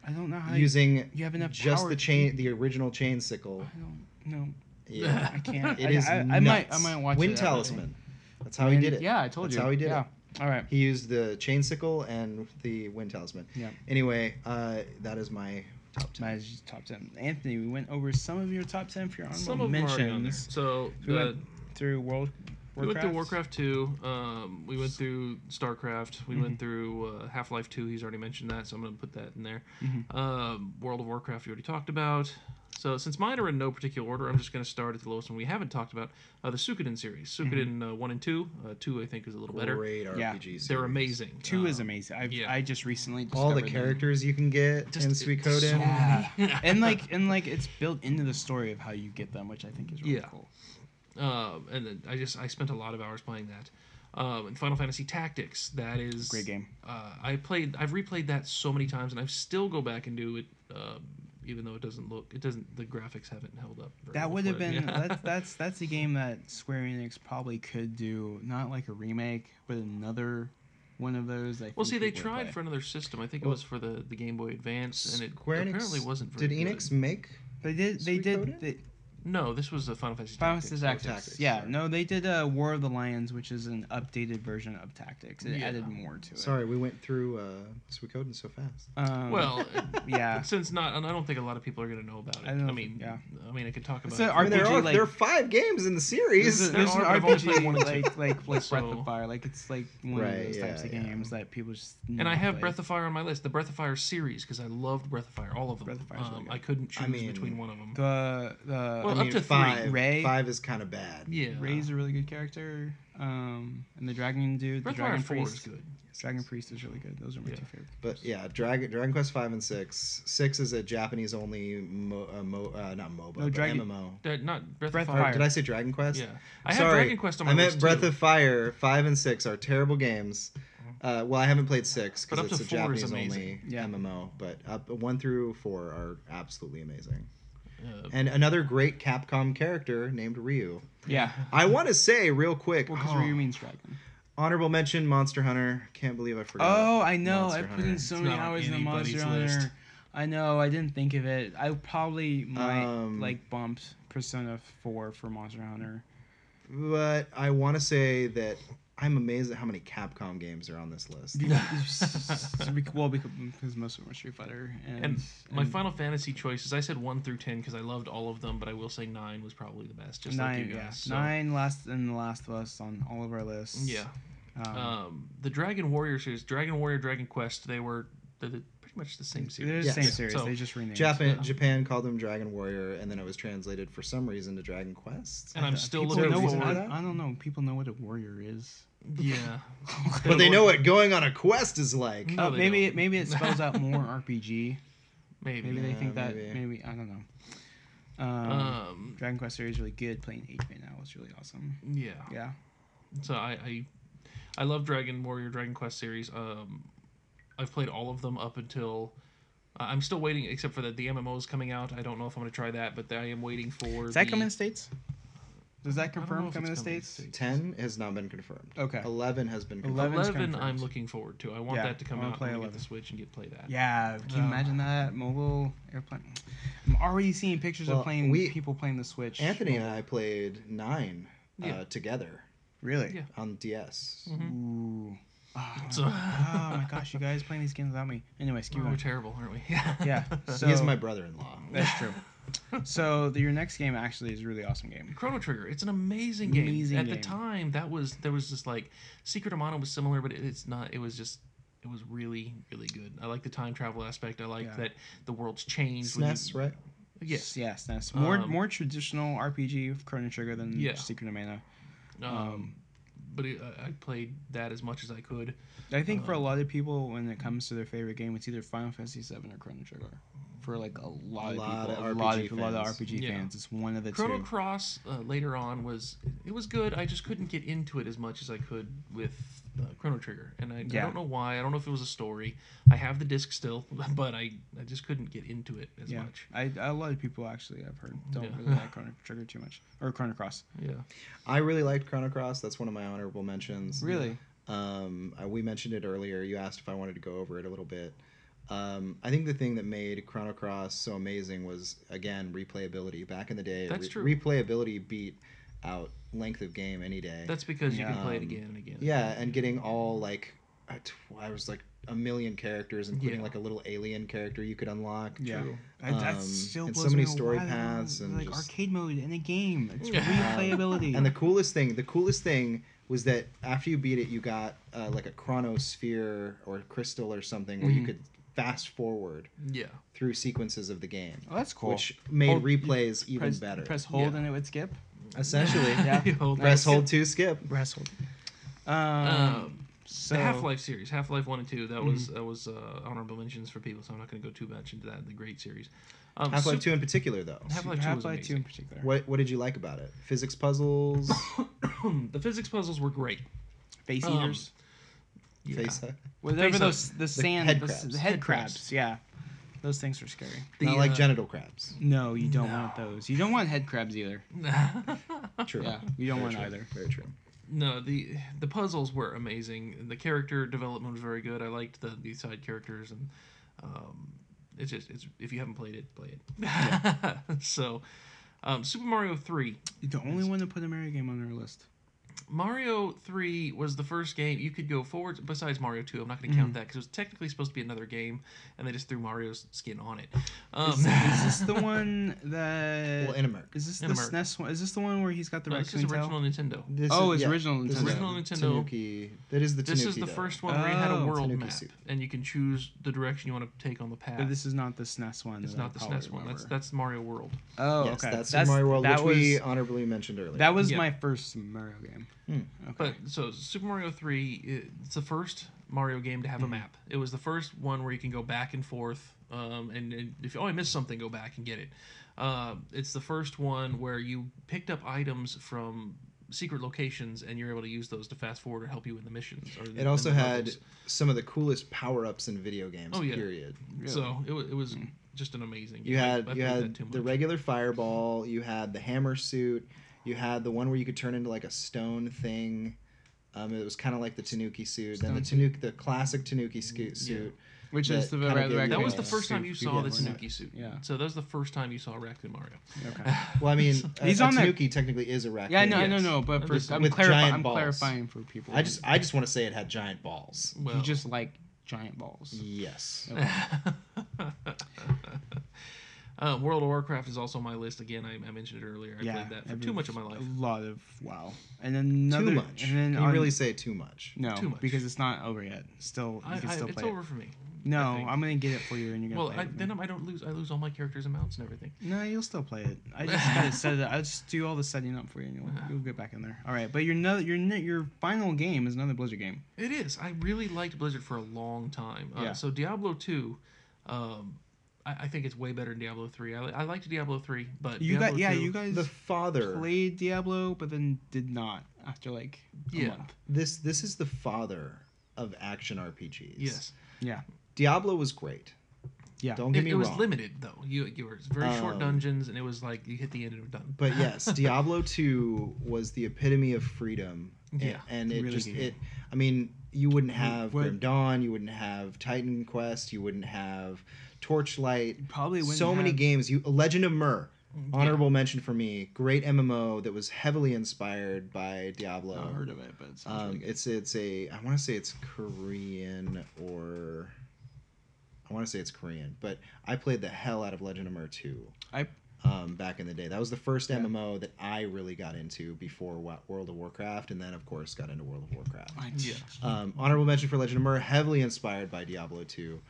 I don't know how you, using you have enough just power the to- chain the original chain sickle. I don't know. Yeah, I can't. it I, is I, I nuts. might I might watch Wind it, I might. talisman. That's how he Wind- did it. Yeah, I told That's you. how he did it. yeah. All right. He used the chain sickle and the wind talisman. Yeah. Anyway, uh, that is my top ten. My top ten. Anthony, we went over some of your top ten for your honorable Some of them are already on there. mentions So We uh, went through World. we went through Warcraft two. Um, we went through Starcraft. We Mm-hmm. went through uh, Half Life two. He's already mentioned that, so I'm gonna put that in there. Mhm. Um, World of Warcraft you already talked about. So since mine are in no particular order, I'm just gonna start at the lowest one we haven't talked about. Uh, the Suikoden series. Mm-hmm. Suikoden uh, one and two. Uh, two I think is a little better. Great RPG. Yeah. series. They're amazing. Two is Um, amazing. I've, yeah. I just recently discovered All the them. characters you can get in Just- it's so Suikoden. Yeah. and like and like it's built into the story of how you get them, which I think is really Yeah. cool. Um, and then I just I spent a lot of hours playing that. Um, and Final Fantasy Tactics, that is Great game. Uh, I played, I've replayed that so many times, and I still go back and do it, um, even though it doesn't look, it doesn't. The graphics haven't held up. very That well would have for it. been Yeah. that's that's that's a game that Square Enix probably could do, not like a remake, but another one of those. I well, think see, they people would tried play. for another system. I think Well- it was for the, the Game Boy Advance, and it Square Enix- apparently wasn't. Very Did good. Enix make? They did. They did. Suikoden? They, No, this was the Final Fantasy. Final Tactics. Fantasy Tactics. Tactics, Yeah. sorry. No, they did uh, War of the Lions, which is an updated version of Tactics. It Yeah. added more to it. Sorry, we went through uh, Suikoden so fast. Um, Well, Yeah. since not, and I don't think a lot of people are gonna know about it. I I, don't mean, think- yeah. I mean, I could talk It's about it. an I mean, there RPG, are like- there are five games in There's, the a, series. there there's an are, but I've only RPG played one and two. like like like Breath So- of Fire. Like it's like one of Right, those types yeah, of yeah. games that people just. And I have Breath of Fire on my list, the Breath of Fire series, because I loved Breath of Fire, all of them. Breath of Fire's really um, good. I couldn't choose I mean, between one of them. the the Well, I up mean, to three. five. Ray- Five is kind of bad. yeah, Ray's a really good character. Um, and the Dragon dude, Breath the of Fire Dragon Four is Priest. good. Dragon Priest is really good. Those are my Yeah. two favorite. But yeah, Dragon Dragon Quest five and six. Six is a Japanese only mo, uh, mo, uh, not MOBA, No, but Dragon- MMO. That- Uh, not Breath, Breath of of Fire. Fire. Did I say Dragon Quest? Yeah, I have Sorry, Dragon Quest on my I meant list Breath too, Mm-hmm. of Fire. Five and six are terrible games. Uh, well, I haven't played six But because up it's to a four is Japanese only amazing. Yeah. MMO. But up, one through four are absolutely amazing. uh, And another great Capcom character named Ryu. Yeah, Oh. I want to say real quick, well, because oh, Ryu means dragon. honorable mention Monster Hunter. Can't believe I forgot. Oh, I know. Monster I put in Hunter. so It's many not on hours in the Monster anybody's Hunter. list. I know. I didn't think of it. I probably might Um, like bumped Persona Four for Monster Hunter. But I want to say that I'm amazed at how many Capcom games are on this list. well, because, because most of them are Street Fighter and, and my and Final Fantasy choices, I said one through ten because I loved all of them, but I will say nine was probably the best. Just nine, like you guys. yeah, so- nine last and the Last of Us on all of our lists. Yeah. Um, Um, the Dragon Warrior series, Dragon Warrior, Dragon Quest, they were the, the pretty much the same They're series. the same Yes. series. So- they just renamed. it. Japan Yeah. Japan called them Dragon Warrior, and then it was translated for some reason to Dragon Quest. And I'm Uh, still people looking know what- forward- I, I don't know. People know what a warrior is. Yeah. But they know what going on a quest is like. No, Uh, they maybe don't. it maybe it spells out more RPG. Maybe. Maybe they Yeah, think that maybe. maybe. I don't know. Um, Um, Dragon Quest series is really good. Playing eight right now was really awesome. yeah. Yeah, So I, I I love Dragon Warrior Dragon Quest series. Um I've played all of them up until I- I'm still waiting except for that the MMO is coming out. I don't know if I'm going to try that, but I am waiting for does that the- come in the states? Does I that don't know confirm if come in the it's coming states? Ten has not been confirmed. Okay. Eleven has been confirmed. 11 's 11 I'm confirmed. looking forward to. I want Yeah, that to come I wanna out play play and we get 11. the Switch and get play that. Yeah, can you Um, imagine that mobile airplane? I'm already seeing pictures Well, of playing we- people playing the Switch. Anthony and I played nine Yeah. uh, together really? Yeah. on DS. Mm-hmm. Mhm. Ooh. Oh, So- oh my gosh, you guys playing these games without me. Anyways, keep Oh, we're going. terrible, aren't we? Yeah. So He's my brother-in-law. that's true. so the, your next game actually is a really awesome game. Chrono Trigger. It's an amazing game. Amazing At game. the time, that was there was just like Secret of Mana was similar, but it- it's not. It was just it was really really good. I like the time travel aspect. I like Yeah. E that the world's changed. when SNES, you- E right? Yes. Yes. That's more Um, more traditional RPG of Chrono Trigger than Yeah. Secret of Mana. E Um, but it, I I played that as much as I could. I think Uh-huh. for a lot of people, when it comes to their favorite game, it's either Final Fantasy VII or Chrono Trigger. For like a lot, of lot people, of a lot RPG of a lot of fans. RPG Yeah. fans, it's one of the Chrono two. Cross uh, later on was it was good. I just couldn't get into it as much as I could with uh, Chrono Trigger, and I, Yeah. I don't know why. I don't know if it was a story. I have the disc still, but I I just couldn't get into it as yeah, much. I, a lot of people actually I've heard don't Yeah. really like Chrono Trigger too much or Chrono Cross. Yeah. I really liked Chrono Cross. That's one of my honorable mentions. Really, Um, uh, we mentioned it earlier. You asked if I wanted to go over it a little bit. Um, I think the thing that made Chrono Cross so amazing was again replayability. Back in the day, That's true. replayability beat out length of game any day. That's because you can play it Um, again and again. yeah, and getting all like I t- I was like a million characters, including Yeah. like a little alien character you could unlock. yeah, True. I, that Um, still and blows so many me away. story I don't know, paths and like just- arcade mode in a game. It's Yeah. replayability. And the coolest thing, the coolest thing was that after you beat it, you got uh, like a chronosphere or crystal or something where you Mhm. could fast forward Yeah. through sequences of the game, oh, that's cool. which made Hold- replays even press, better. Press hold Yeah. and it would skip. Essentially, Yeah. You hold press that. hold to skip. Press hold. Um, Um, so the Half Life series, Half Life One and Two. That was Mhm. that was uh, honorable mentions for people, so I'm not going to go too much into that. The great series. Um, Half Life Sup- Two in particular, though. Half-Life 2 was Half Life Two in particular. What what did you like about it? Physics puzzles, the physics puzzles were great. Face Um, eaters. Yeah. face hug. Whatever Face those the sand head the, s- crabs. the head, Head crabs. crabs. yeah. Those things are scary. The, not like uh, genital crabs. No, you don't want those. You don't want head crabs either. True. Yeah, you don't Very want true. either. Very true. no, the the puzzles were amazing. The character development was very good. I liked the the side characters and um, it's just it's if you haven't played it, play it. so, um, Super Mario Three. You're the only one to put a Mario game on our list. Mario 3 was the first game you could go forwards besides Mario 2. I'm not going to count that Mm-hmm. because it was technically supposed to be another game and they just threw Mario's skin on it. Um, Is, is this the one that? Well, in America. is this the in America. SNES one? Is this the one where he's got the no, this is raccoon tail? original Nintendo. This Oh, it's original this Nintendo. is Original the Nintendo. Tanuki. That is the This is Tanuki, the though. first one where it had Oh, a world Tanuki map soup. and you can choose the direction you want to take on the path. But this is not the SNES one. it's that I not the probably SNES one. That's remember. that's Mario World. Oh, Yes, okay. that's, Super Mario World, which that was, we honorably mentioned earlier. That was Yeah. my first Mario game. Hmm. Okay. But so Super Mario 3 i- it's the first Mario game to have a Mm. map. It was the first one where you can go back and forth um, and, and if oh I missed something go back and get it. Uh, it's the first one where you picked up items from secret locations and you're able to use those to fast forward or help you in the missions. Or in the- it also in the had levels. some of the coolest power ups in video games. Oh, yeah. Period. so it, wa- it was just an amazing. Mm. You game. I- had I you played had too the much. regular fireball. You had the hammer suit. You had the one where you could turn into like a stone thing. Um, it was kind of like the Tanuki suit. then the Stone Tanuki, the classic Tanuki scu- suit. Which that is the kinda right, gave you that Yeah. was the first time you saw the this. Tanuki suit. Yeah. So that was the first time you saw Raccoon Mario. Okay. Well, I mean, a, He's a on that- Tanuki technically is a raccoon. Yeah, no, Yes. no, no. But I'm for just- I'm, with clarifying, giant I'm balls. clarifying for people. I just I just want to say it had giant balls. Well, you just like giant balls. Yes. Uh, World of Warcraft is also on my list. Again, I, I mentioned it earlier. I played that for every- too much of my life. A lot of wow, and then another, too much. And then Can you on- really say too much? no, Too much. because it's not over yet. Still, you I, can I, still it's play. over for me. No, think. I'm gonna get it for you, and you're gonna. Well, play it I, with then me. I don't lose. I lose all my characters' amounts and everything. No, you'll still play it. I just gotta set it. I'll just do all the setting up for you, and you'll, Yeah. you'll get back in there. All right, but your no, your no- your final game is another Blizzard game. It is. I really liked Blizzard for a long time. Uh, Yeah. So Diablo two, um, I, I think it's way better than Diablo three. I, li- I liked Diablo three, but You Diablo got yeah, 2 you guys The father. played Diablo, but then did not after like a Yeah. month. This this is the father of action RPGs. Yes, Diablo was great. Yeah. Don't get it, me it was wrong. limited though. You you were it was very short Oh. Um, dungeons, and it was like you hit the end and we're done. but yes, Diablo 2 was the epitome of freedom. And, Yeah. and it Really just good. it I mean, you wouldn't have what- Grim Dawn, you wouldn't have Titan Quest, you wouldn't have Torchlight. Probably wouldn't So many have- Mm, games. You Legend of Myrrh, honorable mention for me. Great MMO that was heavily inspired by Diablo. I've Oh, heard of it, but it's Um, it's it's a I want to say it's Korean or I want to say it's Korean, but I played the hell out of Legend of Mer 2. I- um, back in the day, that was the first Yeah. MMO that I really got into before Wa- World of Warcraft, and then of course got into World of Warcraft. I, yeah. Um, honorable mention for Legend of Mer, heavily inspired by Diablo 2.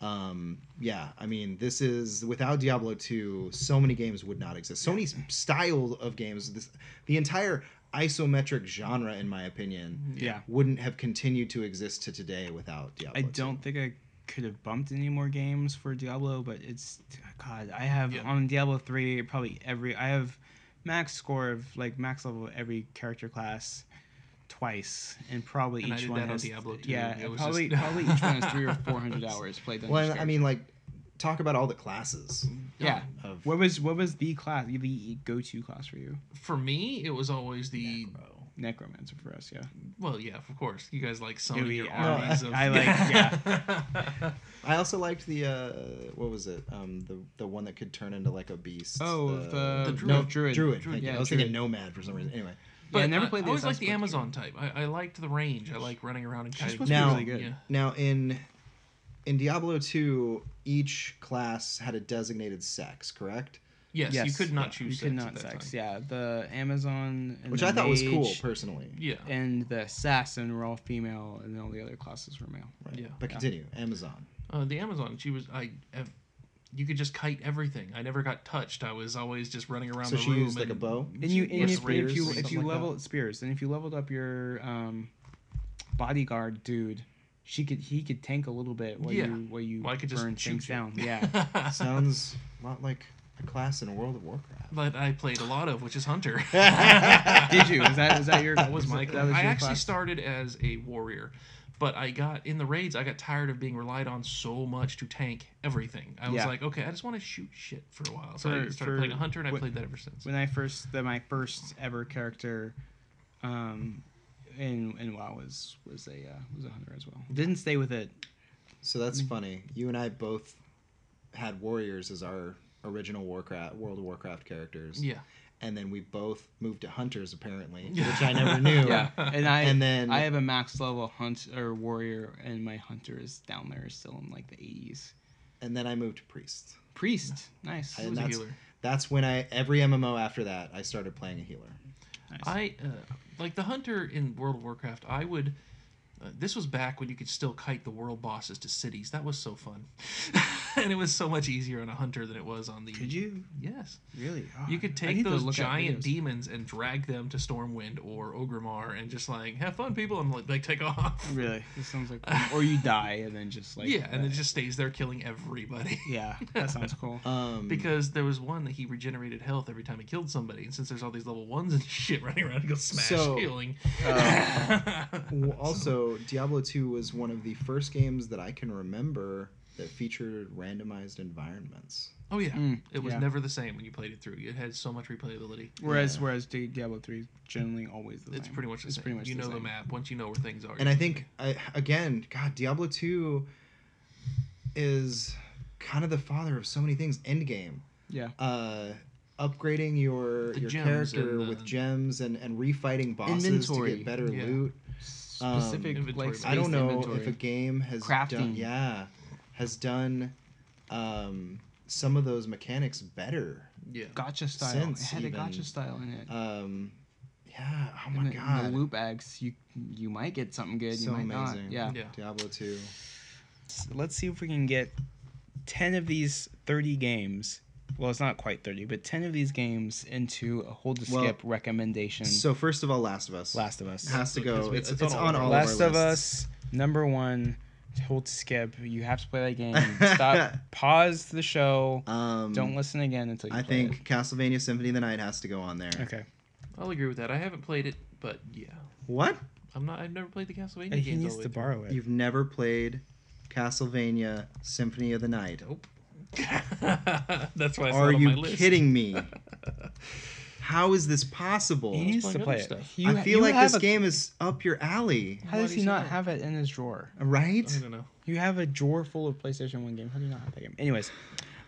Um, yeah, I mean, this is without Diablo 2, so many games would not exist. So many s- styles of games, this, the entire isometric genre, in my opinion, yeah. wouldn't have continued to exist to today without Diablo. I 2. don't think I could have bumped any more games for Diablo, but it's God. I have Yeah. on Diablo three probably every. I have max score of like max level of every character class twice, and probably And I each did one that on has Diablo too. yeah It was probably just- probably each one has three or four hundred hours played. on Well, each I- I mean, like, talk about all the classes. Uh, Yeah. Of What was what was the class the go to class for you? For me, it was always the Necro. Necromancer for us, yeah. well, yeah, of course. You guys like summoning we- your no, armies. I- of... I like- yeah. I also liked the uh, what was it? Um, the the one that could turn into like a beast. Oh, the- The no, druid. druid. Druid. thank you. Yeah, I was druid. thinking nomad for some reason. Anyway, But I never I, played the I always like Assassin's the Creed Amazon type. I, I liked the range. I like running around and She's kiting. supposed Now- to be really good. Yeah. now in in Diablo two, each class had a designated sex, correct? Yes, you could not yeah. choose. You could sex at not that sex. time. Yeah, the Amazon, and Which the I thought was cool mage personally. Yeah. And the assassin were all female, and all the other classes were male. Right. Yeah. But continue. Amazon. Uh, the Amazon. She was. I. ev- you could just kite everything. I never got touched. I was always just running around So the she room. used like a and- bow. And you, and Yes, if, raiders if you or if something you like level spears, and if you leveled up your um, bodyguard dude, she could he could tank a little bit while Yeah. you while you Well, I could just burn shoot things you. down. Yeah, Sounds a lot like a class in World of Warcraft. that I played a lot of, which is Hunter. did you? Is that is that your? that was my That was I your actually class? started as a warrior, but I got in the raids. I got tired of being relied on so much to tank everything. I was Yeah. like, okay, I just want to shoot shit for a while. So I For- started for- playing a hunter, and I wh- played that ever since. when I first the, my first ever character um in in WoW was was a uh, was a hunter as well. Didn't stay with it. So that's Mm. funny. You and I both had warriors as our original Warcraft World of Warcraft characters. yeah. And then we both moved to hunters apparently, which I never knew. And I And then- I have a max level hunt or warrior and my hunter is down there still in like the 80s. And then I moved to priests. Priest. Nice. I Who And was a that's- healer? That's when I every MMO after that I started playing a healer. nice. I uh, like the hunter in World of Warcraft. I would. Uh, this was back when you could still kite the world bosses to cities. That was so fun, and it was so much easier on a hunter than it was on the. could you Yes, really? Oh, you could I take need to those look up giant videos. demons and drag them to Stormwind or Orgrimmar, and just like have fun, people, and like they take off. Really, this sounds like. Or you die and then just like. yeah, and it uh, just stays there killing everybody. Yeah, that sounds cool. Um, Because there was one that he regenerated health every time he killed somebody, and since there's all these level ones and shit running around, he goes smash So, healing. uh, w- also Diablo 2 was one of the first games that I can remember that featured randomized environments. Oh yeah, Mm, it was yeah. never the same when you played it through. It had so much replayability. Whereas Yeah. whereas Di- Diablo three is generally always the same. It's pretty much the It's same. pretty much you the know the same. map once you know where things are. And I think I, again, God, Diablo 2 is kind of the father of so many things. Endgame. Yeah. Uh upgrading your The your gems character and the- with gems and and refighting bosses to Inventory. get better Yeah. loot. specific Inventory like based I don't spaced know inventory. if a game has done Crafting. yeah has done um, some of those mechanics better. yeah, gotcha style. sense it had a gotcha even. style in it. Um, yeah. Oh And my the- and god. the loop X, you you might get something good, you So might amazing. not. Yeah. yeah. Diablo two. S- Let's see if we can get 10 of these 30 games. Well, it's not quite 30, but 10 of these games into a hold to skip Well, recommendation. So first of all, Last of Us. Last of Us. has to Because go. we- It's, it's it's, on all on of our all Last of, of our lists. Us, number one, hold to skip. You have to play that game. Stop, pause the show. Um, Don't listen again until you I play it. think Castlevania Symphony of the Night has to go on there. Okay. I'll agree with that. I haven't played it, but yeah, What? I'm not. I've never played the Castlevania Hey, games. he all needs the way to through. borrow it. You've never played Castlevania Symphony of the Night? Nope. That's why. It's Are not you on my list. kidding me? How is this possible? he needs play to other play it. stuff. You- I feel you like have this a- game is up your alley, How Why does do he you not say that? have it in his drawer? right? I don't know. You have a drawer full of PlayStation One games. How do you not have that game? Anyways,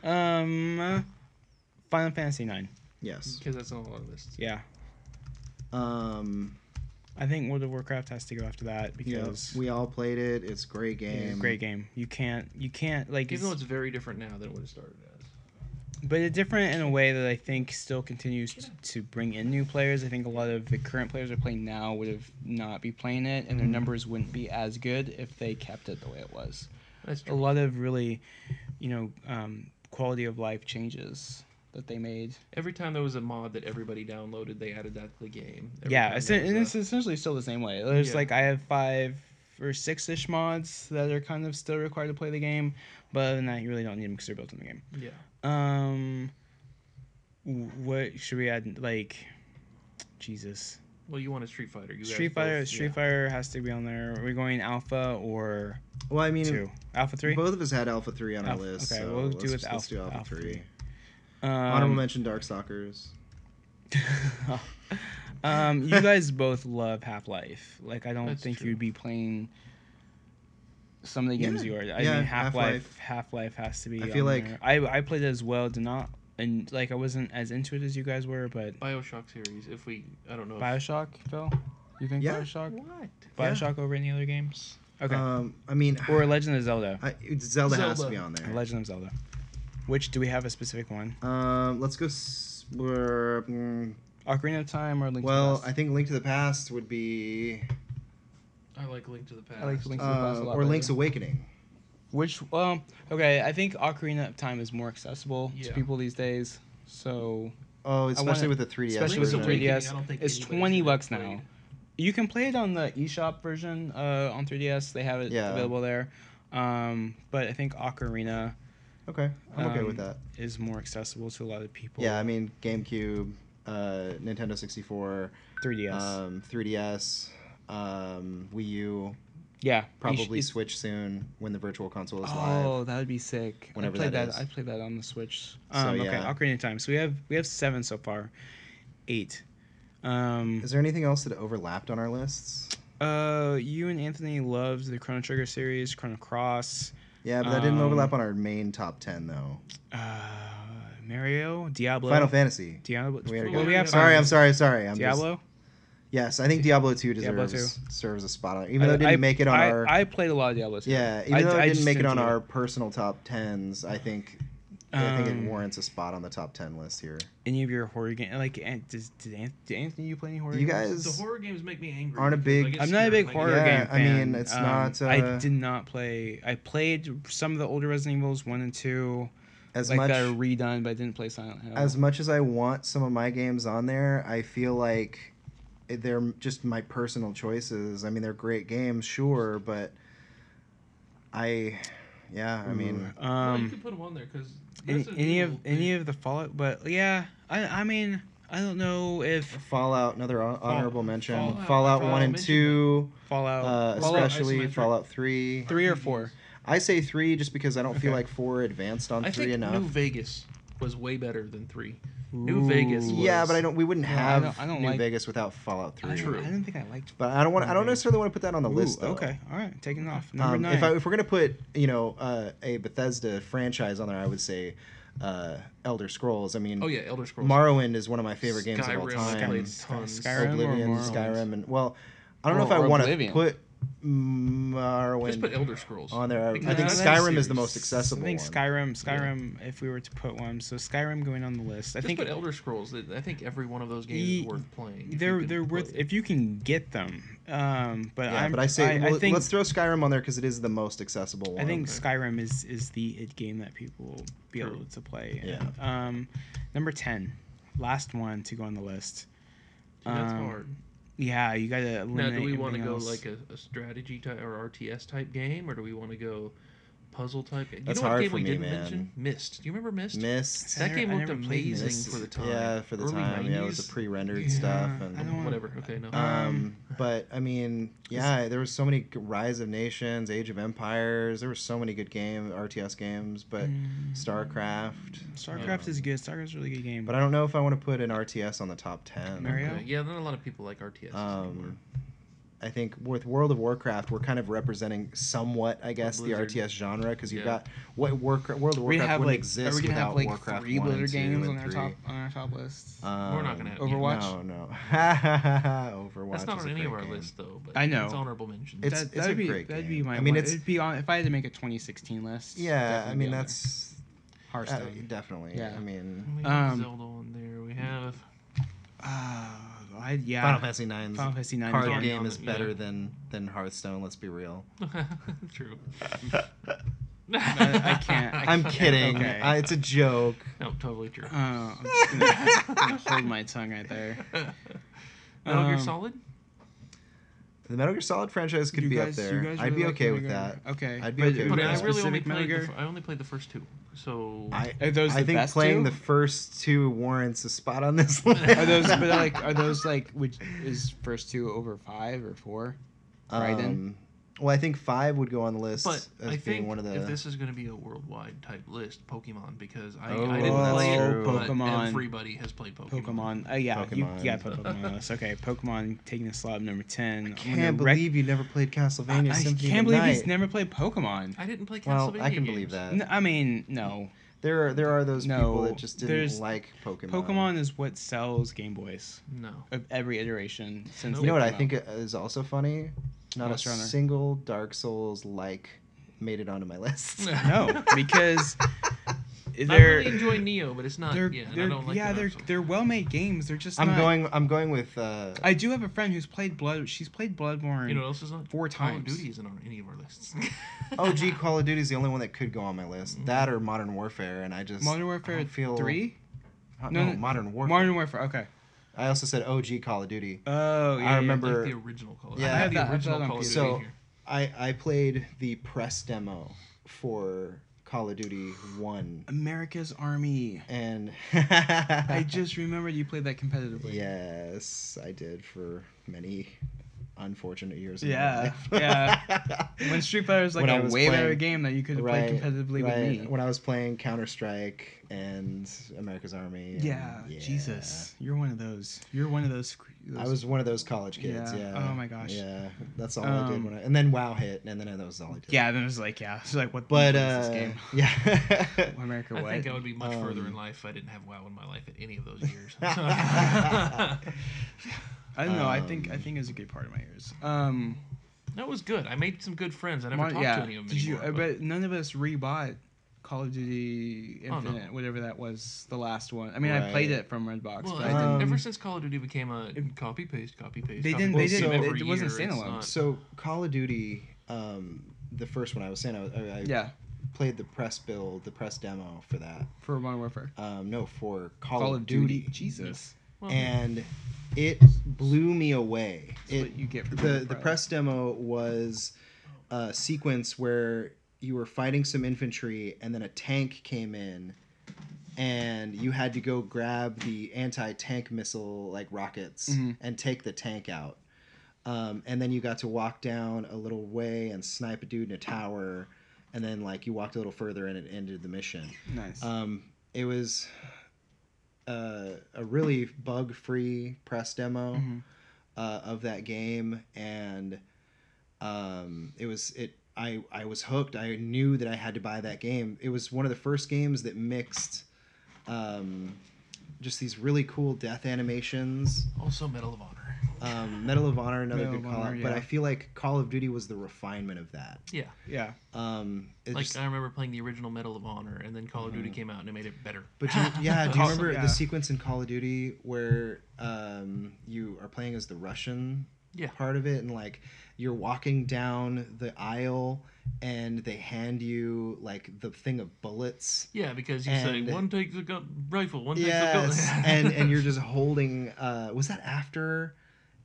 um, Final Fantasy Nine. Yes. Because that's on a lot of lists. Yeah, Um, I think World of Warcraft has to go after that yeah, because we all played it. It's a it's great game. a great game. You can't, you can't like, Even though it's, it's very different now than what it started as. but it's different in a way that I think still continues t- to bring in new players. I think a lot of the current players are playing now would have not be playing it, and their Mm-hmm. numbers wouldn't be as good if they kept it the way it was. That's a true. lot of really, you know, um, quality of life changes that they made. Every time there was a mod that everybody downloaded, they added that to the game. Every yeah, time it's, there was and a- it's essentially still the same way. There's Yeah. like I have five or six ish mods that are kind of still required to play the game, but other than that, you really don't need them because they're built in the game. yeah. Um, w- what should we add? Like, Jesus, Well, you want a Street Fighter. You guys Street Fighter. both- Street yeah. Fighter has to be on there. Are we going Alpha or Well, I mean, two? Alpha three. both of us had Alpha 3 on Alpha- our list. okay, so we'll do let's with just- let's Alpha- do Alpha, Alpha 3. 3. Honorable Um, mention Darkstalkers. um, you guys both love Half Life. Like, I don't That's think true. you'd be playing some of the games Yeah, you are. I yeah, mean, Half Life. Half-Life. Half Life has to be. I feel on like- there. I I played it as well. Did not and like I wasn't as into it as you guys were, but Bioshock series. If we, I don't know. If, Bioshock, Phil. You think Yeah. Bioshock? What? Yeah. Bioshock over any other games? Okay. Um, I mean, or Legend of Zelda. I, Zelda, has to Zelda. be on there. Legend of Zelda. Which do we have a specific one? Um, let's go. S- we're, mm, Ocarina of Time or Link's well, I Past? think Link to the Past would be I like Link to the Past. I like Link to the Past a uh, lot or Link's better. Awakening. Which um okay, I think Ocarina of Time is more accessible to Yeah. people these days. So Oh, wanna- especially with the 3DS. especially with the version. 3DS. I don't think It's anybody's 20 even bucks played. now. you can play it on the eShop version uh, on 3DS. They have it Yeah. available there. Um, but I think Ocarina Okay, I'm okay Um, with that. is more accessible to a lot of people. Yeah, I mean GameCube, uh, Nintendo 64, 3DS. um, 3DS, um, Wii U, yeah, probably each- Switch soon when the Virtual Console is Oh, live. that would be sick. Whenever I played that that, is. I played that on the Switch. So, Um, okay, yeah. Ocarina of Time. So we have we have seven so far, eight. Um, Is there anything else that overlapped on our lists? uh, you and Anthony loved the Chrono Trigger series, Chrono Cross, Yeah, but that didn't Um, overlap on our main top 10 though. uh, Mario, Diablo, Final Fantasy. Diablo. We gotta well, go. we have sorry, some- I'm sorry, sorry. I'm just- Diablo. Yes, I think Diablo 2 Diablo deserves serves a spot on. Even though it didn't make it on I, our I played a lot of Diablo. too. Yeah, even I- though I it just didn't make it didn't on do our personal top 10s, I think I think Um, it warrants a spot on the top 10 list here. Any of your horror game like and does, did, Anthony, did Anthony you play any horror? You games? guys The horror games make me angry. Aren't a because I big- get I'm not a scared big when I get horror angry. Yeah, game I fan. Um, mean, it's not, I uh, did not play. I played some of the older Resident Evils one and two, As like much that are redone, but I didn't play Silent Hill. as much as I want some of my games on there, I feel like they're just my personal choices. I mean, they're great games, sure, but I, yeah, I mean, Well, you um, could put them on there because any, any of any of the Fallout, but yeah, I I mean, I don't know if Fallout, another hon- honorable mention, Fallout, Fallout, Fallout One and mentioned Two, Fallout, uh, Fallout especially isometric. Fallout Three. three or four. I say three just because I don't feel Okay. like four advanced on I three think enough. New Vegas was way better than three. New Vegas Ooh. yeah, was- but I don't. We wouldn't Yeah, I have don't- I don't New like- Vegas without Fallout I Three. don't- True. I didn't think I liked. But I don't want. I New don't Vegas. necessarily want to put that on the list Ooh, though. okay, all right, taking it off number Um, nine. if, I, if we're gonna put you know uh, a Bethesda franchise on there, I would say uh, Elder Scrolls. I mean, Oh yeah, Elder Scrolls. Morrowind is one of my favorite games of all Skyrim, I time. played Sky- tons. Skyrim. or Oblivion, Morrowind? Skyrim, and well, I don't know Or- if I or want to Oblivion. put Morrowind Just put Elder Scrolls. on there. I Because think that's- Skyrim is the most series. accessible I think one. Skyrim. Skyrim. If we were to put one, so Skyrim going on the list. I Just think put Elder Scrolls. I I think every one of those games Ye- is worth playing. if you they're can they're play worth it. if you can get them. Um, but Yeah, I'm, but I say I, well, think let's throw Skyrim on there because it is the most accessible one. I think Okay. Skyrim is is the it game that people will be True. able to play. And, Um, number ten, last one to go on the list. Dude, that's um, hard. Yeah, you gotta eliminate. Now, do we want want to go like a, a strategy type or RTS type game, or do we want to go puzzle type? You That's know what hard game for we me, didn't man. mention? Mist. Do you remember Mist? Mist. I That never- game I looked never played amazing Mist. for the time. Yeah, for the Early time. Yeah, it was 90s? the pre-rendered stuff. Yeah, And, I don't- Whatever. Okay, no. um, but I mean, yeah, there was so many g- Rise of Nations, Age of Empires. There were so many good game RTS games, but Mm. StarCraft. StarCraft is good. StarCraft's a really good game. But I don't know if I want to put an RTS on the top ten. Mario? Okay, Yeah, not a lot of people like RTS. Um, I think with World of Warcraft, we're kind of representing somewhat, I guess, the Blizzard. RTS genre because you've Yeah. got what Warcraft, World of we Warcraft have wouldn't like exist are we gonna without have like Warcraft three 1 and Blizzard 2 games on and our 3. top on our top list. Um, not gonna have Overwatch? No, no. Overwatch. That's not is on a any great of our game. list though. But I know. It's honorable mention. It's- that, that'd a be great that'd game. be my. I mean, one. it's- it'd be on if I had to make a 2016 list. Yeah, I definitely mean be on that's there. uh, Hearthstone. definitely. Yeah. I mean, we have um, Zelda on there. We have Uh, I, yeah. Final Fantasy IX's Final Fantasy IX. card game. already game on is it, better yeah. than than Hearthstone. Let's be real. true. I can't- I I'm can't- kidding. okay. Uh, it's a joke. No, totally true. Uh, I'm just gonna, I'm gonna hold my tongue right there. Metal Gear Um, Solid. The Metal Gear Solid franchise could You be up guys- you there. guys I'd be really like okay Metal with that. Gear? Okay. I'd be okay with But Yeah, I really only specific Metal played. The, Gear? fir- I only played the first two. So I, Are those I the think best playing two? the first two warrants a spot on this list. Are those but like are those like which is first two over five or four? Raiden? Um, well, I think five would go on the list But as I being think one of the. if this is going to be a worldwide type list, Pokemon, because I, Oh, I didn't that's play true. it, but Pokemon. everybody has played Pokemon. Pokemon. Oh yeah, you Pokemon. you gotta put Pokemon on this. Okay, Pokemon taking a slot at number ten. I'm gonna can't rec- believe you never played Castlevania I Symphony of can't the believe Night. he's never played Pokemon. I didn't play Castlevania. Well, I can games. believe that. N- I mean, no. There are there are those people No, that just didn't there's- like Pokemon. Pokemon is what sells Game Boys No. of every iteration You since. You they know what I came out. think is also funny? Not a Monster Hunter. single Dark Souls like made it onto my list. No, because I they're really enjoy Neo, but it's not. they're yeah, and they're I don't like yeah the they're Dark Souls. they're well made games. They're just. I'm not- going I'm going with uh I do have a friend who's played Blood. She's played Bloodborne. You know what else is not? four Call of times. Duty isn't on any of our lists. OG Call of Duty is the only one that could go on my list. That or Modern Warfare and I just Mm-hmm. Modern I Warfare don't feel- three. Uh, No, no, no, Modern Warfare. Modern Warfare. Okay. I also said OG Call of Duty. Oh yeah. I yeah. remember- like the original Call of Duty. Yeah, I I have have that- I the have that original on Call of Duty PC. So- here. I I played the press demo for Call of Duty 1 America's Army. and I just remembered you played that competitively. Yes, I did for many unfortunate years. Yeah, of my life. yeah. When Street Fighter is like When I a was way better playing- game that you could have played competitively right. with me. When I was playing Counter Strike and America's Army. and- yeah, Jesus, you're one of those. You're one of those. cr- I those- was one of those college kids. Yeah. Yeah. Oh my gosh. Yeah, that's all I Um, did when I, and then WoW hit, and then that was all I did. Yeah, then it was like, yeah, it's like what? what But is uh, this game? yeah. America, I what? think I would be much further in Um, life if I didn't have WoW in my life at any of those years. that I don't know. I think I Um, think it was a good part of my years. Um, was good. I made some good friends. I never Mon- talked yeah. to any of them Did you? anymore. I but- bet none of us rebought Call of Duty Oh, no. Infinite, whatever that was, the last one. I mean, I played Right. it from Redbox, Well, but I I didn't. think ever Um, since Call of Duty became a copy paste, copy paste. They didn't- they didn't- it wasn't standalone. so Call of Duty, um, the first one I was saying, I, I, I Yeah, played the press build, the press demo for that. for Modern Warfare. Um, no, for Call, Call, of Duty. Jesus. and it blew me away. That's It, what you get for being the the proud. press demo was a sequence where you were fighting some infantry and then a tank came in and you had to go grab the anti-tank missile like rockets Mhm. and take the tank out. Um, and then you got to walk down a little way and snipe a dude in a tower and then like you walked a little further and it ended the mission. Nice. Um, it was uh, a really bug-free press demo Mhm. uh, of that game, and um, it was it. I I was hooked. I knew that I had to buy that game. It was one of the first games that mixed um, just these really cool death animations. also Medal of Honor. Um, Medal of Honor, another Medal good of call Honor, out. But yeah. I feel like Call of Duty was the refinement of that. Yeah, Yeah. Um, it like just- Mm. I remember playing the original Medal of Honor, and then Call of Duty came out and it made it better. But do you, yeah, do you Awesome, remember yeah. the sequence in Call of Duty where um, you are playing as the Russian Yeah. part of it, and like you're walking down the aisle, and they hand you like the thing of bullets. Yeah, because you And- say one takes a gun, rifle, one takes Yes, a gun, and and you're just holding. Uh, was that after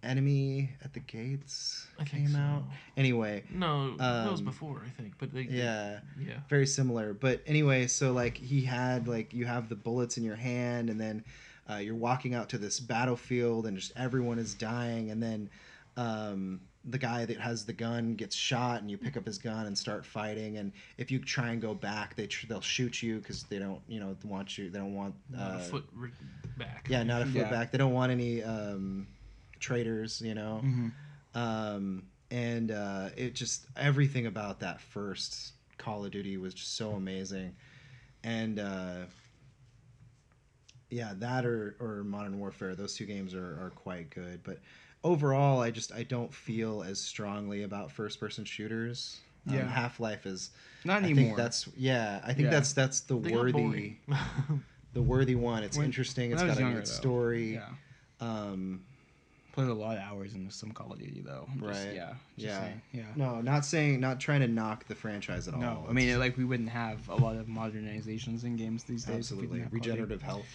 Enemy at the Gates I think came so. out? Anyway, no, that was um, before I think. But they, yeah. yeah, very similar. But anyway, so like he had like you have the bullets in your hand, and then uh, you're walking out to this battlefield, and just everyone is dying, and then um, the guy that has the gun gets shot, and you pick up his gun and start fighting. And if you try and go back, they tr- they'll shoot you because they don't you know want you they don't want not uh, a foot re- back. yeah not a foot Yeah. back they don't want any um, traitors you know Mhm. um, and uh, it just everything about that first Call of Duty was just so amazing, and uh, yeah, that or or Modern Warfare, those two games are are quite good. But overall, I just I don't feel as strongly about first person shooters. Um, Yeah. Half Life is. Not I anymore. think that's yeah. I think Yeah. that's that's the They got worthy boring. the worthy one. It's When- interesting. when It's I was got a younger, good though. story. yeah. Um, Played a lot of hours into some Call of Duty though. Just- Right. yeah. just Yeah. saying, yeah. no, not saying not trying to knock the franchise at all. No, I It's- mean, like we wouldn't have a lot of modernizations in games these days. if we didn't Absolutely. have Call of Duty. Regenerative health.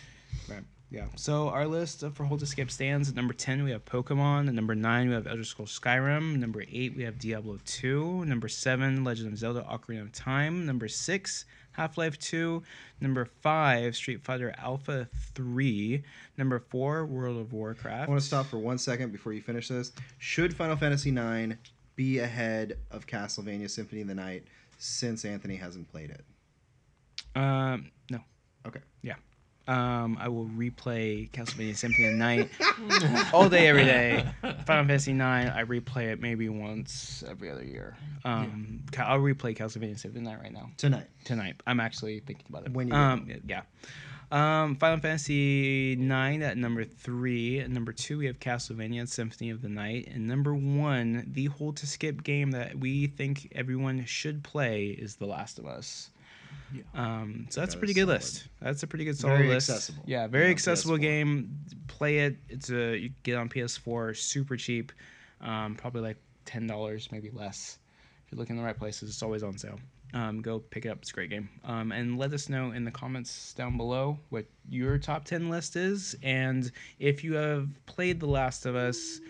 Yeah. So our list of- for hold to skip stands at number ten we have Pokemon, at number nine we have Elder Scrolls Skyrim, number eight we have Diablo two, number seven Legend of Zelda: Ocarina of Time, number six Half Life two, number five Street Fighter Alpha three, number four World of Warcraft. I want to stop for one second before you finish this. Should Final Fantasy IX be ahead of Castlevania Symphony of the Night since Anthony hasn't played it? Um, no. Okay. Yeah. Um, I will replay Castlevania Symphony at night, all day, every day. Final Fantasy IX, I replay it maybe once every other year. Um, ca- I'll replay Castlevania Symphony at night right now Tonight. tonight. I'm actually thinking about it. When you um, yeah. Um, Final Fantasy nine at number three. At number two, we have Castlevania Symphony of the Night. And number one, the hold to skip game that we think everyone should play is The Last of Us. Yeah. Um, so that's a That pretty is good solid. list. That's a pretty good solid Very list. accessible Yeah, very on accessible PS4. game. Play it. It's a you get it on PS4, super cheap. Um, probably like ten dollars, maybe less. If you look in the right places, it's always on sale. Um, go pick it up. It's a great game. Um, and let us know in the comments down below what your top 10 list is. And if you have played The Last of Us,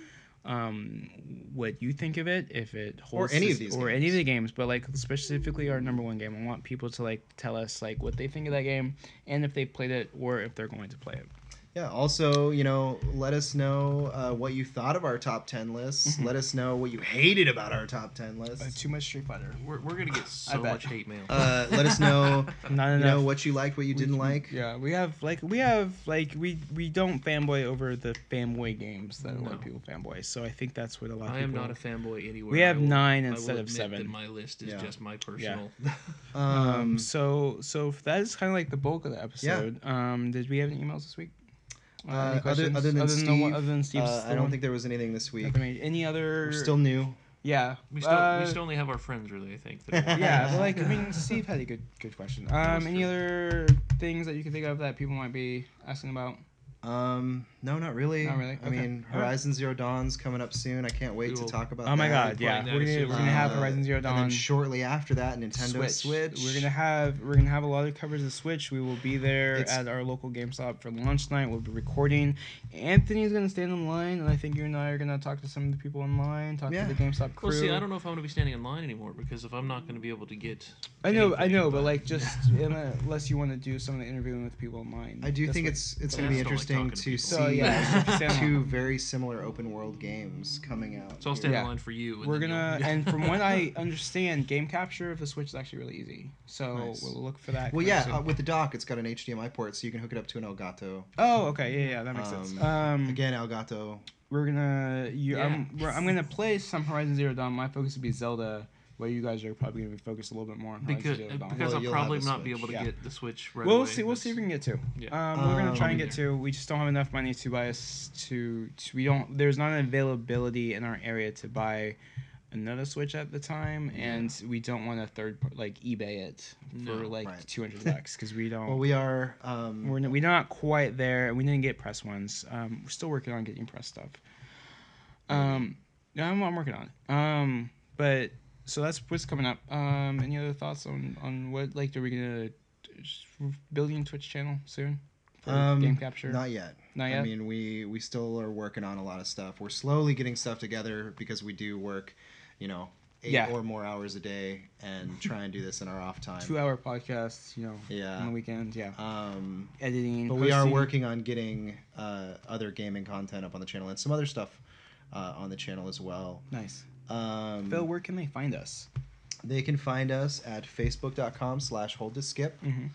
um, what you think of it, if it holds any to- of these or any of games. the games, but like specifically our number one game. I want people to like tell us like what they think of that game and if they played it or if they're going to play it. Yeah. Also, you know, let us know uh, what you thought of our top ten lists. Mm-hmm. Let us know what you hated about our top ten lists. Uh, too much Street Fighter. we're, we're gonna get so bet. much hate mail. Uh, let us know, Not you enough. know, what you liked, what you didn't like. Yeah, we have like we have like we we don't fanboy over the fanboy games that a lot No. of people fanboy. So I think that's what a lot of I am people. not a fanboy anywhere. We have I will- nine I will instead of admit seven. That my list is Yeah. just my personal. Um, Um. So so that is kind of like the bulk of the episode. Um. Did we have any emails this week? Uh, any uh, other, questions? other than Steve, the one- other than Steve's uh, the I don't one? think there was anything this week. Nothing major. Any other? We're still new. Yeah. We still, uh, we still only have our friends, really. I think. That are- yeah, but like I mean, Steve had a good good question. Um, was any good. other things that you can think of that people might be asking about? Um, no, not really. Not really? I Okay. mean, All right. Horizon Zero Dawn's coming up soon. I can't wait We to will- talk about. Oh my Uh, that. god, yeah, playing that we're as gonna soon we're as gonna have Uh, Horizon Zero Dawn. And then shortly after that, Nintendo Switch. We're gonna have we're gonna have a lot of coverage of Switch. We will be there It's- at our local GameStop for launch night. We'll be recording. Anthony's gonna stand in line, and I think you and I are gonna talk to some of the people in line, talk Yeah. to the GameStop crew. Well, see, I don't know if I'm gonna be standing in line anymore because if I'm not gonna be able to get. I know, I anything, know, but like just unless you want to do some of the interviewing with people in line. I do That's think what- it's it's Yeah, gonna be I still like interesting talking to to see people. So, yeah, it's just- two very similar open world games coming out. So I'll here. stand Yeah. in line for you. and We're then gonna you'll- and from what I understand, game capture of the Switch is actually really easy. So Nice. we'll look for that. Well, coming yeah, soon. uh, with the dock, it's got an HDMI port, so you can hook it up to an Elgato. oh, okay. Yeah, yeah, that makes sense. Um, Um, Again, Elgato. we're gonna you Yeah. I'm, we're, I'm gonna play some Horizon Zero Dawn. My focus would be Zelda. where you guys are probably going to be focused a little bit more Oh, on how because uh, to deal with because Well, I'll you'll have probably a not be Switch, able to yeah. get the Switch right we'll away. see. We'll see if we can get two. Yeah. Um, we're gonna Um, try and yeah. get two. We just don't have enough money to buy us to. to we don't. There's not an availability in our area to buy another Switch at the time, and we don't want a third part like eBay it for No. like Right. 200 bucks because we don't. Well, we are. Um, Oh. We're, n- we're not quite there. and We didn't get press ones. Um, we're still working on getting press stuff. Um, yeah, I'm, I'm working on it. Um, but so that's what's coming up. Um, any other thoughts on on what like are we gonna s- building Twitch channel soon for um, game capture? Not yet. Not I yet? mean, we we still are working on a lot of stuff. We're slowly getting stuff together because we do work, you know, eight Yeah. or more hours a day and try and do this in our off time. Two hour podcasts, you know, on the Yeah. weekend. Yeah, Um, editing. but we are posting. working on getting uh, other gaming content up on the channel and some other stuff uh, on the channel as well. Nice. Um, Phil, where can they find us? they can find us at facebook.com slash hold to skip. Mm-hmm.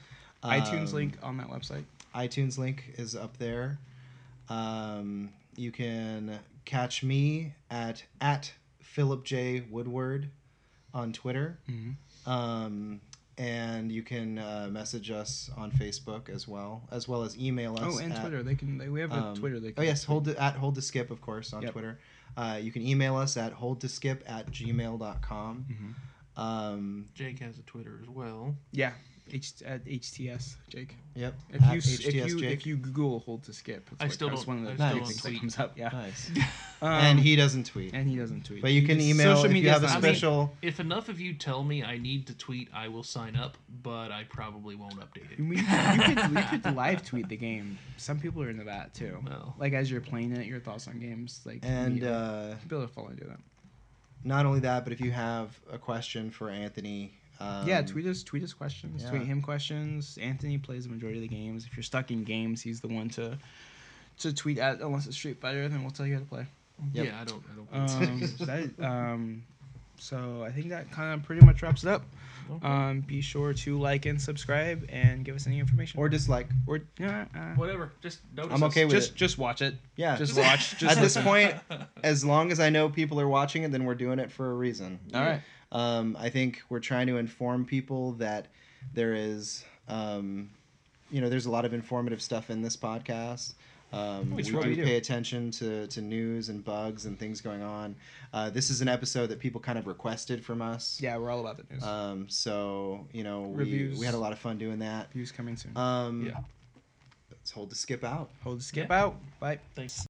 iTunes Um, link on that website. iTunes link is up there. Um, you can catch me at at Philip J Woodward on Twitter, Mm-hmm. um, and you can uh, message us on Facebook as well, as well as email us. Oh, and at, Twitter. They can. They, we have a um, Twitter. They can Oh yes, hold to, at hold to skip of course on Yep. Twitter. Uh, you can email us at hold to skip at gmail.com. Mhm. Um, Jake has a Twitter as well. Yeah, H- at HTS, Jake. yep. If at you s- if HTS you Jake. if you Google hold to skip, it's I like- still that's don't- one of the I still things don't that tweet. comes up. Yeah, nice. um, Uh, and he doesn't tweet. and he doesn't tweet. But you He can just- email if you media's have a not- mean- special. If enough of you tell me I need to tweet, I will sign up, but I probably won't update I it. mean, we- you, could, you could live tweet the game. Some people are into that too. Well, Like as you're playing it, your thoughts on games. Like And immediately. uh, Bill will follow do that. not only that, but if you have a question for Anthony, um, yeah, tweet us, tweet us questions, yeah. tweet him questions. Anthony plays the majority of the games. If you're stuck in games, he's the one to to tweet at. Unless it's Street Fighter, then we'll tell you how to play. Yep. yeah, I don't. I don't. Um, that, um, so I think that kind of pretty much wraps it up. Okay. Um, be sure to like and subscribe and give us any information. or dislike. or yeah, uh, Whatever. Just notice. I'm us. okay with just it. just watch it. Yeah, Just watch. Just at this listen. point, as long as I know people are watching it, then we're doing it for a reason. All right. Um, I think we're trying to inform people that there is, um, you know, there's a lot of informative stuff in this podcast. Um, We we try. do We do. pay attention to, to news and bugs and things going on. Uh, this is an episode that people kind of requested from us. Yeah, we're all about the news. Um, so you know, we, Reviews. we had a lot of fun doing that. Views coming soon. Um, Yeah. Let's hold the skip out. Hold skip yeah. out. Bye. Thanks.